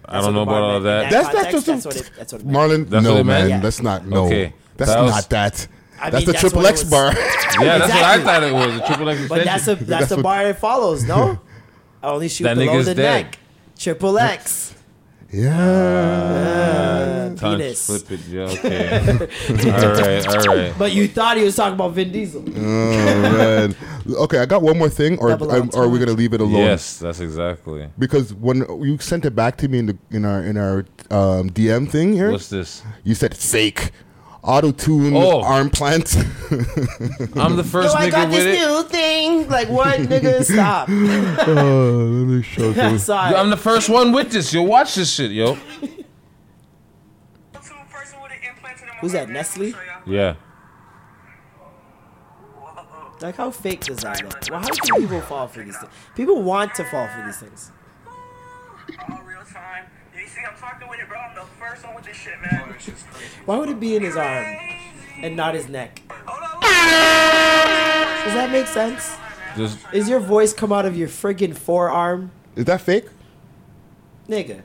S2: I, I don't know about all that.
S3: That's not
S1: Context,
S3: just a-
S1: that's what it- that's what it meant.
S3: Marlon.
S2: That's
S3: no
S2: what it
S3: man,
S2: meant?
S3: that's not no.
S2: Okay.
S3: That's
S2: That was-
S3: not that.
S1: I mean,
S3: that's the
S1: that's
S3: triple
S1: what it
S3: X
S1: was.
S3: bar.
S2: Yeah, that's what I
S1: Exactly.
S2: thought it was. A triple X
S1: But that's a
S2: extension.
S1: that's the bar it follows, no? I only shoot
S2: That
S1: below
S2: nigga's
S1: the
S2: dead.
S1: neck. Triple X.
S3: yeah.
S2: Tongue
S1: penis.
S2: Flip it, yeah, okay. all right, all right.
S1: But you thought he was talking about Vin Diesel.
S3: Oh, man. Okay, I got one more thing, or
S1: Double
S3: um, or are we gonna leave it alone?
S2: Yes, that's exactly.
S3: Because when you sent it back to me in the in our in our um, DM thing here,
S2: What's this?
S3: you said fake, auto tune,
S2: Oh.
S3: arm plant.
S2: I'm the first
S1: Yo, I
S2: nigga
S1: got
S2: with
S1: this
S2: it.
S1: new thing. Like what, nigga? Stop.
S3: Oh, let me show
S1: I'm
S3: you.
S2: Yo,
S1: sorry.
S2: I'm the first one with this. Yo, watch this shit, yo.
S1: Who's that? Nestle?
S2: Yeah.
S1: Like how fake does that look? Well, how do people fall for these things? People want to fall for these things. Why would it be in his arm and not his neck? Does that make sense?
S2: Just
S1: Is your voice come out of your friggin' forearm,
S3: Is that fake?
S1: nigga?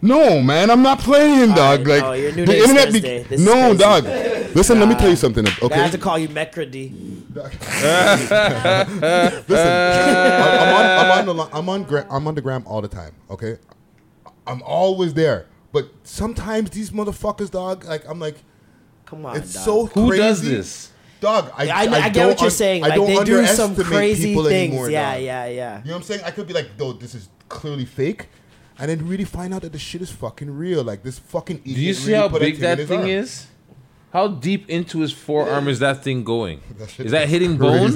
S3: No, man, I'm not playing, dog.
S1: right,
S3: Like
S1: oh, your new
S3: the
S1: name's
S3: internet.
S1: Thursday.
S3: Be-
S1: This is
S3: no,
S1: crazy.
S3: dog. Listen, let me tell you something.
S1: I have
S3: Okay,
S1: to call you Mecrady.
S3: listen.
S2: Uh,
S3: I'm, I'm on. I'm on the. li- I'm on. Gra- I'm on the gram all the time. Okay, I'm always there. But sometimes these motherfuckers, dog. Like I'm like,
S1: Come on,
S3: it's
S1: dog.
S3: so
S2: who
S3: crazy.
S2: does this?
S3: dog? I,
S1: I, I, get
S3: don't
S1: what you're
S3: un-
S1: saying.
S3: I
S1: Like
S3: don't
S1: they do some
S3: underestimate
S1: crazy
S3: people
S1: things.
S3: anymore,
S1: yeah,
S3: dog.
S1: yeah, yeah,
S3: You know what I'm saying? I could be like, though, this is clearly fake. And then really find out that the shit is fucking real. Like this fucking.
S2: Do you see how big that thing is? How deep into his forearm is that thing going? Is that hitting bone?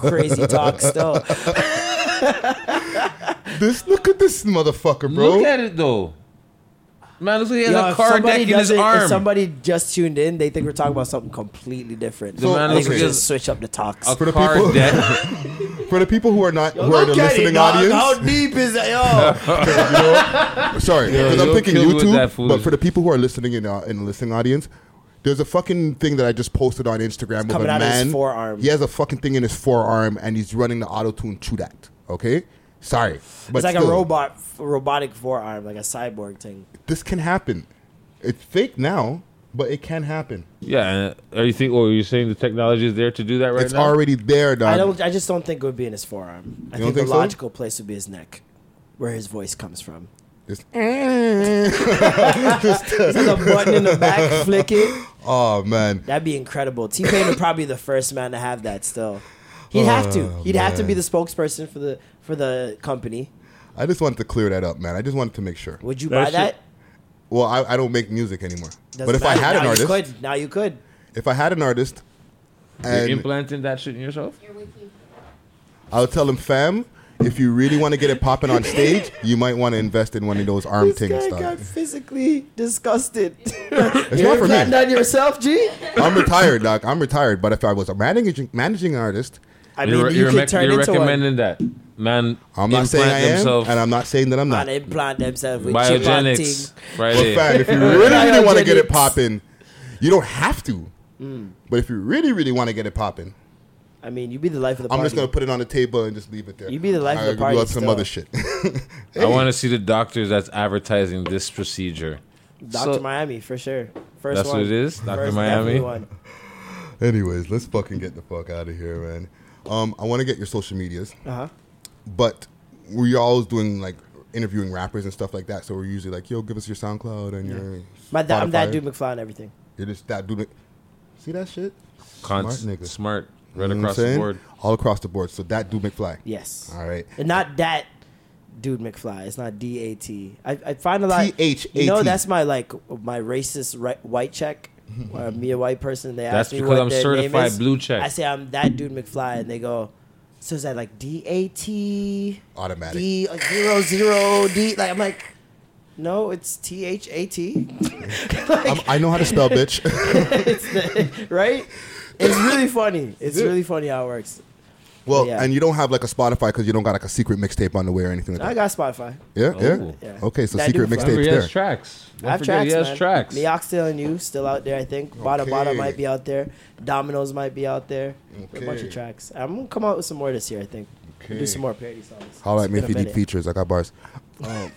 S1: Crazy talk still.
S3: this look at this motherfucker, bro.
S2: Look at it though. Man, looks like he has
S1: Yo,
S2: a
S1: if
S2: car deck
S1: somebody
S2: in his
S1: doesn't- If
S2: arm.
S1: somebody just tuned in, they think we're talking about something completely different.
S2: The
S1: So I
S2: man
S1: think
S2: looks
S1: we
S2: like-
S1: just switch up the talks.
S2: a
S3: the
S2: car
S3: people-
S2: deck.
S3: For the people who are not who are the listening audience,
S1: deep is that? Yo,
S3: sorry,
S2: Yeah,
S3: because I'm
S2: you'll
S3: thinking
S2: kill me with that
S3: YouTube.
S2: food.
S3: But for the people who are listening in uh, in the listening audience, there's a fucking thing that I just posted on Instagram with
S1: coming
S3: a
S1: out of his
S3: man.
S1: forearm.
S3: He has a fucking thing in his forearm, and he's running the auto tune to that. Okay, sorry, but
S1: it's like a
S3: still,
S1: robot, robotic forearm, like a cyborg thing.
S3: This can happen. It's fake now, but it can happen.
S2: Yeah, and uh, are you think? Or are you saying the technology is there to do that right
S3: it's
S2: now?
S3: already there, dog.
S1: I don't. I just don't think it would be in his forearm. I
S3: Um, You don't
S1: think the
S3: think so?
S1: logical place would be his neck, where his voice comes from.
S3: It's-
S1: Just a button in the back, flick it.
S3: oh man,
S1: That'd be incredible. T Pain would probably be the first man to have that. Still, he'd have to.
S3: Oh,
S1: He'd have to
S3: man.
S1: be the spokesperson for the for the company.
S3: I just wanted to clear that up, man. I just wanted to make sure.
S1: Would you
S2: That
S1: buy
S2: shit-
S1: that?
S3: Well, I, I don't make music anymore.
S1: Doesn't
S3: but if I
S1: matter.
S3: had
S1: now
S3: an artist,
S1: you could. Now you could.
S3: if I had an artist,
S2: You're
S3: and
S2: implanting that shit in yourself?
S3: I'll tell him, fam, if you really want to get it popping on stage, you might want to invest in one of those arm
S1: This
S3: things.
S1: guy
S3: dog.
S1: got physically disgusted.
S3: It's
S1: You're
S3: not for
S1: implanting
S3: me.
S1: on yourself, G.
S3: I'm retired, doc. I'm retired. But if I was a managing managing artist,
S1: I mean,
S2: You're,
S1: you
S2: you're,
S1: could
S2: rec-
S1: turn
S2: you're
S1: into one.
S2: recommending that man.
S3: I'm not
S2: implant
S3: saying I am,
S2: themselves
S3: and I'm not saying that I'm
S1: Man,
S3: not.
S1: implant themselves with
S2: biogenics.
S1: biogenics.
S3: But
S2: Friday.
S3: fam, if you really, really want to get it
S1: Biogenics.
S3: popping, you don't have to.
S1: Mm.
S3: But if you really, really want to get it popping,
S1: I mean, you'd be the life of the party.
S3: I'm just gonna put it on the table and just leave it there.
S1: You be the life of the
S3: I'll do
S1: party
S3: up some
S1: still.
S3: other shit.
S2: I want to see the doctors that's advertising this procedure
S1: Doctor Miami for sure. First
S2: That's
S1: one.
S2: what it is? Dr.
S1: First
S2: Miami?
S1: definitely one.
S3: Anyways, let's fucking get the fuck out of here, man. Um, I want to get your social medias.
S1: Uh-huh.
S3: But we always doing like interviewing rappers and stuff like that. So we're usually like, yo, give us your SoundCloud and your.
S1: My da- I'm that
S3: Spotify.
S1: dude McFly and everything.
S3: You're just that dude. Mc- See that shit?
S2: Cons-
S3: smart nigga.
S2: smart, right
S3: You know what I'm
S2: across the
S3: saying?
S2: board.
S3: All across the board. So that dude McFly.
S1: Yes.
S3: All right.
S1: And not that dude McFly. It's not D A T. I I find a lot.
S3: T-H-A-T.
S1: You know, that's my like my racist right, white check.
S3: Mm-hmm.
S1: Or me a white person. They
S2: That's
S1: ask me
S2: because
S1: what
S2: I'm
S1: their name
S2: certified
S1: is.
S2: blue check.
S1: I say I'm that dude McFly, and they go. So is that like D A T?
S3: Automatic.
S1: D uh, zero zero D. Like I'm like. No, it's T H A T.
S3: I'm, I know how to spell, bitch.
S1: Right? It's really funny. It's
S3: Dude.
S1: really funny how it works.
S3: well,
S1: Yeah.
S3: and you don't have like a Spotify because you don't got like a secret mixtape on the way or anything like that.
S1: I got Spotify.
S3: Yeah, yeah.
S1: Ooh. Yeah.
S3: Okay, so
S1: That
S3: secret
S1: dude-
S3: mixtapes
S2: He
S3: there.
S2: has tracks.
S1: I
S2: Don't
S1: have
S2: forget
S1: tracks.
S2: He has
S1: man.
S2: tracks.
S1: Neoxtail and you still out there, I think. Bada Bada
S2: Okay.
S1: might be out there. Dominoes might be out there. A bunch
S3: Okay.
S1: of tracks. I'm gonna come out with some more this year, I think.
S3: Okay.
S1: Do some more parody songs.
S3: Holla at me
S1: It's
S3: if you
S1: been a
S3: need
S1: minute.
S3: features. I got bars. Um,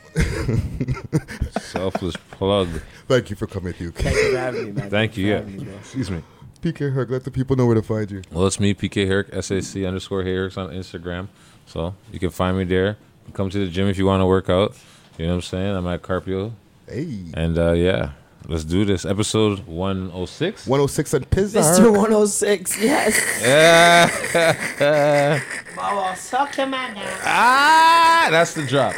S2: Selfless plug.
S3: Thank you for coming, Duke. Thank
S1: you for having me, man.
S2: Thank you.
S1: For
S2: Yeah.
S1: having me, bro.
S2: Excuse me.
S3: PK Herc, let the people know where to find you.
S2: Well, it's me, PK Herrick, SAC underscore Herrick on Instagram. So you can find me there. Come to the gym if you want to work out. You know what I'm saying? I'm at Carpio.
S3: Hey.
S2: And uh, yeah, let's do this. Episode 106.
S3: 106 and Pizza.
S1: Mr. 106, yes.
S2: Yeah.
S1: Mama, suck him out now.
S2: ah, that's the drop.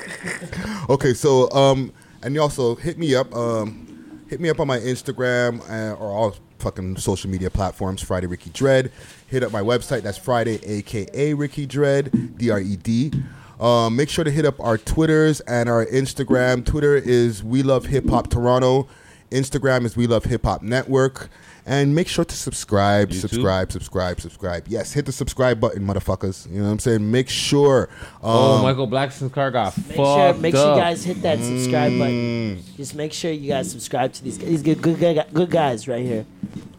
S3: okay, so um, and you also hit me up. Um, hit me up on my Instagram uh, or all fucking social media platforms. Friday Ricky Dread. Hit up my website. That's Friday, aka Ricky Dread, D R E D. Um, make sure to hit up our Twitters and our Instagram. Twitter is We Love Hip Hop Toronto. Instagram is We Love Hip Hop Network. And make sure to subscribe, subscribe, subscribe, subscribe. Yes, hit the subscribe button, motherfuckers. You know what I'm saying? Make sure.
S2: oh,
S3: um,
S2: Michael Blackson's car got
S1: Make sure,
S2: fucked
S1: make sure
S2: up. Uh,
S1: you guys hit that subscribe button.
S3: Mm.
S1: Just make sure you guys subscribe to these guys. These good, good, good, good guys right here.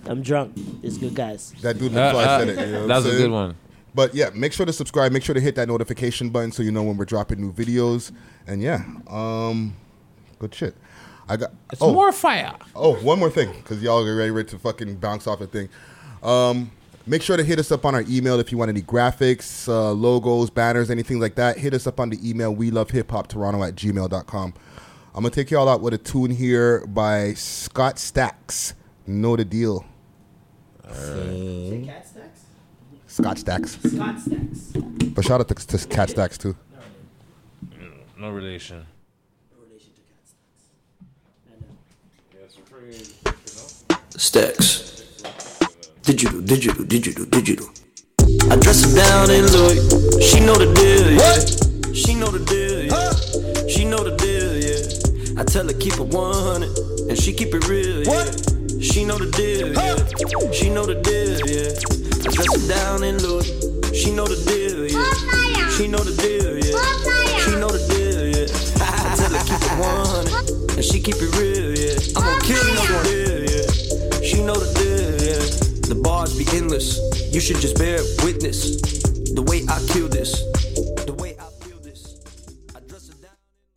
S1: I'm drunk. These good guys.
S3: That dude
S2: Uh,
S3: McFly
S2: uh,
S3: said it. You know what
S2: that
S3: I'm
S2: was a
S3: saying?
S2: good one.
S3: But yeah, make sure to subscribe. Make sure to hit that notification button so you know when we're dropping new videos. And yeah, um, good shit. I got
S2: It's more fire.
S3: Oh, one more thing, because y'all are ready, ready to fucking bounce off the thing. Um, make sure to hit us up on our email if you want any graphics, uh, logos, banners, anything like that. Hit us up on the email we love hip hop toronto at gmail.com. I'm gonna take y'all out with a tune here by Scott Stacks. Know the deal.
S1: Cat Stacks?
S3: Scott Stacks.
S1: Scott Stacks.
S3: But shout out to, to Cat Stacks too.
S2: No relation.
S13: Stacks. Digital, digital, digital, digital. I dress her down in Louis. She know the deal, yeah. She know the deal, yeah. She know the deal, yeah. I tell her keep it 100 and she keep it real, yeah. She know the deal, yeah. She know the deal, yeah. I dress her down in Louis. She know the deal, yeah. She know the deal, yeah. She know the deal, yeah. I tell her keep it 100 and she keep it real, yeah. I'm gonna kill you, deal, yeah. She know the deal, yeah. The bars be endless. You should just bear witness. The way I kill this.